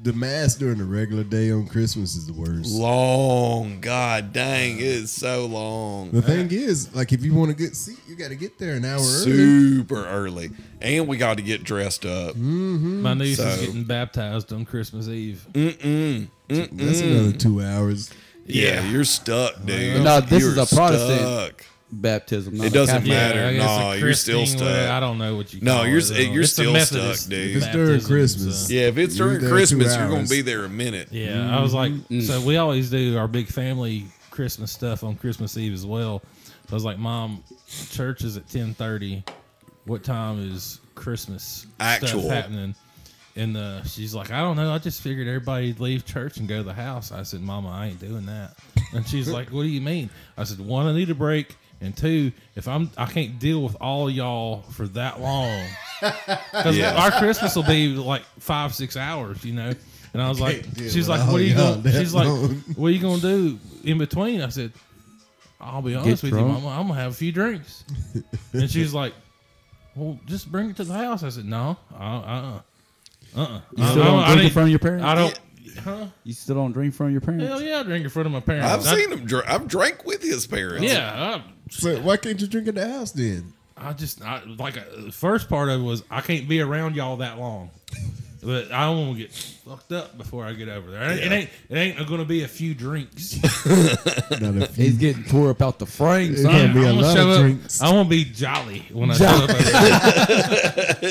Speaker 6: the mass during the regular day on Christmas is the worst.
Speaker 2: long, god dang, it is so long,
Speaker 6: The thing is, like, if you want a good seat, you got to get there an hour early.
Speaker 2: super early, and we got to get dressed up.
Speaker 3: My niece is
Speaker 2: So-
Speaker 3: getting baptized on Christmas Eve.
Speaker 6: That's
Speaker 2: Mm.
Speaker 6: another two hours.
Speaker 2: Yeah, you're stuck, dude.
Speaker 4: No, this
Speaker 2: You're
Speaker 4: is a Protestant.
Speaker 2: stuck.
Speaker 4: Baptism. Not
Speaker 2: It doesn't
Speaker 4: Catholic.
Speaker 2: matter.
Speaker 3: I guess
Speaker 2: No,
Speaker 3: a
Speaker 2: you're still
Speaker 3: christening,
Speaker 2: stuck.
Speaker 3: whatever. I don't know what you.
Speaker 2: No,
Speaker 3: call
Speaker 2: you're-
Speaker 3: it, though.
Speaker 2: you're
Speaker 3: It's a
Speaker 2: still
Speaker 3: Methodist
Speaker 2: stuck, dude. If
Speaker 6: it's during
Speaker 3: baptism,
Speaker 6: Christmas.
Speaker 3: so-
Speaker 2: Yeah, if it's
Speaker 6: You're
Speaker 2: during
Speaker 6: there two
Speaker 2: Christmas, you're gonna
Speaker 6: hours.
Speaker 2: be there a minute.
Speaker 3: Yeah, I was like, so we always do our big family Christmas stuff on Christmas Eve as well. So I was like, Mom, church is at ten thirty. What time is Christmas
Speaker 2: Actual.
Speaker 3: stuff happening? And uh, she's like, I don't know. I just figured everybody'd leave church and go to the house. I said, Mama, I ain't doing that. And she's like, What do you mean? I said, One, I need a break, and two, if I'm, I can't deal with all y'all for that long. Because
Speaker 2: Yeah.
Speaker 3: our Christmas will be like five, six hours, you know. And I was like,
Speaker 6: deal with
Speaker 3: she's like,
Speaker 6: all
Speaker 3: what are you
Speaker 6: y'all
Speaker 3: going?
Speaker 6: that
Speaker 3: She's like,
Speaker 6: long.
Speaker 3: what are you going to do in between? I said, I'll be honest with you,
Speaker 4: drunk.
Speaker 3: Mama. I'm gonna have a few drinks. and she's like, well, just bring it to the house. I said, no, uh, uh, uh, uh.
Speaker 4: You still don't drink in front of your parents?
Speaker 3: I don't. huh?
Speaker 4: You still don't drink from your parents?
Speaker 3: Hell yeah, I drink in front of my parents.
Speaker 2: I've
Speaker 3: I-
Speaker 2: seen him. Dr- I've drank with his parents.
Speaker 3: Yeah,
Speaker 1: So why can't you drink at the house then?
Speaker 3: I, I just I, like uh, the first part of it was I can't be around y'all that long, but I don't want to get fucked up before I get over there. It, ain't it ain't gonna be a few <laughs> drinks.
Speaker 1: Not
Speaker 2: <laughs>
Speaker 1: a few.
Speaker 4: He's getting tore up out the frame. Son.
Speaker 1: gonna be a
Speaker 3: I'm
Speaker 1: lot of
Speaker 3: show up-
Speaker 1: drinks.
Speaker 3: I want to be jolly when I show up. Over <laughs> there.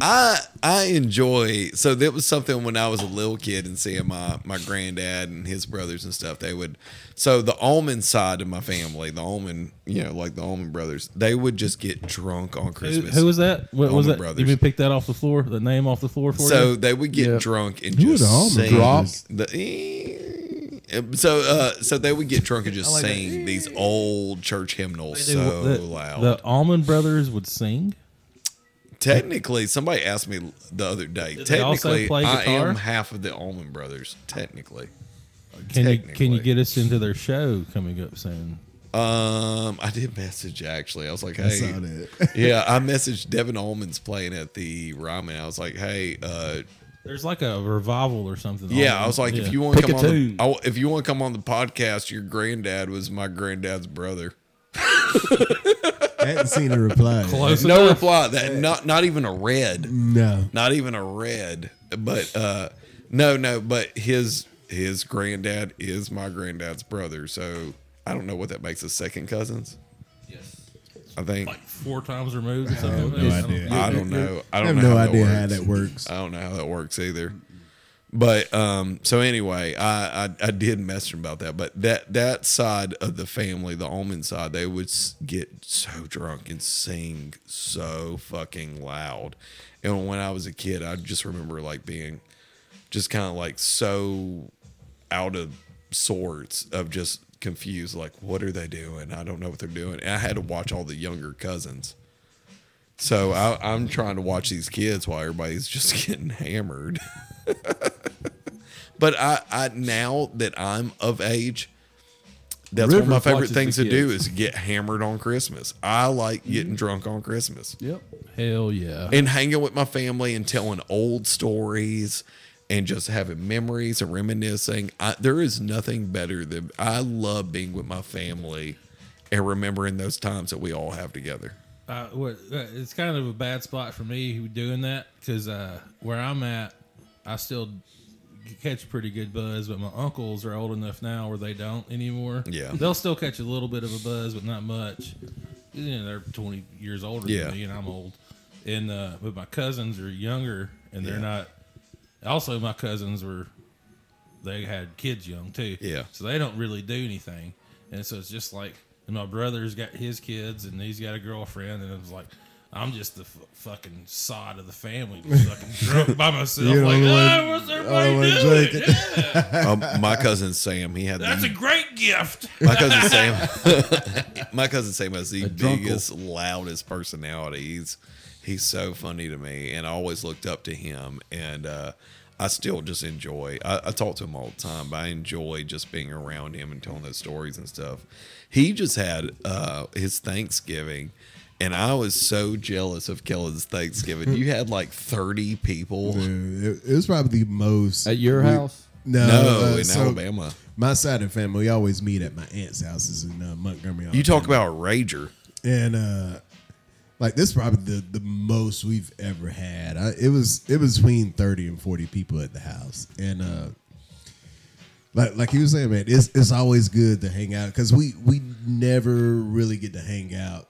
Speaker 2: I I enjoy so that was something when I was a little kid and seeing my my granddad and his brothers and stuff. They would so the almond side of my family, the almond you know like the almond brothers, they would just get drunk on
Speaker 3: Who,
Speaker 2: Christmas.
Speaker 3: who was that? What
Speaker 2: Allman
Speaker 3: was that?
Speaker 2: Brothers.
Speaker 3: You even pick that off the floor. The name off the floor for
Speaker 2: So
Speaker 3: you.
Speaker 2: they would get
Speaker 4: Yeah.
Speaker 2: drunk and
Speaker 1: Who are the
Speaker 2: just
Speaker 1: Almond
Speaker 2: sing
Speaker 1: Brothers?
Speaker 2: the. eh, So uh, so they would get drunk and just sing these old church hymnals
Speaker 3: They-
Speaker 2: so
Speaker 3: the,
Speaker 2: loud.
Speaker 3: The Almond Brothers would sing.
Speaker 2: Technically, somebody asked me the other day.
Speaker 3: Did they also
Speaker 2: Technically,
Speaker 3: play
Speaker 2: I
Speaker 3: guitar?
Speaker 2: am half of the Allman Brothers. Technically,
Speaker 3: Can you can
Speaker 2: Technically.
Speaker 3: you get us into their show coming up soon?
Speaker 2: um, I did message actually. I was like,
Speaker 1: I saw
Speaker 2: hey,
Speaker 1: that.
Speaker 2: yeah, I messaged Devin Allman's playing at the Ryman. I was like, hey, uh,
Speaker 3: There's like a revival or something.
Speaker 2: yeah,
Speaker 1: Oh,
Speaker 3: Almond-
Speaker 2: I was like,
Speaker 3: yeah.
Speaker 2: if you want to
Speaker 4: Pick a
Speaker 2: come on, the,
Speaker 4: tune.
Speaker 2: I, if you want to come on the podcast, your granddad was my granddad's brother.
Speaker 1: I hadn't seen a reply.
Speaker 3: close
Speaker 2: No
Speaker 3: enough.
Speaker 2: reply. That not not even a red.
Speaker 1: No.
Speaker 2: not even a red but uh no no but his his granddad is my granddad's brother so i don't know what that makes us second cousins yes i think
Speaker 3: like four times removed or something.
Speaker 1: No
Speaker 3: I don't-
Speaker 1: idea.
Speaker 2: i don't know
Speaker 1: I
Speaker 2: i don't
Speaker 1: have
Speaker 2: know
Speaker 1: no
Speaker 2: how
Speaker 1: idea
Speaker 2: that
Speaker 1: how
Speaker 2: works.
Speaker 1: that works.
Speaker 2: i don't know how that works either but um so anyway i i, I did mess him about that but that that side of the family the almond side they would s- get so drunk and sing so fucking loud and when i was a kid i just remember like being just kind of like so out of sorts of just confused like what are they doing i don't know what they're doing and i had to watch all the younger cousins so I, i'm trying to watch these kids while everybody's just <laughs> getting hammered but i i now that i'm of age that's one
Speaker 4: River
Speaker 2: of my favorite
Speaker 4: watches
Speaker 2: things to
Speaker 4: the
Speaker 2: do
Speaker 4: kids. Mm-hmm.
Speaker 2: is get hammered on christmas i like getting drunk on christmas
Speaker 4: Yep.
Speaker 3: Hell yeah.
Speaker 2: and hanging with my family and telling old stories and just having memories and reminiscing. I, there is nothing better than I love being with my family and remembering those times that we all have
Speaker 4: <laughs>
Speaker 2: together.
Speaker 3: Uh, what, uh, it's kind of a bad spot for me who doing that because uh, where I'm at, I still c- catch pretty good buzz, but my uncles are old enough now where they don't anymore.
Speaker 2: Yeah.
Speaker 3: They'll still catch a little bit of a buzz, but not much. You know, they're 20 years older
Speaker 2: Yeah.
Speaker 3: than me, and I'm old. And uh, but my cousins are younger, and they're
Speaker 2: Yeah.
Speaker 3: not. Also, my cousins were they had kids young too.
Speaker 2: Yeah.
Speaker 3: So they don't really do anything. And so it's just like, and my brother's got his kids and he's got a girlfriend. And it was like, I'm just the f- fucking sod of
Speaker 2: <laughs>
Speaker 3: the family, just fucking drunk by myself.
Speaker 1: You're the
Speaker 3: like,
Speaker 1: only one-
Speaker 3: oh, what's
Speaker 1: only
Speaker 3: everybody
Speaker 1: one
Speaker 3: doing?
Speaker 1: drinking."
Speaker 3: Yeah,
Speaker 2: Um, my cousin Sam, he had
Speaker 3: that's a
Speaker 2: the,
Speaker 3: great
Speaker 2: <laughs>
Speaker 3: gift.
Speaker 2: my cousin Sam. <laughs> my cousin Sam has the
Speaker 4: A drunkle.
Speaker 2: biggest, loudest personality. He's he's so funny to me, and I always looked up to him. And uh, I still just enjoy. I, I talk to him all the time, but I enjoy just being around him and telling those stories and stuff. He just had uh, his Thanksgiving. And I was so jealous of Kellen's Thanksgiving. You had like 30 people. <laughs>
Speaker 1: Dude, it, it was probably the most.
Speaker 4: At your
Speaker 1: we-
Speaker 4: house?
Speaker 1: No.
Speaker 2: No,
Speaker 1: uh,
Speaker 2: in
Speaker 1: so
Speaker 2: Alabama.
Speaker 1: My side of the family, we always meet at my aunt's houses in uh, Montgomery.
Speaker 2: You talk
Speaker 1: Alabama.
Speaker 2: about a rager.
Speaker 1: and uh like this is probably the, the most we've ever had I, it was it was between 30 and 40 people at the house and uh like like you were saying man it's it's always good to hang out because we we never really get to hang out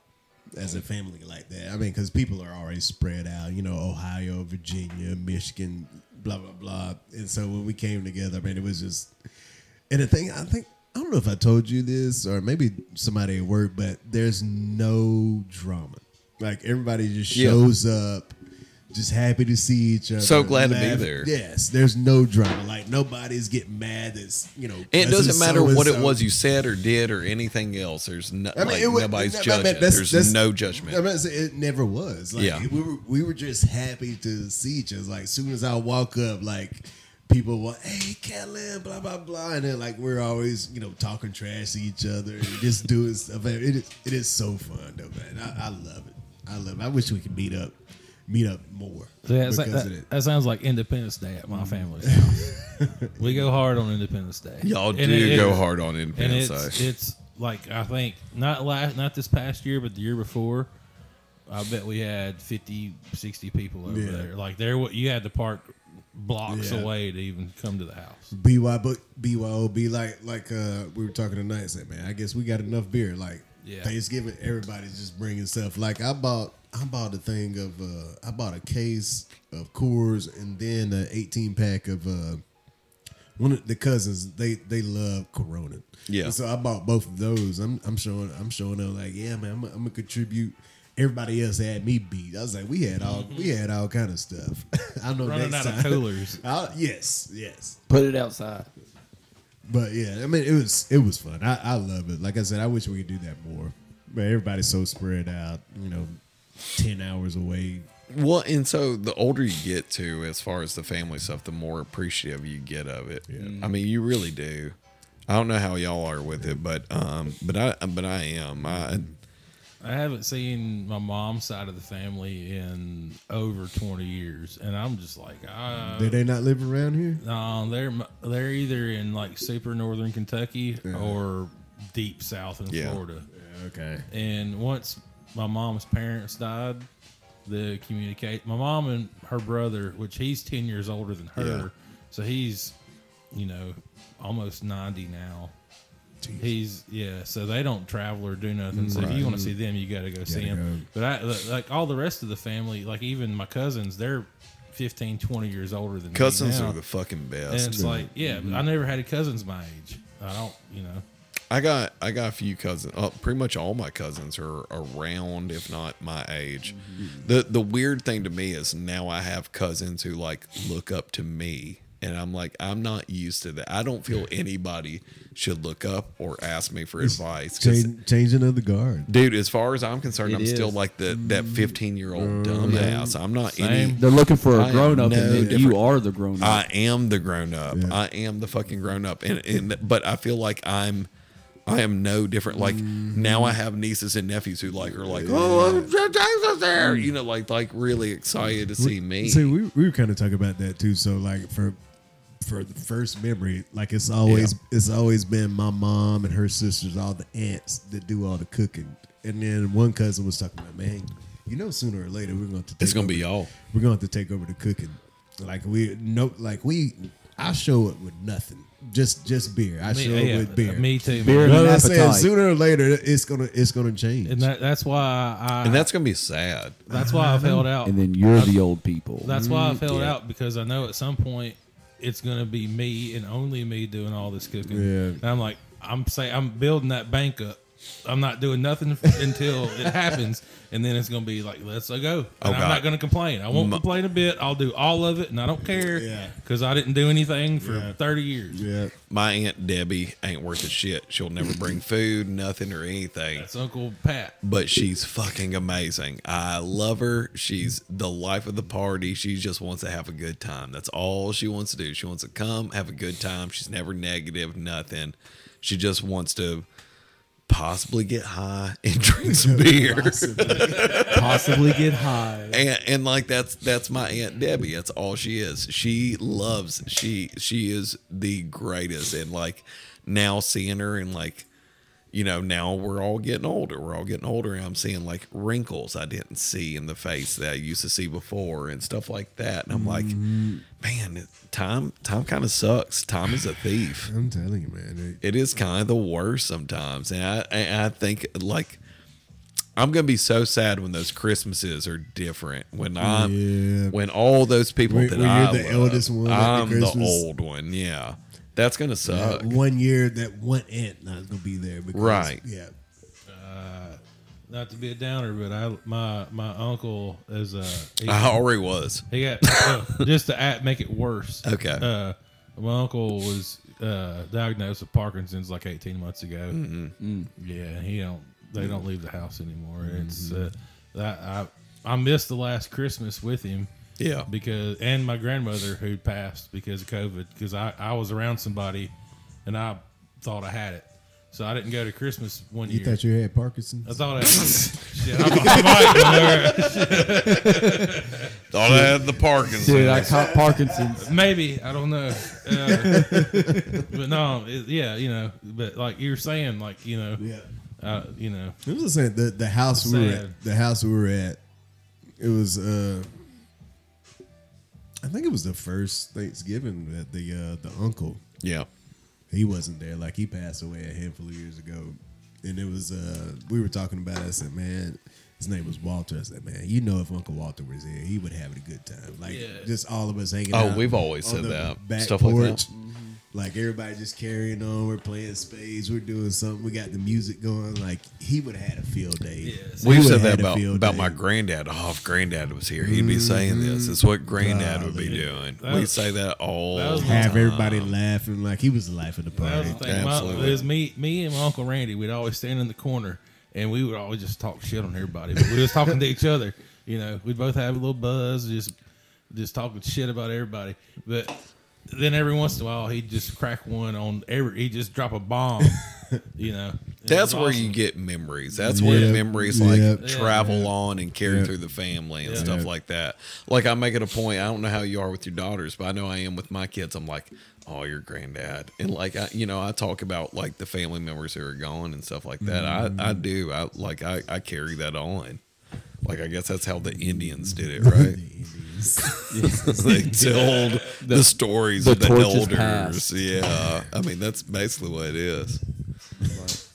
Speaker 1: as a family like that i mean because people are already spread out you know ohio virginia michigan blah blah blah and so when we came together man it was just and the thing, I think, I don't know if I told you this or maybe somebody at work, but there's no drama. Like everybody just
Speaker 2: Yeah.
Speaker 1: shows up, just happy to see each other.
Speaker 2: So glad to be
Speaker 1: laugh.
Speaker 2: there.
Speaker 1: Yes, there's no drama. Like nobody's getting mad. That's you know,
Speaker 2: It
Speaker 1: cousin
Speaker 2: doesn't matter what it
Speaker 1: so-and-so.
Speaker 2: was you said or did or anything else. There's no,
Speaker 1: um, I mean,
Speaker 2: like,
Speaker 1: it was,
Speaker 2: nobody's
Speaker 1: I mean,
Speaker 2: judging.
Speaker 1: that's-
Speaker 2: There's
Speaker 1: that's-
Speaker 2: no judgment.
Speaker 1: I mean, it's- it never was. Like,
Speaker 2: Yeah.
Speaker 1: we were we were just happy to see each other. Like, soon as I walk up, like people were, "Hey, Catelyn," blah blah blah, and then like we're always you know talking trash to each other and just <laughs> doing stuff. It is, it is so fun though, man. I, I love it. I love. it. I wish we could meet up meet up more.
Speaker 3: Yeah, it's like
Speaker 1: because
Speaker 3: that,
Speaker 1: of that.
Speaker 3: that sounds like Independence Day at
Speaker 2: Mm.
Speaker 3: my
Speaker 2: <laughs>
Speaker 3: family's house. we go hard on Independence Day.
Speaker 2: Y'all
Speaker 3: And
Speaker 2: do
Speaker 3: it- it-
Speaker 2: go hard on
Speaker 3: and
Speaker 2: Independence
Speaker 3: it's
Speaker 2: Day.
Speaker 3: it's like I think not last not this past year, but the year before. I bet we had 50, 60 people over
Speaker 1: Yeah.
Speaker 3: there. Like there, wa- you had to park blocks
Speaker 1: Yeah.
Speaker 3: away to even come to the house.
Speaker 1: BY, but BYOB, like like uh, we were talking tonight. It's like, man, I guess we got enough beer. Like
Speaker 3: Yeah.
Speaker 1: Thanksgiving, everybody's just bringing stuff. Like I bought, I bought a thing of, uh, I bought a case of Coors and then an eighteen pack of uh, one of the cousins. They they love Corona.
Speaker 2: Yeah.
Speaker 1: And so I bought both of those. I'm I'm showing I'm showing up like, yeah, man, I'm, gonna- I'm gonna contribute. Everybody else had me beat. I was like, we had all we had all kind of stuff. <laughs> I know
Speaker 3: Running
Speaker 1: next
Speaker 3: out of
Speaker 1: time-
Speaker 3: coolers.
Speaker 1: <laughs> I'll- yes, yes.
Speaker 4: Put it outside.
Speaker 1: But yeah, I mean, it was it was fun. I, I love it. Like I said, I wish we could do that more. But everybody's so spread out, you know, ten hours away.
Speaker 2: Well, and so the older you get to, as far as the family stuff, the more appreciative you get of it. I mean, you really do. I don't know how y'all are with it, but um, but I but I am. I
Speaker 3: I haven't seen my mom's side of the family in over twenty years, and I'm just like, ah,
Speaker 1: Do they not live around here?
Speaker 3: no, they're m- they're either in like super northern Kentucky or deep south in
Speaker 2: Yeah.
Speaker 3: Florida.
Speaker 1: Okay.
Speaker 3: And once my mom's parents died, the communicate my mom and her brother, which he's ten years older than her,
Speaker 2: Yeah.
Speaker 3: so he's you know almost ninety now. He's yeah, so they don't travel or do nothing. So if you want to see them, you got to go see
Speaker 1: gotta
Speaker 3: them. But I li- like all the rest of the family, like even my cousins, they're 15, 20 years older than me
Speaker 2: cousins
Speaker 3: now.
Speaker 2: are the fucking
Speaker 3: and
Speaker 2: best. Mm-hmm.
Speaker 3: it's like yeah, I never had a cousins my age. I don't, you know.
Speaker 2: I got I got a few cousins. Uh, pretty much all my cousins are around, if not my age.
Speaker 4: Mm-hmm.
Speaker 2: The the weird thing to me is now I have cousins who like look up to me, and I'm like I'm not used to that. I don't feel anybody should look up or ask me for advice. 'cause-
Speaker 1: Change, changing of the guard.
Speaker 2: dude, as far as I'm concerned,
Speaker 4: It
Speaker 2: I'm still
Speaker 4: is. Mm.
Speaker 2: like the that 15 year old dumbass. I'm not any.
Speaker 3: Same.
Speaker 4: They're looking for
Speaker 2: I
Speaker 4: a
Speaker 2: am
Speaker 4: grown up,
Speaker 2: no
Speaker 4: and then
Speaker 2: different.
Speaker 4: you are the grown up.
Speaker 2: I am the grown up. I am the fucking grown up. And, and but I feel like I'm I am no different. Like now I have nieces and nephews who like are like, oh James is there. You know, like like really excited to see me.
Speaker 1: See, we, we were kind of talking about that too. So like for for the first memory, like it's always it's always been my mom and her sisters, all the aunts that do all the cooking. And then one cousin was talking about, man, you know, sooner or later we're going to.
Speaker 2: It's
Speaker 1: take
Speaker 2: gonna
Speaker 1: over-
Speaker 2: be y'all.
Speaker 1: We're going to have to take over the cooking. Like we no, like we, I show up with nothing, just just beer. I show up
Speaker 3: yeah,
Speaker 1: with beer.
Speaker 3: Me too. man.
Speaker 4: Beer and
Speaker 1: But
Speaker 4: an
Speaker 1: I said
Speaker 4: appetite.
Speaker 1: sooner or later it's gonna it's gonna change.
Speaker 3: And that, that's why I
Speaker 2: And that's gonna be sad.
Speaker 3: That's why I've held out.
Speaker 4: and then you're the old people.
Speaker 3: That's why I've held out because I know at some point it's going to be me and only me doing all this cooking.
Speaker 1: Yeah.
Speaker 3: And I'm like, I'm saying, I'm building that bank up. I'm not doing nothing <laughs> f- until it happens, and then it's going to be like, let's go. And I'm
Speaker 2: God.
Speaker 3: not going to complain. I won't
Speaker 2: My-
Speaker 3: complain a bit. I'll do all of it, and I don't care
Speaker 1: Yeah.
Speaker 3: because I didn't do anything for 30 years.
Speaker 1: yeah,
Speaker 2: My aunt Debbie ain't worth a shit. She'll never bring food, nothing or anything.
Speaker 3: That's Uncle Pat.
Speaker 2: but she's fucking amazing. I love her. She's the life of the party. She just wants to have a good time. That's all she wants to do. She wants to come, have a good time. She's never negative, nothing. She just wants to possibly get high and <laughs> drink some beer.
Speaker 4: Possibly get high.
Speaker 2: and, and like that's that's my aunt Debbie. That's all she is. She loves. She she is the greatest. And like now seeing her and like you know now we're all getting older. We're all getting older, and I'm seeing like wrinkles I didn't see in the face that I used to see before and stuff like that. And I'm like, man, time time kind of sucks. Time is a thief
Speaker 1: I'm telling you, man.
Speaker 2: it is kind of the worst sometimes. And I, and I think like I'm gonna be so sad when those Christmases are different. When I'm
Speaker 1: Oh, Yeah.
Speaker 2: when all those people
Speaker 1: When-
Speaker 2: that
Speaker 1: when
Speaker 2: I
Speaker 1: you're the
Speaker 2: love,
Speaker 1: eldest one at the
Speaker 2: I'm the,
Speaker 1: Christmas.
Speaker 2: old one. Yeah, that's gonna suck.
Speaker 1: That Uh, one year, that one aunt not gonna be there. Because,
Speaker 2: Right.
Speaker 1: Yeah.
Speaker 3: Not to be a downer, but I my my uncle is uh he-
Speaker 2: I already was.
Speaker 3: He got uh, <laughs> just to act, make it worse.
Speaker 2: Okay.
Speaker 3: Uh, my uncle was uh, diagnosed with Parkinson's like 18 months ago.
Speaker 1: Mm.
Speaker 3: Yeah, he don't. They don't leave the house anymore. It's uh, that I I missed the last Christmas with him
Speaker 2: Yeah,
Speaker 3: because and my grandmother who passed because of COVID because I I was around somebody and I thought I had it, so I didn't go to Christmas one
Speaker 1: You
Speaker 3: year.
Speaker 1: thought <laughs> you had Parkinson's?
Speaker 3: I thought I. shit, I'm, I'm right,
Speaker 2: Thought I had the Parkinson's.
Speaker 4: <laughs> Dude, I caught Parkinson's.
Speaker 3: Maybe I don't know, uh, but no, it, yeah, you know, but like you're saying, like you know,
Speaker 1: Yeah.
Speaker 3: uh, you know,
Speaker 1: It was saying the the house we were at. The house we were at. It was. uh I think it was the first Thanksgiving that the uh, the uncle
Speaker 2: Yeah.
Speaker 1: he wasn't there. Like he passed away a handful of years ago, and it was uh we were talking about. It. I said, man, his name was Walter. I said, man, you know if Uncle Walter was here, he would have a good time. Like
Speaker 3: Yeah.
Speaker 1: just all of us hanging.
Speaker 2: Oh,
Speaker 1: out
Speaker 2: we've always
Speaker 1: on
Speaker 2: said
Speaker 1: the
Speaker 2: that.
Speaker 1: back
Speaker 2: Stuff like that.
Speaker 1: Like everybody just carrying on. We're playing spades. We're doing something. We got the music going. Like he would have had a field day.
Speaker 3: Yes.
Speaker 1: He
Speaker 2: We've
Speaker 1: would
Speaker 2: said
Speaker 1: have
Speaker 2: that
Speaker 1: had a
Speaker 2: about,
Speaker 1: field
Speaker 2: about
Speaker 1: day.
Speaker 2: my granddad. Oh, if granddad was here, he'd be saying this. It's what granddad would be doing.
Speaker 3: That
Speaker 2: we
Speaker 3: was-
Speaker 2: say that all
Speaker 3: that was
Speaker 2: the
Speaker 3: my-
Speaker 1: have everybody laughing. Like he was the life of the
Speaker 3: that
Speaker 1: party.
Speaker 3: was the thing. My, it
Speaker 2: Absolutely.
Speaker 3: was me, me and my uncle Randy. We'd always stand in the corner, and we would always just talk shit on everybody. But we was talking to each other. You know, we'd both have a little buzz, just just talking shit about everybody. But then every once in a while, he'd just crack one on every. He'd just drop a bomb. you know, And
Speaker 2: <laughs>
Speaker 3: it
Speaker 2: That's
Speaker 3: was
Speaker 2: where
Speaker 3: awesome.
Speaker 2: you get memories. That's where
Speaker 1: Yeah.
Speaker 2: memories
Speaker 1: Yeah.
Speaker 2: like
Speaker 1: Yeah.
Speaker 2: travel on and carry
Speaker 1: Yeah.
Speaker 2: through the family and
Speaker 3: Yeah.
Speaker 2: stuff like that. Like I make it a point. I don't know how you are with your daughters, but I know I am with my kids. I'm like, oh, your granddad, and like I, you know, I talk about like the family members who are gone and stuff like that. I, I do. I like I, I carry that on. Like I guess that's how the Indians did it, right? <laughs> they told the, stories
Speaker 4: the
Speaker 2: of the
Speaker 4: torches
Speaker 2: elders.
Speaker 4: passed.
Speaker 2: Yeah, I mean that's basically what it is.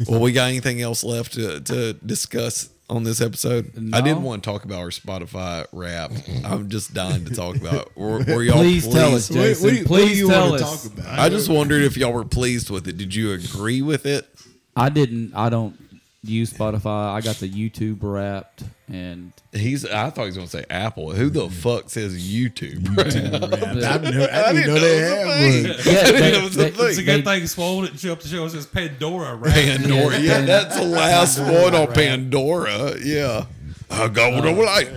Speaker 2: well, we got anything else left to, to discuss on this episode? I did
Speaker 4: No.
Speaker 2: want to talk about our Spotify rap. I'm just dying to talk about. it. Were, were y'all
Speaker 4: Please tell us,
Speaker 2: pleased-
Speaker 4: Jason.
Speaker 1: What do you- what do
Speaker 4: Please
Speaker 1: you
Speaker 4: tell
Speaker 1: wanna
Speaker 4: us.
Speaker 1: talk about?
Speaker 2: I just wondered if y'all were pleased with it. Did you agree with it?
Speaker 4: I didn't. I don't use Spotify. I got the YouTube Wrapped, and
Speaker 2: He's. I thought he was going to say Apple. Who the fuck says YouTube?
Speaker 1: I've never, I didn't know they had one.
Speaker 4: yeah,
Speaker 2: <laughs>
Speaker 4: they,
Speaker 2: That was the
Speaker 4: they-
Speaker 2: thing.
Speaker 3: It's a
Speaker 4: they-
Speaker 3: good thing Swole didn't show up to show us his
Speaker 2: <laughs>
Speaker 3: Pandora
Speaker 2: <laughs>
Speaker 3: rap.
Speaker 2: Pandora.
Speaker 4: Yeah,
Speaker 2: Yeah,
Speaker 4: Pan-
Speaker 2: that's the last one on Pandora. Yeah. I got what I like.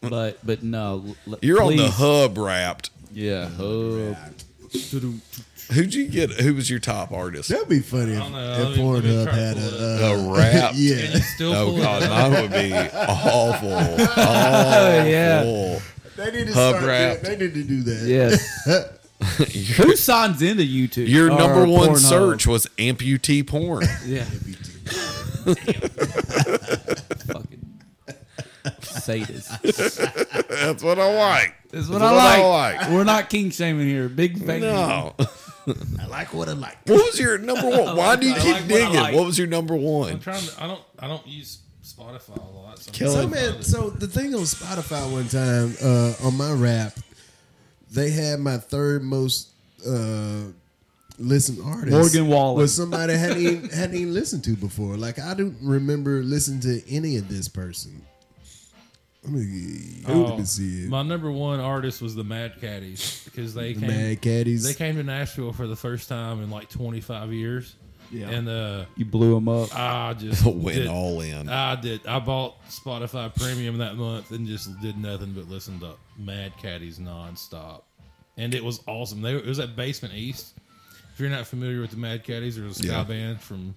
Speaker 4: But but no, l- l-
Speaker 2: You're on the
Speaker 4: please-
Speaker 2: hub wrapped.
Speaker 4: Yeah, hub.
Speaker 2: Who'd you get? Who was your top artist?
Speaker 1: That'd be funny if,
Speaker 3: don't know.
Speaker 1: if
Speaker 3: Let me- let me
Speaker 1: Pornhub
Speaker 3: try to
Speaker 1: had
Speaker 3: pull
Speaker 1: a. Uh,
Speaker 2: A
Speaker 4: <laughs>
Speaker 2: rap.
Speaker 3: And
Speaker 1: yeah.
Speaker 3: you
Speaker 2: <laughs>
Speaker 3: still
Speaker 2: Oh
Speaker 3: pull it
Speaker 2: god,
Speaker 3: up.
Speaker 2: mine would be awful. Oh yeah.
Speaker 1: They need to
Speaker 2: Hub
Speaker 1: start
Speaker 2: wrapped.
Speaker 1: that. They need to do that.
Speaker 2: <laughs>
Speaker 4: Yes. Who signs into YouTube?
Speaker 2: Your
Speaker 4: Or
Speaker 2: number one
Speaker 4: Pornhub?
Speaker 2: search was amputee porn.
Speaker 4: Yeah. Fucking sadist.
Speaker 2: <laughs> That's what I like.
Speaker 4: That's
Speaker 2: what I like.
Speaker 4: We're not king shaming here. Big fan.
Speaker 2: No. <laughs>
Speaker 1: I like what I like.
Speaker 2: What was your number one? Why do you
Speaker 4: I
Speaker 2: keep
Speaker 4: like what I
Speaker 2: digging? What,
Speaker 4: like.
Speaker 2: was your number
Speaker 3: I'm
Speaker 2: one?
Speaker 3: trying to. I don't. I don't use Spotify a lot. So
Speaker 1: So man, so the thing on Spotify one time uh, on my rap, they had my third most uh, listened artist,
Speaker 4: Morgan Wallen.
Speaker 1: was somebody I hadn't even, hadn't even listened to before. Like I don't remember listening to any of this person. Let me, let me see it.
Speaker 3: my number one artist was the Mad Caddies because
Speaker 2: <laughs>
Speaker 3: they came.
Speaker 1: Mad Caddies.
Speaker 3: They came to Nashville for the first time in like 25 years.
Speaker 4: Yeah.
Speaker 3: And uh,
Speaker 4: You blew him up.
Speaker 3: I
Speaker 2: <laughs>
Speaker 3: just
Speaker 2: Went
Speaker 3: did-
Speaker 2: all in.
Speaker 3: I did. I bought Spotify Premium that month and just did nothing but listen to Mad Caddies nonstop, and it was awesome. They were, it was at Basement East. If you're not familiar with the Mad Caddies, they're a ska
Speaker 2: Yeah.
Speaker 3: band from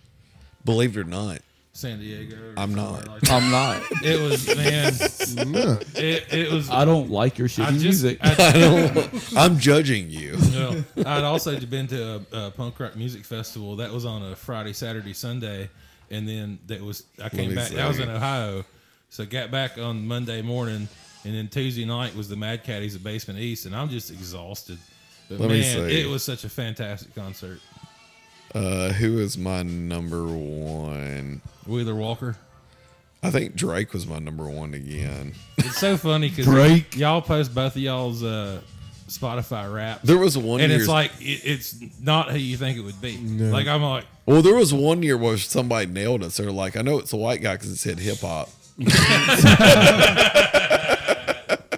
Speaker 2: Believe it or not,
Speaker 3: San Diego. or
Speaker 2: I'm
Speaker 3: somewhere
Speaker 2: not.
Speaker 3: like that.
Speaker 4: I'm not.
Speaker 3: It was man. it, it was.
Speaker 4: I don't like your shitty
Speaker 3: I
Speaker 4: <laughs>
Speaker 3: just.
Speaker 4: music.
Speaker 3: I,
Speaker 2: I'm judging you.
Speaker 3: well, I'd also been to a, a punk rock music festival that was on a Friday, Saturday, Sunday, and then that was I came
Speaker 2: me
Speaker 3: back.
Speaker 2: see.
Speaker 3: That was in Ohio, so got back on Monday morning, and then Tuesday night was the Mad Caddies at Basement East, and I'm just exhausted. But
Speaker 2: Let me
Speaker 3: man,
Speaker 2: see.
Speaker 3: it was such a fantastic concert.
Speaker 2: Uh, who is my number one?
Speaker 3: Wheeler Walker.
Speaker 2: I think Drake was my number one again.
Speaker 3: It's so funny because
Speaker 4: Drake.
Speaker 3: y'all post both of y'all's uh, Spotify raps.
Speaker 2: There was one
Speaker 3: and
Speaker 2: year,
Speaker 3: it's like it, it's not who you think it would be. Like I'm like,
Speaker 2: well, there was one year where somebody nailed us. They're like, I know it's a white guy because it said hip hop. <laughs>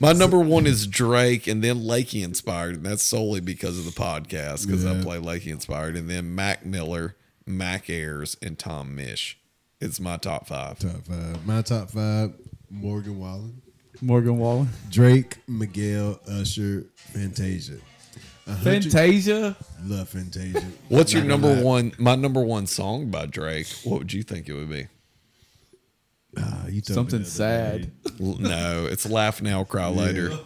Speaker 2: my number one is Drake, and then Lakey Inspired, and that's solely because of the podcast because I
Speaker 1: Yeah.
Speaker 2: play Lakey Inspired, and then Mac Miller, Mac Ayers, and Tom Mish. It's my top five.
Speaker 1: top five. My top five: Morgan Wallen,
Speaker 4: Morgan Wallen.
Speaker 1: Drake, Miguel, Usher, Fantasia. A hundred-
Speaker 4: Fantasia.
Speaker 1: Love Fantasia.
Speaker 2: <laughs> What's your
Speaker 1: Not gonna
Speaker 2: number
Speaker 1: lie.
Speaker 2: one? My number one song by Drake. What would you think it would be?
Speaker 1: Uh, you told me
Speaker 4: Something
Speaker 1: the other day.
Speaker 4: sad.
Speaker 2: L- No, it's laugh now, cry later.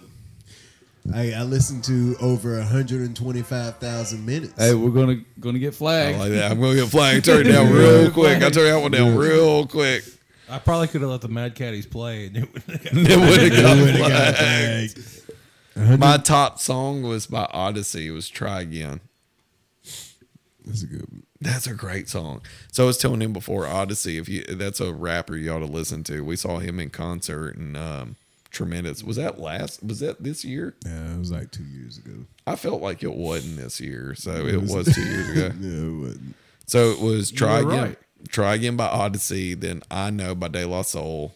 Speaker 6: I, I listened to over 125,000 minutes.
Speaker 1: <laughs>
Speaker 4: Hey, we're gonna gonna get
Speaker 2: I
Speaker 4: flagged.
Speaker 2: like that. I'm gonna get flagged. Turn it down real quick. I'll turn that one down real quick. <laughs>
Speaker 3: I probably could have let the Mad Caddies play. And it would-
Speaker 2: It would've got flagged.
Speaker 1: Like,
Speaker 2: My top song was by Odyssey. It was Try Again.
Speaker 1: that's a good. One.
Speaker 2: That's a great song. So I was telling him before Odyssey, if you that's a rapper you ought to listen to. We saw him in concert and um tremendous. Was that last was that this year?
Speaker 1: Yeah, it was like two years ago.
Speaker 2: I felt like it wasn't this year. So it was two years ago.
Speaker 1: <laughs> Yeah, it wasn't.
Speaker 2: So it was Try
Speaker 4: were
Speaker 2: Again.
Speaker 4: right.
Speaker 2: Try Again by Odyssey, then I Know by De La Soul,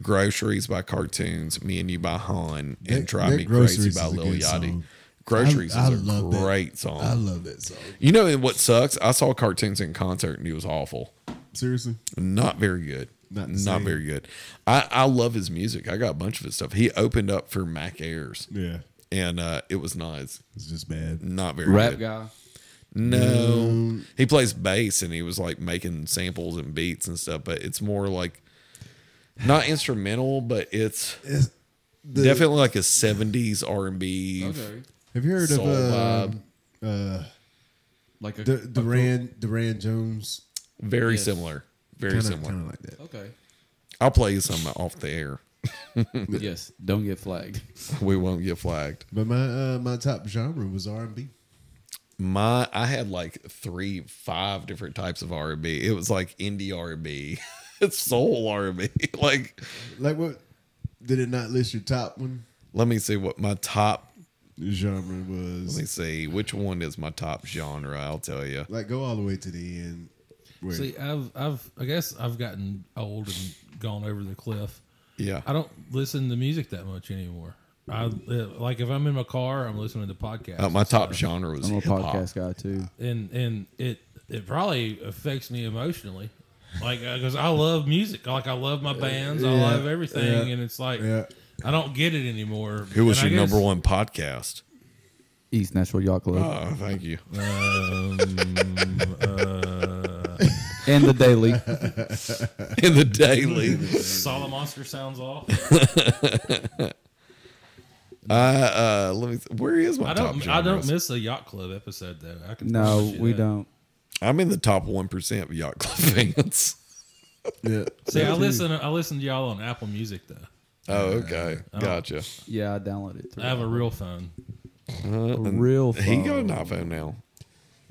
Speaker 2: Groceries by Cartoons, Me and You by Han, and
Speaker 1: That-
Speaker 2: Try
Speaker 1: that
Speaker 2: Me Crazy
Speaker 1: Groceries
Speaker 2: by
Speaker 1: is a
Speaker 2: Lil
Speaker 1: good
Speaker 2: Yachty.
Speaker 1: song.
Speaker 2: Groceries
Speaker 6: I- I
Speaker 2: is a
Speaker 6: love that.
Speaker 2: great song.
Speaker 6: I love that song.
Speaker 2: you know and what sucks? I saw Cartoons in concert and he was awful.
Speaker 1: Seriously,
Speaker 2: Not very good. Not,
Speaker 1: Not the same.
Speaker 2: very good. I, I love his music. I got a bunch of his stuff. He opened up for Mac Ayers
Speaker 1: yeah,
Speaker 2: and uh, it was nice.
Speaker 1: it's just bad.
Speaker 2: Not very
Speaker 4: Rap
Speaker 2: good.
Speaker 4: guy.
Speaker 2: No, he plays bass and he was like making samples and beats and stuff, but it's more like not instrumental, but it's
Speaker 6: The-
Speaker 2: definitely like a '70s R&B.
Speaker 4: Okay.
Speaker 6: Have you heard
Speaker 2: Soul
Speaker 6: of uh, uh,
Speaker 4: Like a
Speaker 6: D- Duran Duran Jones?
Speaker 2: Very similar, very similar.
Speaker 6: Kind of like that.
Speaker 4: Okay.
Speaker 2: I'll play you some off the air.
Speaker 4: yes. Don't get flagged.
Speaker 2: We won't get flagged.
Speaker 6: But my uh, my top genre was R and B.
Speaker 2: My, I had like three, five different types of R&B. It was like indie R&B, it's <laughs> soul R&B. <laughs> Like,
Speaker 6: Like what? Did it not list your top one
Speaker 2: let me see what my top.
Speaker 6: genre
Speaker 2: Let me
Speaker 6: was?
Speaker 2: see which one is my top genre. I'll tell you.
Speaker 6: Like go all the way to the end. Where
Speaker 3: See, I've, I've, I guess I've gotten old and gone over the cliff.
Speaker 2: Yeah,
Speaker 3: I don't listen to music that much anymore. I uh, like if I'm in my car, I'm listening to podcasts.
Speaker 2: Uh, my top genre was
Speaker 4: <laughs> I'm a
Speaker 2: hip hop.
Speaker 4: podcast guy too.
Speaker 3: and and it it probably affects me emotionally, like because I love music, like I love my bands, I
Speaker 6: yeah,
Speaker 3: love everything,
Speaker 6: yeah,
Speaker 3: and it's like
Speaker 6: yeah.
Speaker 3: I don't get it anymore.
Speaker 2: Who was
Speaker 3: And
Speaker 2: your
Speaker 3: I guess-
Speaker 2: number one podcast?
Speaker 4: East Natural Yacht Club
Speaker 2: Oh, thank you. <laughs>
Speaker 4: and the <laughs> Daily.
Speaker 2: In the
Speaker 3: <laughs>
Speaker 2: daily,
Speaker 3: Solid Monster sounds off.
Speaker 2: uh, let me. th- where is my
Speaker 3: I
Speaker 2: top
Speaker 3: don't.
Speaker 2: genres?
Speaker 3: I don't miss the yacht club episode though. I can promise
Speaker 4: no,
Speaker 3: you
Speaker 4: we
Speaker 3: that.
Speaker 4: don't.
Speaker 2: I'm in the top one percent of yacht club <laughs> fans.
Speaker 6: yeah.
Speaker 3: See, I listen. I listen to y'all on Apple Music though.
Speaker 2: Oh, okay, gotcha.
Speaker 4: Yeah, I downloaded it. Through.
Speaker 3: I have a real phone.
Speaker 4: a real. Phone.
Speaker 2: He got an iPhone now.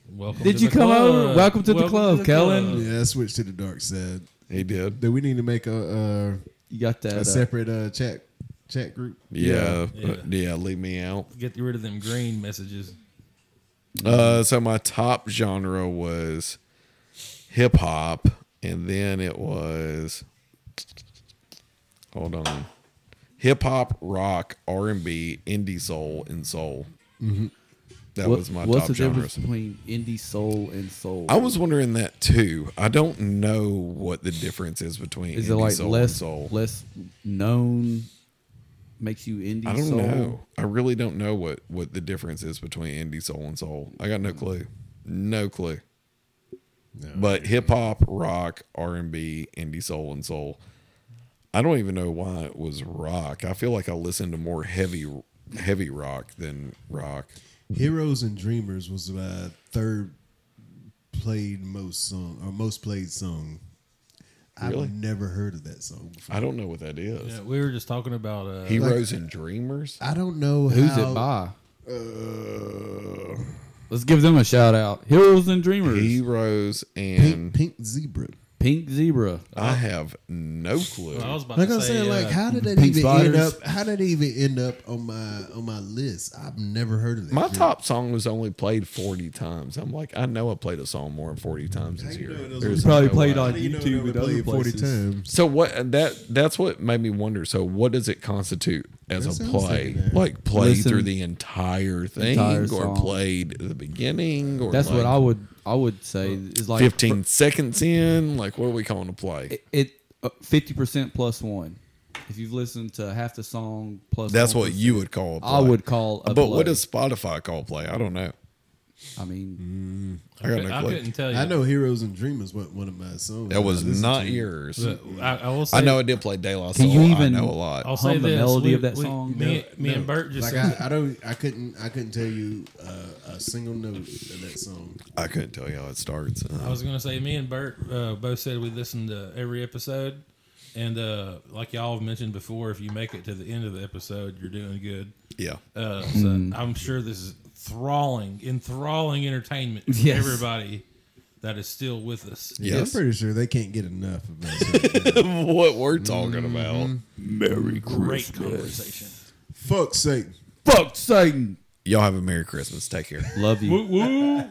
Speaker 3: Welcome.
Speaker 4: Did
Speaker 3: to
Speaker 4: you
Speaker 3: the
Speaker 4: come
Speaker 3: club.
Speaker 4: over? Welcome to the club, Kellen.
Speaker 3: club.
Speaker 6: Yeah, I switched to the dark side.
Speaker 2: He did.
Speaker 6: Do we need to make a
Speaker 4: You got that?
Speaker 6: uh,
Speaker 4: uh,
Speaker 6: a separate uh, chat chat group?
Speaker 2: Yeah,
Speaker 3: Yeah.
Speaker 2: yeah. leave me out.
Speaker 3: Get rid of them green messages.
Speaker 2: Uh, so my top genre was hip hop, and then it was hold on, hip hop, rock, R and B, indie soul, and soul. That
Speaker 4: Mm-hmm. what-
Speaker 2: was my top
Speaker 4: what's the difference
Speaker 2: genres.
Speaker 4: between indie soul and soul?
Speaker 2: I was wondering that too. I don't know what the difference is between
Speaker 4: Is
Speaker 2: indie
Speaker 4: it like
Speaker 2: soul and
Speaker 4: less
Speaker 2: soul.
Speaker 4: less known? Makes you indie.
Speaker 2: I don't
Speaker 4: soul?
Speaker 2: know. I really don't know what what the difference is between indie soul and soul. I got no clue. No clue. but hip hop, rock, R and B, indie soul, and soul. I don't even know why it was rock. I feel like I listened to more heavy heavy rock than rock.
Speaker 6: Heroes and Dreamers was my third played most song or most played song.
Speaker 2: Really?
Speaker 6: I've never heard of that song before.
Speaker 2: I don't know what that is.
Speaker 3: Yeah, we were just talking about uh,
Speaker 2: Heroes and Dreamers.
Speaker 6: I don't know
Speaker 4: Who's
Speaker 6: how, uh,
Speaker 4: it by? Let's give them a shout out. Heroes and Dreamers.
Speaker 2: Heroes
Speaker 6: Pink,
Speaker 2: and
Speaker 6: Pink Zebra.
Speaker 4: Pink Zebra.
Speaker 2: I have no clue.
Speaker 3: I was about
Speaker 6: Like
Speaker 3: to
Speaker 6: I'm
Speaker 3: say,
Speaker 6: saying, like
Speaker 3: uh,
Speaker 6: how did that
Speaker 4: Pink
Speaker 6: even end
Speaker 4: Spiders.
Speaker 6: up? How did it even end up on my on my list? I've never heard of that.
Speaker 2: My
Speaker 6: group.
Speaker 2: top song was only played 40 times. I'm like, I know I played a song more than 40 times this year. There's no way.
Speaker 6: How do you know it only played forty times.
Speaker 2: So what that that's what made me wonder. So what does it constitute as
Speaker 6: That
Speaker 2: a
Speaker 6: sounds
Speaker 2: play?
Speaker 6: like
Speaker 2: Like,
Speaker 6: that.
Speaker 2: play
Speaker 4: Listen-
Speaker 2: through the entire thing,
Speaker 4: Entire
Speaker 2: or
Speaker 4: song.
Speaker 2: played at the beginning, or
Speaker 4: That's
Speaker 2: like
Speaker 4: what I would I would say is like
Speaker 2: Fifteen seconds in, like what are we calling a play?
Speaker 4: It uh, fifty percent plus one. If you've listened to half the song plus,
Speaker 2: that's
Speaker 4: one
Speaker 2: what
Speaker 4: percent.
Speaker 2: you would call. a play.
Speaker 4: I would call. A
Speaker 2: but what
Speaker 4: play.
Speaker 2: does Spotify call play? I don't know.
Speaker 4: I mean,
Speaker 2: I got no
Speaker 3: I couldn't
Speaker 2: clue.
Speaker 3: tell you.
Speaker 1: I know "Heroes and Dreamers" was one of my songs.
Speaker 2: That was
Speaker 1: I listened
Speaker 2: not
Speaker 1: to.
Speaker 2: yours.
Speaker 3: But I, I will say,
Speaker 2: I know I did play De La
Speaker 4: Can
Speaker 2: Soul.
Speaker 4: you
Speaker 2: I
Speaker 4: even-
Speaker 2: know a lot.
Speaker 3: I'll say
Speaker 4: hum the
Speaker 3: this,
Speaker 4: melody
Speaker 3: we-
Speaker 4: of that
Speaker 3: we-
Speaker 4: song.
Speaker 3: Me, me
Speaker 1: No,
Speaker 3: and Bert just
Speaker 1: like
Speaker 3: said,
Speaker 1: I, I don't I couldn't I couldn't tell you uh, a single note of that song.
Speaker 2: I couldn't tell you how it starts. Uh,
Speaker 3: I was gonna say, me and Bert uh, both said we listened to every episode, and uh, like y'all have mentioned before, if you make it to the end of the episode, you're doing good.
Speaker 2: yeah.
Speaker 3: Uh, so I'm sure this is thralling, enthralling entertainment for
Speaker 4: Yes.
Speaker 3: everybody that is still with us.
Speaker 2: Yes.
Speaker 1: I'm pretty sure they can't get enough of <laughs> that. song.
Speaker 2: <laughs> what we're talking about. Merry
Speaker 3: Great conversation.
Speaker 1: Fuck sake.
Speaker 4: fuck Satan.
Speaker 2: Y'all have a Merry Christmas. Take care.
Speaker 4: Love you.
Speaker 3: Woo woo.